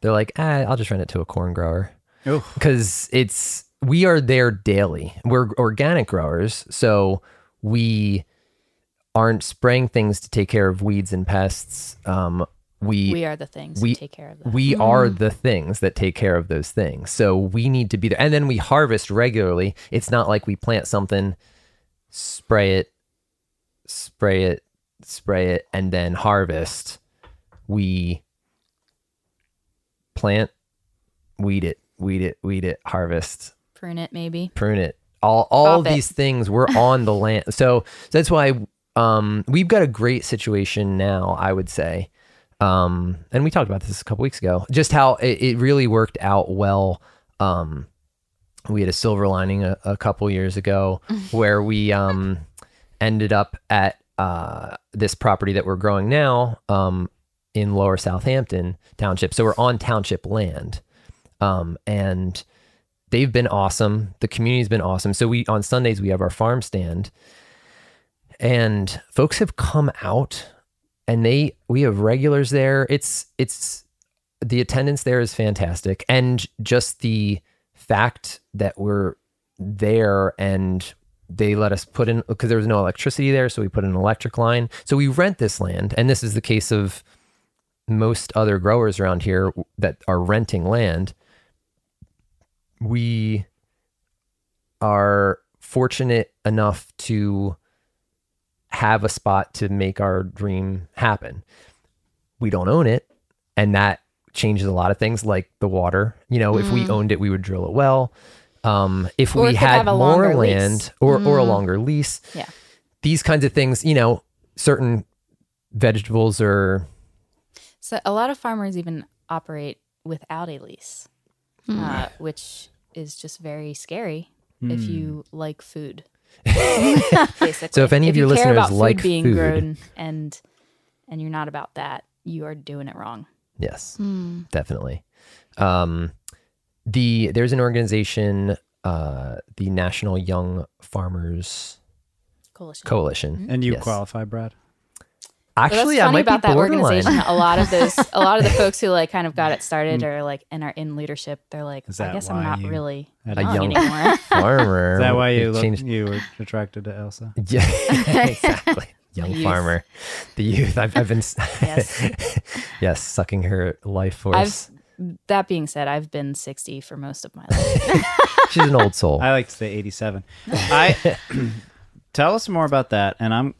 S3: they're like ah, i'll just rent it to a corn grower
S4: Oh,
S3: because it's we are there daily. We're organic growers, so we aren't spraying things to take care of weeds and pests. Um, we
S1: We are the things
S3: we-
S1: to take care of that.
S3: we are the things that take care of those things. So we need to be there. And then we harvest regularly. It's not like we plant something, spray it, spray it, spray it, and then harvest. We plant, weed it, weed it, weed it, harvest,
S1: Prune it maybe.
S3: prune it. All all
S1: Crop it.
S3: these things were on the land. So, so that's why um we've got a great situation now, I would say. Um and we talked about this a couple weeks ago. Just how it, it really worked out well. Um we had a silver lining a, a couple years ago where we um ended up at uh this property that we're growing now um in lower Southampton township. So we're on township land. Um and they've been awesome. The community's been awesome. So we on Sundays we have our farm stand, and folks have come out, and they we have regulars there. It's it's the attendance there is fantastic, and just the fact that we're there and they let us put in because there was no electricity there, so we put in an electric line. So we rent this land, and this is the case of most other growers around here that are renting land we are fortunate enough to have a spot to make our dream happen. We don't own it, and that changes a lot of things, like the water. You know, if we owned it, we would drill it well. Um, if
S1: Or
S3: we
S1: it could
S3: had
S1: have a
S3: more
S1: longer lease. Mm.
S3: land or or a longer lease,
S1: Yeah.
S3: these kinds of things, you know, certain vegetables are
S1: So a lot of farmers even operate without a lease,
S2: Hmm.
S1: uh, which is just very scary if you like food. Basically,
S3: Hmm. So if any of your
S1: you care
S3: listeners
S1: about food
S3: like
S1: being
S3: food-
S1: grown and and you're not about that, you are doing it wrong.
S3: yes.
S2: Hmm.
S3: definitely. Um, the there's an organization, uh, the National Young Farmers
S1: Coalition.
S3: Coalition.
S4: and you
S3: Yes.
S4: qualify, Brad?
S1: Well, Mm. that's
S3: Actually, I
S1: funny
S3: might
S1: about
S3: be
S1: that
S3: borderline.
S1: organization. A lot of those, a lot of the folks who like kind of got it started
S3: Hmm.
S1: or like and are in leadership, they're like,
S4: Is
S1: I
S4: that
S1: guess
S4: why
S1: I'm not
S4: you
S1: really
S4: had
S3: a
S1: young
S3: young-
S1: anymore.
S3: Farmer.
S4: Is that why you
S3: It
S4: look,
S3: changed-
S4: you were attracted to Elsa?
S3: Yeah, exactly. Young
S1: youth.
S3: farmer, the youth. I've, I've been s-
S1: Yes.
S3: yes, sucking her life force.
S1: I've that being said, I've been 60 for most of my life.
S3: She's an old soul.
S4: I like to say 87. I tell us more about that, and I'm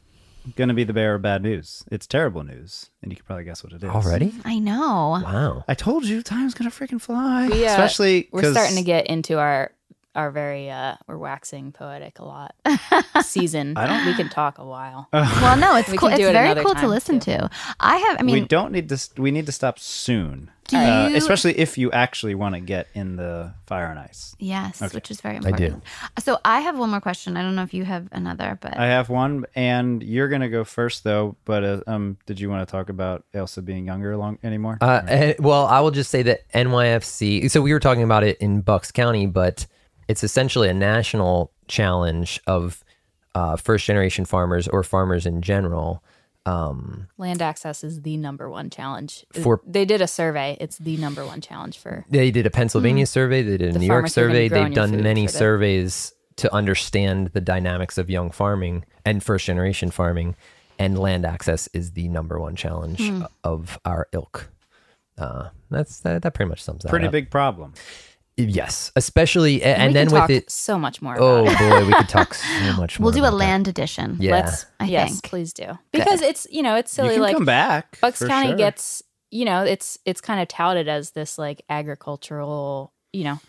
S4: going to be the bearer of bad news. It's terrible news, and you can probably guess what it is
S3: Already? Uh,
S2: I know.
S3: Wow.
S4: I told you, time's going to freaking fly.
S1: We, uh,
S4: Especially
S1: We're
S4: 'cause-
S1: starting to get into our our very uh we're waxing poetic a lot season.
S4: I don't-
S1: we can talk a while.
S2: Well, no, it's
S1: We
S2: cool.
S1: can do
S2: It's
S1: it
S2: very
S1: another
S2: cool to
S1: time,
S2: listen
S1: too.
S2: to. I have. I mean,
S4: we don't need to. s- We need to stop soon, Uh,
S2: Do you-
S4: especially if you actually want to get in the fire and ice.
S2: Yes, which is very
S3: I do.
S2: important. So I have one more question. I don't know if you have another, but
S4: I have one, and you're gonna go first though. But uh, um, did you want to talk about Elsa being younger long anymore?
S3: Uh, eh, well, I will just say that NYFC. So we were talking about it in Bucks County, but it's essentially a national challenge of uh, first generation farmers or farmers in general Um,
S1: Land access is the number one challenge.
S3: For-
S1: they did a survey. It's the number one challenge for
S3: they did a Pennsylvania survey, they did a
S1: Hmm. The
S3: New York
S1: farmers who are gonna
S3: survey.
S1: grow
S3: They've
S1: your
S3: done
S1: food
S3: many
S1: for the-
S3: surveys to understand the dynamics of young farming and first generation farming, and land access is the number one challenge
S1: Hmm.
S3: of our ilk. Uh, that's that, that pretty much sums that
S6: Pretty
S3: up.
S6: big problem.
S3: yes, especially a- and,
S1: we
S3: then
S1: can
S3: with
S1: talk
S3: it.
S1: so much more.
S3: Oh
S1: about it.
S3: boy, we could talk so much.
S2: We'll
S3: more
S2: do a
S3: about that.
S2: land edition.
S3: Yeah,
S1: let's.
S2: I
S1: yes,
S2: think.
S1: please do because it's you know it's
S6: you
S1: silly.
S6: can
S1: Like
S6: come back.
S1: Bucks
S6: for
S1: County
S6: sure.
S1: gets you know it's it's kind of touted as this like agricultural you know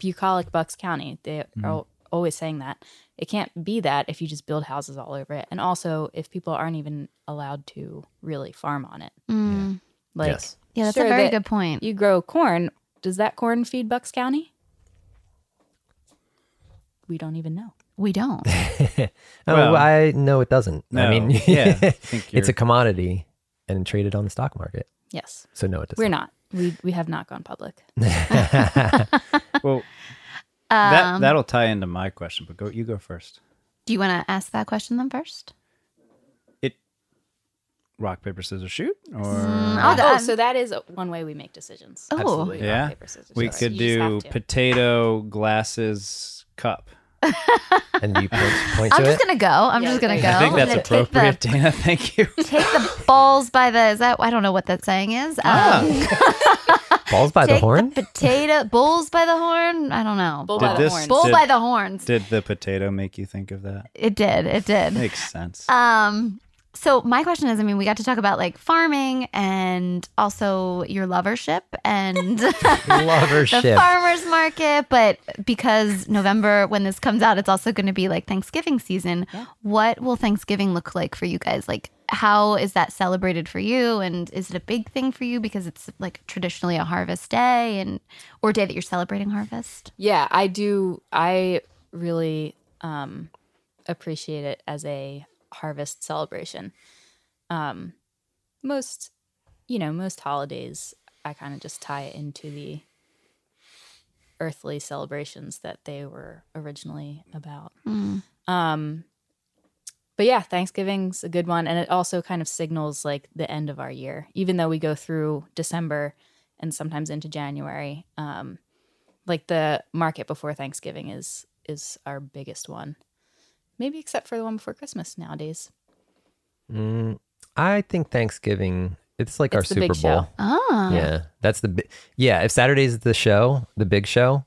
S1: bucolic Bucks County. They are
S3: Mm-hmm.
S1: always saying that it can't be that if you just build houses all over it, and also if people aren't even allowed to really farm on it.
S2: Mm.
S1: Like
S3: yes.
S2: Yeah, that's
S1: Sure,
S2: a very
S1: that-
S2: good point.
S1: you grow corn, does that corn feed Bucks County? We don't even know.
S2: we don't.
S3: Oh,
S6: Well-
S3: I no, it doesn't. I
S6: No,
S3: mean,
S6: yeah, I think
S3: it's
S6: you're-
S3: a commodity and traded on the stock market.
S1: Yes,
S3: So no, it doesn't.
S1: we're not. We we have not gone public.
S6: Well,
S1: Um,
S6: that that'll tie into my question, but go you go first.
S2: Um, Do you want to ask that question then first?
S6: Rock paper scissors shoot, or
S2: I'll do-
S1: oh,
S2: I'm-
S1: so that is one way we make decisions.
S2: Oh,
S3: Absolutely.
S6: yeah,
S1: paper, scissors,
S6: we
S1: rock.
S6: could
S1: You just
S6: do
S1: have to.
S6: potato glasses cup.
S3: And you point, point
S2: I'm
S3: to
S2: just
S3: it.
S2: gonna go. I'm just gonna go.
S6: I think
S2: I'm
S6: that's
S2: gonna take the-
S6: appropriate, Dana. Thank you.
S2: Take the balls by the is that I don't know what that saying is. Um,
S3: Balls by
S2: take
S3: the horn.
S2: potato bulls by the horn. I don't know.
S1: Bull
S2: Bull,
S1: by
S6: Did
S1: the
S6: this-
S1: horns.
S6: did-
S2: by the horns.
S6: Did the potato make you think of that?
S2: It did. It did.
S6: Makes sense.
S2: Um. So my question is, I mean, we got to talk about like farming and also your lovership and the
S3: Lovership.
S2: farmers market. But because November, when this comes out, it's also going to be like Thanksgiving season. What will Thanksgiving look like for you guys? Like, how is that celebrated for you? And is it a big thing for you because it's like traditionally a harvest day and or day that you're celebrating harvest?
S1: Yeah, I do. I really um, appreciate it as a harvest celebration. Um, most, you know, most holidays, I kind of just tie it into the earthly celebrations that they were originally about.
S2: Mm.
S1: Um, but yeah, Thanksgiving's a good one, and it also kind of signals like the end of our year, even though we go through December and sometimes into January. Um, like the market before Thanksgiving is is our biggest one, maybe except for the one before Christmas nowadays.
S3: Mm, I think Thanksgiving. It's like our
S1: It's the
S3: Super
S1: big
S3: Bowl.
S1: show.
S2: Oh,
S3: Yeah, that's the. Bi- yeah, if Saturday's the show, the big show,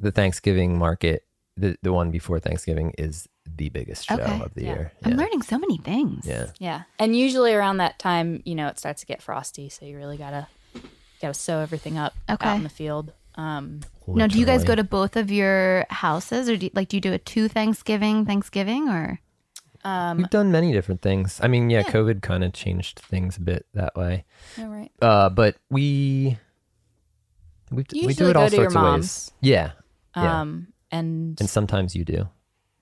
S3: the Thanksgiving market, the the one before Thanksgiving is the biggest show
S2: Okay,
S3: of the
S1: yeah.
S3: year.
S2: I'm
S3: Yeah.
S2: learning so many things.
S3: yeah.
S1: Yeah, and usually around that time, you know, it starts to get frosty, so you really gotta gotta sew everything up
S2: Okay.
S1: out in the field. Um,
S2: Now, do you guys go
S3: Literally.
S2: to both of your houses, or do you, like do you do a two Thanksgiving, Thanksgiving, or
S1: um,
S3: We've done many different things. I mean, yeah, COVID kind of changed things a bit that way.
S1: all right.
S3: Uh, but we
S1: You
S3: we, we do
S1: usually
S3: it
S1: go
S3: all
S1: to your
S3: sorts of ways.
S1: mom's.
S3: Yeah, Yeah.
S1: Um, and
S3: and sometimes you do.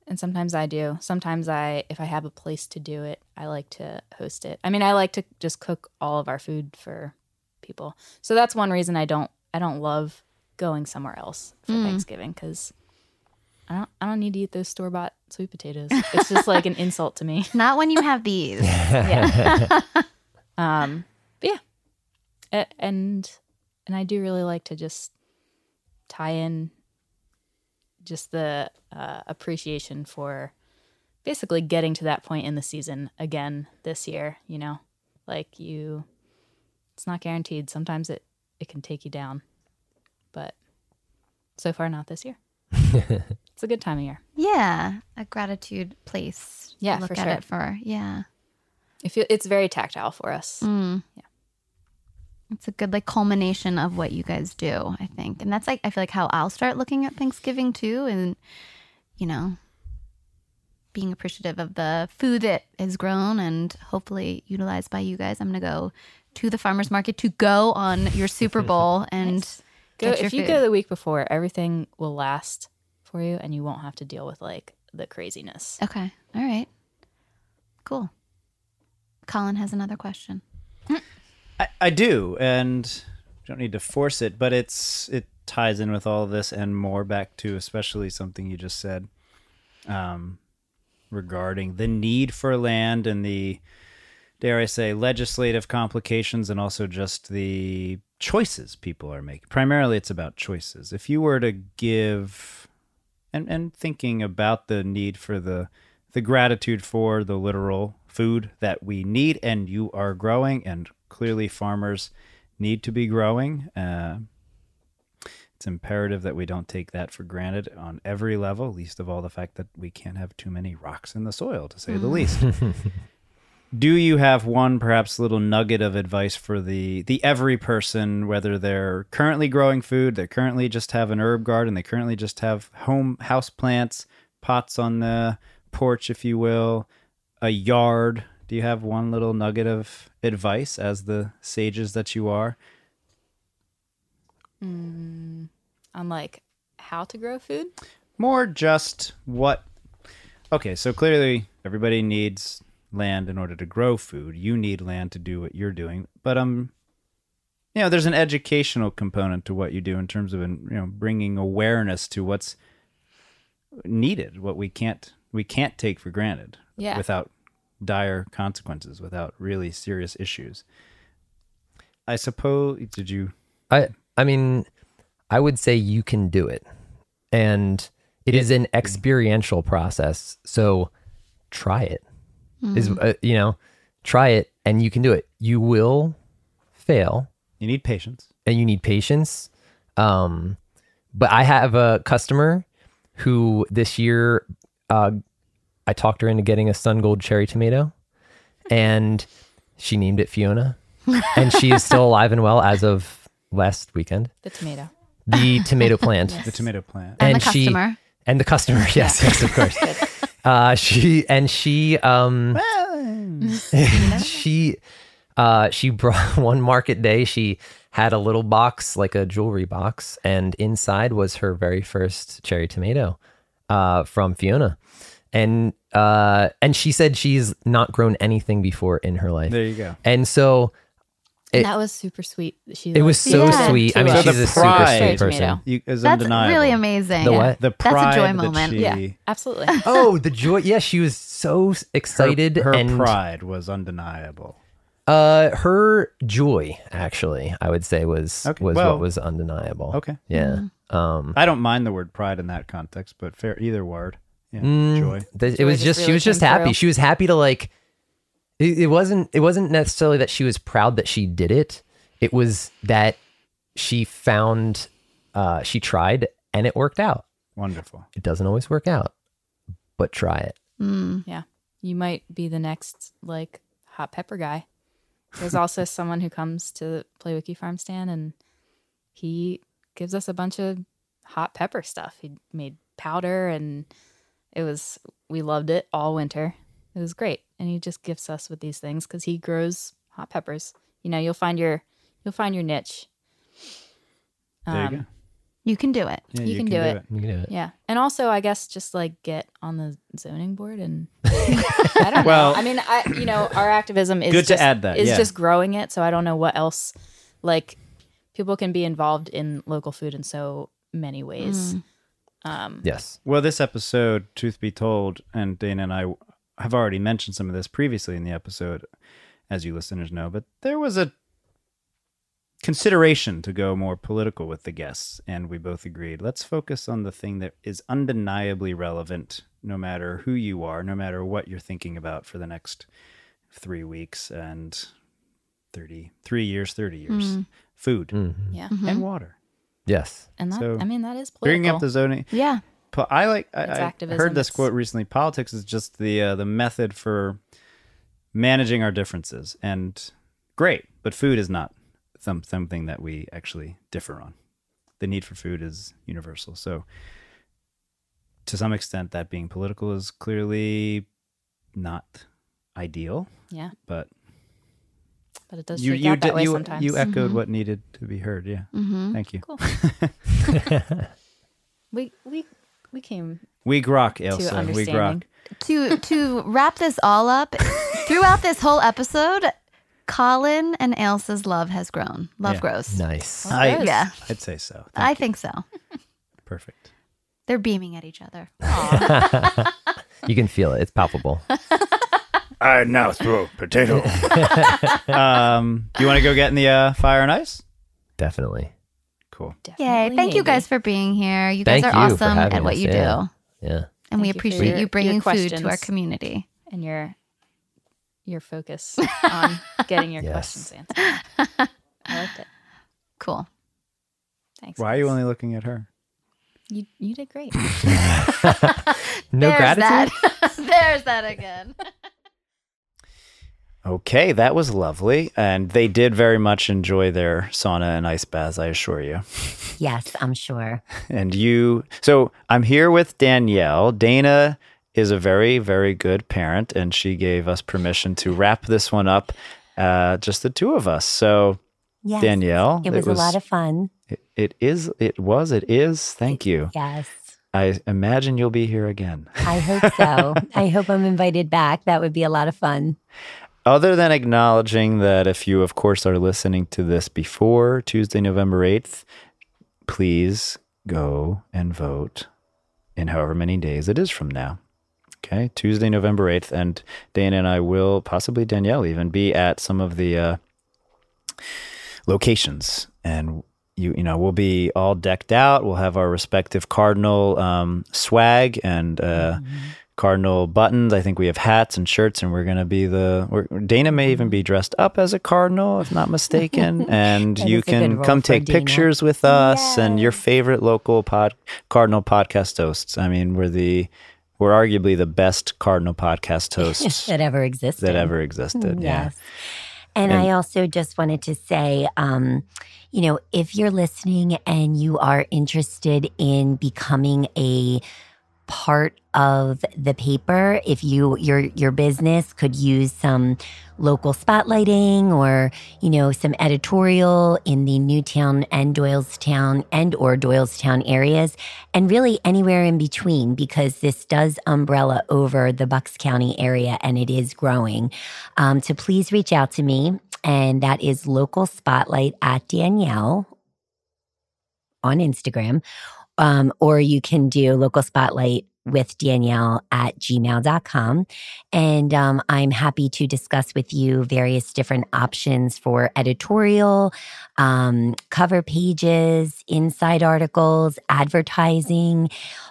S1: and sometimes I do. Sometimes I, if I have a place to do it, I like to host it. I mean, I like to just cook all of our food for people. So that's one reason I don't, I don't love going somewhere else for Thanksgiving because I don't, I don't need to eat those store bought sweet potatoes. It's just like an insult to me.
S2: not when you have these?
S1: Yeah. um. But yeah, A- and and I do really like to just tie in just the uh, appreciation for basically getting to that point in the season again this year. You know, like you, it's not guaranteed. Sometimes it it can take you down, but so far not this year. it's a good time of year.
S2: Yeah, a gratitude place. to
S1: Yeah,
S2: look
S1: for
S2: at
S1: sure.
S2: it for yeah.
S1: It feel, it's very tactile for us.
S2: Mm.
S1: Yeah.
S2: It's a good like culmination of what you guys do, I think, and that's like I feel like how I'll start looking at Thanksgiving too, and you know, being appreciative of the food that is grown and hopefully utilized by you guys. I'm gonna go to the farmers market to go on your Super Bowl and.
S1: Go,
S2: Get your
S1: if you
S2: food.
S1: go the week before, everything will last for you, and you won't have to deal with like the craziness.
S2: Okay. All right. Cool. Colin has another question.
S6: I, I do, and I don't need to force it, but it's it ties in with all of this and more back to especially something you just said um, regarding the need for land and the
S4: dare I say, legislative complications and also just the choices people are making. Primarily, it's about choices. If you were to give, and, and thinking about the need for the the gratitude for the literal food that we need, and you are growing, and clearly farmers need to be growing. Uh, it's imperative that we don't take that for granted on every level, least of all the fact that we can't have too many rocks in the soil, to say the least. Do you have one perhaps little nugget of advice for the the every person, whether they're currently growing food, they currently just have an herb garden, they currently just have home house plants, pots on the porch, if you will, a yard? Do you have one little nugget of advice as the sages that you are?
S1: on like how to grow food.
S4: more just what okay so clearly everybody needs land in order to grow food you need land to do what you're doing but um you know there's an educational component to what you do in terms of you know bringing awareness to what's needed what we can't we can't take for granted
S1: Yeah.
S4: without dire consequences without really serious issues i suppose did you
S3: I I mean, I would say you can do it. And it is an experiential process. So try it. Is
S1: Hmm.
S3: uh, you know, try it and you can do it. You will fail
S4: you need patience
S3: and you need patience. Um, but I have a customer who this year uh, I talked her into getting a sun gold cherry tomato, and she named it Fiona, and she is still alive and well as of last weekend.
S1: The tomato.
S3: The tomato plant
S4: the tomato plant
S2: And the
S3: she-
S2: customer.
S3: and the customer yes yes of course uh she and she um she uh she brought one market day she had a little box like a jewelry box and inside was her very first cherry tomato uh from Fiona and uh and she said she's not grown anything before in her life
S4: there you go
S3: and so
S1: And
S3: It-
S1: that was super sweet. She
S3: it was so
S2: Yeah.
S3: sweet i
S1: To
S3: mean
S1: us.
S3: she's
S4: So
S3: a
S4: the
S3: super sweet
S4: pride-
S3: person
S1: Tomato.
S4: you is
S2: That's
S4: undeniable
S2: really amazing.
S3: the what
S4: the
S2: That's a
S4: pride
S2: joy
S4: that
S2: moment.
S4: she-
S1: yeah, absolutely.
S3: oh the joy yeah she was so
S4: Her-
S3: excited
S4: Her,
S3: and
S4: pride was undeniable.
S3: Uh, her joy, actually, I would say was
S4: Okay,
S3: was
S4: well-
S3: what was undeniable.
S4: Okay.
S3: Yeah.
S1: Hmm.
S3: Um.
S4: I don't mind the word pride in that context, but fair either word. Yeah,
S3: mm,
S4: joy.
S3: th- it
S1: Joy
S3: was
S1: just
S3: just she
S1: really
S3: was just
S1: came
S3: happy.
S1: through.
S3: She was happy to like. It, it wasn't. It wasn't necessarily that she was proud that she did it. It was that she found, uh, she tried and it worked out.
S4: Wonderful.
S3: It doesn't always work out, but try it.
S2: Mm.
S1: you might be the next like hot pepper guy. There's also someone who comes to the PlayWiki farm stand and he gives us a bunch of hot pepper stuff. He made powder and it was we loved it all winter. It was great. And he just gifts us with these things cuz he grows hot peppers. You know, you'll find your you'll find your niche. Um,
S4: There you go.
S2: You can do it.
S4: Yeah,
S1: you can do it.
S3: You can do it.
S1: Yeah. And also, I guess just like get on the zoning board and I don't
S4: Well-
S1: know. I mean, I you know, our activism is
S4: Good to
S1: just,
S4: add that,
S1: is
S4: yeah.
S1: just growing it, so I don't know what else like people can be involved in local food in so many ways.
S4: Mm.
S1: Um
S3: Yes.
S4: Well, this episode, truth be told, and Dana and I have already mentioned some of this previously in the episode, as you listeners know, but there was a consideration to go more political with the guests, and we both agreed let's focus on the thing that is undeniably relevant, no matter who you are, no matter what you're thinking about for the next three weeks and 30, three years, 30 years food
S3: Mhm.
S1: yeah.
S2: Mm-hmm.
S4: and water.
S3: Yes.
S1: And that
S4: So,
S1: I mean that is political.
S4: Bringing up the zoning,
S2: Yeah.
S4: Po- I like. I,
S1: It's
S4: I
S1: activism,
S4: heard this
S1: it's-
S4: quote recently. Politics is just the uh, the method for managing our differences, and great. But food is not some, something that we actually differ on. The need for food is universal. So, to some extent, that being political is clearly not ideal.
S1: yeah,
S4: But
S1: but it does
S4: you
S1: shake
S4: you
S1: out that
S4: did-
S1: way
S4: you,
S1: sometimes. Mm-hmm.
S4: you echoed what needed to be heard. Yeah. Thank you.
S1: Cool. we we we came
S4: We grok, Ailsa. We grok.
S1: understanding.
S2: To to wrap this all up, throughout this whole episode, Colin and Elsa's love has grown. Love
S4: Yeah.
S2: grows.
S3: Nice.
S4: I,
S2: Yeah. Uh,
S4: I'd say so.
S2: I think so.
S4: Perfect.
S2: They're beaming at each other.
S3: You can feel it. It's palpable.
S7: I now throw potato.
S6: Um,
S4: Do you want to go get in the uh, fire and ice?
S3: Definitely.
S6: cool.
S2: Yay.
S1: Definitely
S2: Thank you
S1: needed.
S2: guys for being here. You
S3: Thank
S2: guys are
S3: you for
S2: awesome
S3: having
S2: at what
S3: us,
S2: you
S3: yeah.
S2: do.
S3: Yeah.
S2: And
S1: Thank
S2: we
S1: you for
S2: appreciate
S1: your-
S2: you,
S1: your
S2: bringing food to our
S1: questions.
S2: community.
S1: and your your focus on getting your
S3: Yes.
S1: questions answered. I liked it.
S2: Cool.
S1: Thanks.
S6: Why are you
S1: guys.
S6: only looking at her?
S1: You you did great.
S3: No
S2: There's
S3: gratitude.
S2: That. There's that again.
S4: Okay, that was lovely. And they did very much enjoy their sauna and ice baths, I assure you.
S5: Yes, I'm sure.
S4: And you, so I'm here with Danielle. Dana is a very, very good parent, and she gave us permission to wrap this one up, uh, just the two of us. So,
S5: Yes.
S4: Danielle,
S5: It was, a lot of fun.
S4: It, it is, it was, it is. Thank you.
S5: Yes.
S4: I imagine you'll be here again.
S5: I hope so. I hope I'm invited back. That would be a lot of fun.
S4: Other than acknowledging that if you, of course, are listening to this before Tuesday, November 8th, please go and vote in however many days it is from now. Okay, Tuesday, November 8th. And Dana and I will, possibly Danielle even, be at some of the uh, locations. And you, you know, we'll be all decked out. We'll have our respective cardinal um, swag and uh,
S5: Mm-hmm.
S4: cardinal buttons. I think we have hats and shirts, and we're gonna be the. We're, Dana may even be dressed up as a cardinal, if not mistaken. And
S5: That
S4: you
S5: is a good
S4: can
S5: role
S4: come
S5: for
S4: take
S5: Dana.
S4: pictures with us and your favorite local pod cardinal podcast hosts. I mean, we're the we're arguably the best cardinal podcast hosts
S5: That ever exists.
S4: that ever
S5: Mm,
S4: existed. Yeah.
S5: Yes. And,
S4: And-
S5: I also just wanted to say, um, you know, if you're listening and you are interested in becoming a part of the paper, if you your your business could use some local spotlighting or you know some editorial in the Newtown and Doylestown and or Doylestown areas, and really anywhere in between, because this does umbrella over the Bucks County area and it is growing um, to please reach out to me. And that is local spotlight at Danielle on Instagram. Um, or you can do local spotlight with Danielle at gmail.com. And um, I'm happy to discuss with you various different options for editorial, um, cover pages, inside articles, advertising.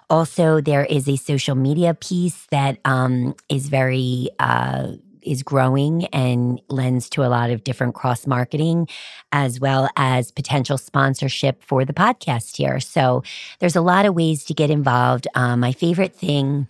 S5: Also, there is a social media piece that um, is very uh, is growing and lends to a lot of different cross marketing as well as potential sponsorship for the podcast here. So there's a lot of ways to get involved. Um, my favorite thing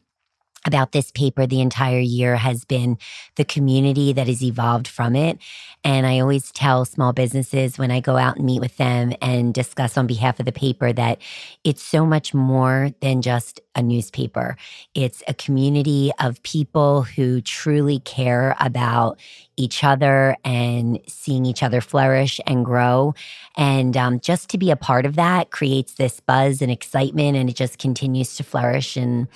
S5: about this paper the entire year has been the community that has evolved from it. And I always tell small businesses when I go out and meet with them and discuss on behalf of the paper that it's so much more than just a newspaper. It's a community of people who truly care about each other and seeing each other flourish and grow. And um, just to be a part of that creates this buzz and excitement, and it just continues to flourish and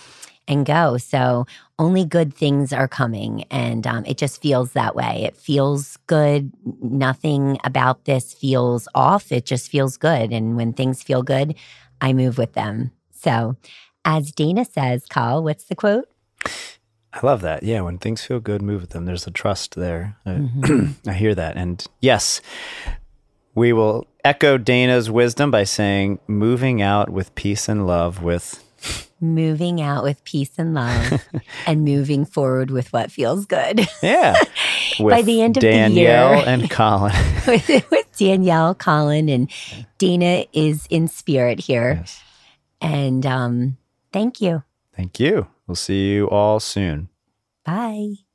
S5: and go. So only good things are coming, and um, it just feels that way. It feels good. Nothing about this feels off. It just feels good, and when things feel good, I move with them. So. As Dana says, Carl, what's the quote?
S4: I love that. Yeah, when things feel good, move with them. There's a trust there. I,
S5: Mhm.
S4: I hear that. And yes, we will echo Dana's wisdom by saying moving out with peace and love with
S5: Moving out with peace and love and moving forward with what feels good.
S4: yeah. With
S5: By the end of the
S4: Danielle
S5: year.
S4: and Colin.
S5: with, with Danielle, Colin, and Dana is in spirit here.
S4: Yes.
S5: And um, thank you.
S4: Thank you. We'll see you all soon.
S5: Bye.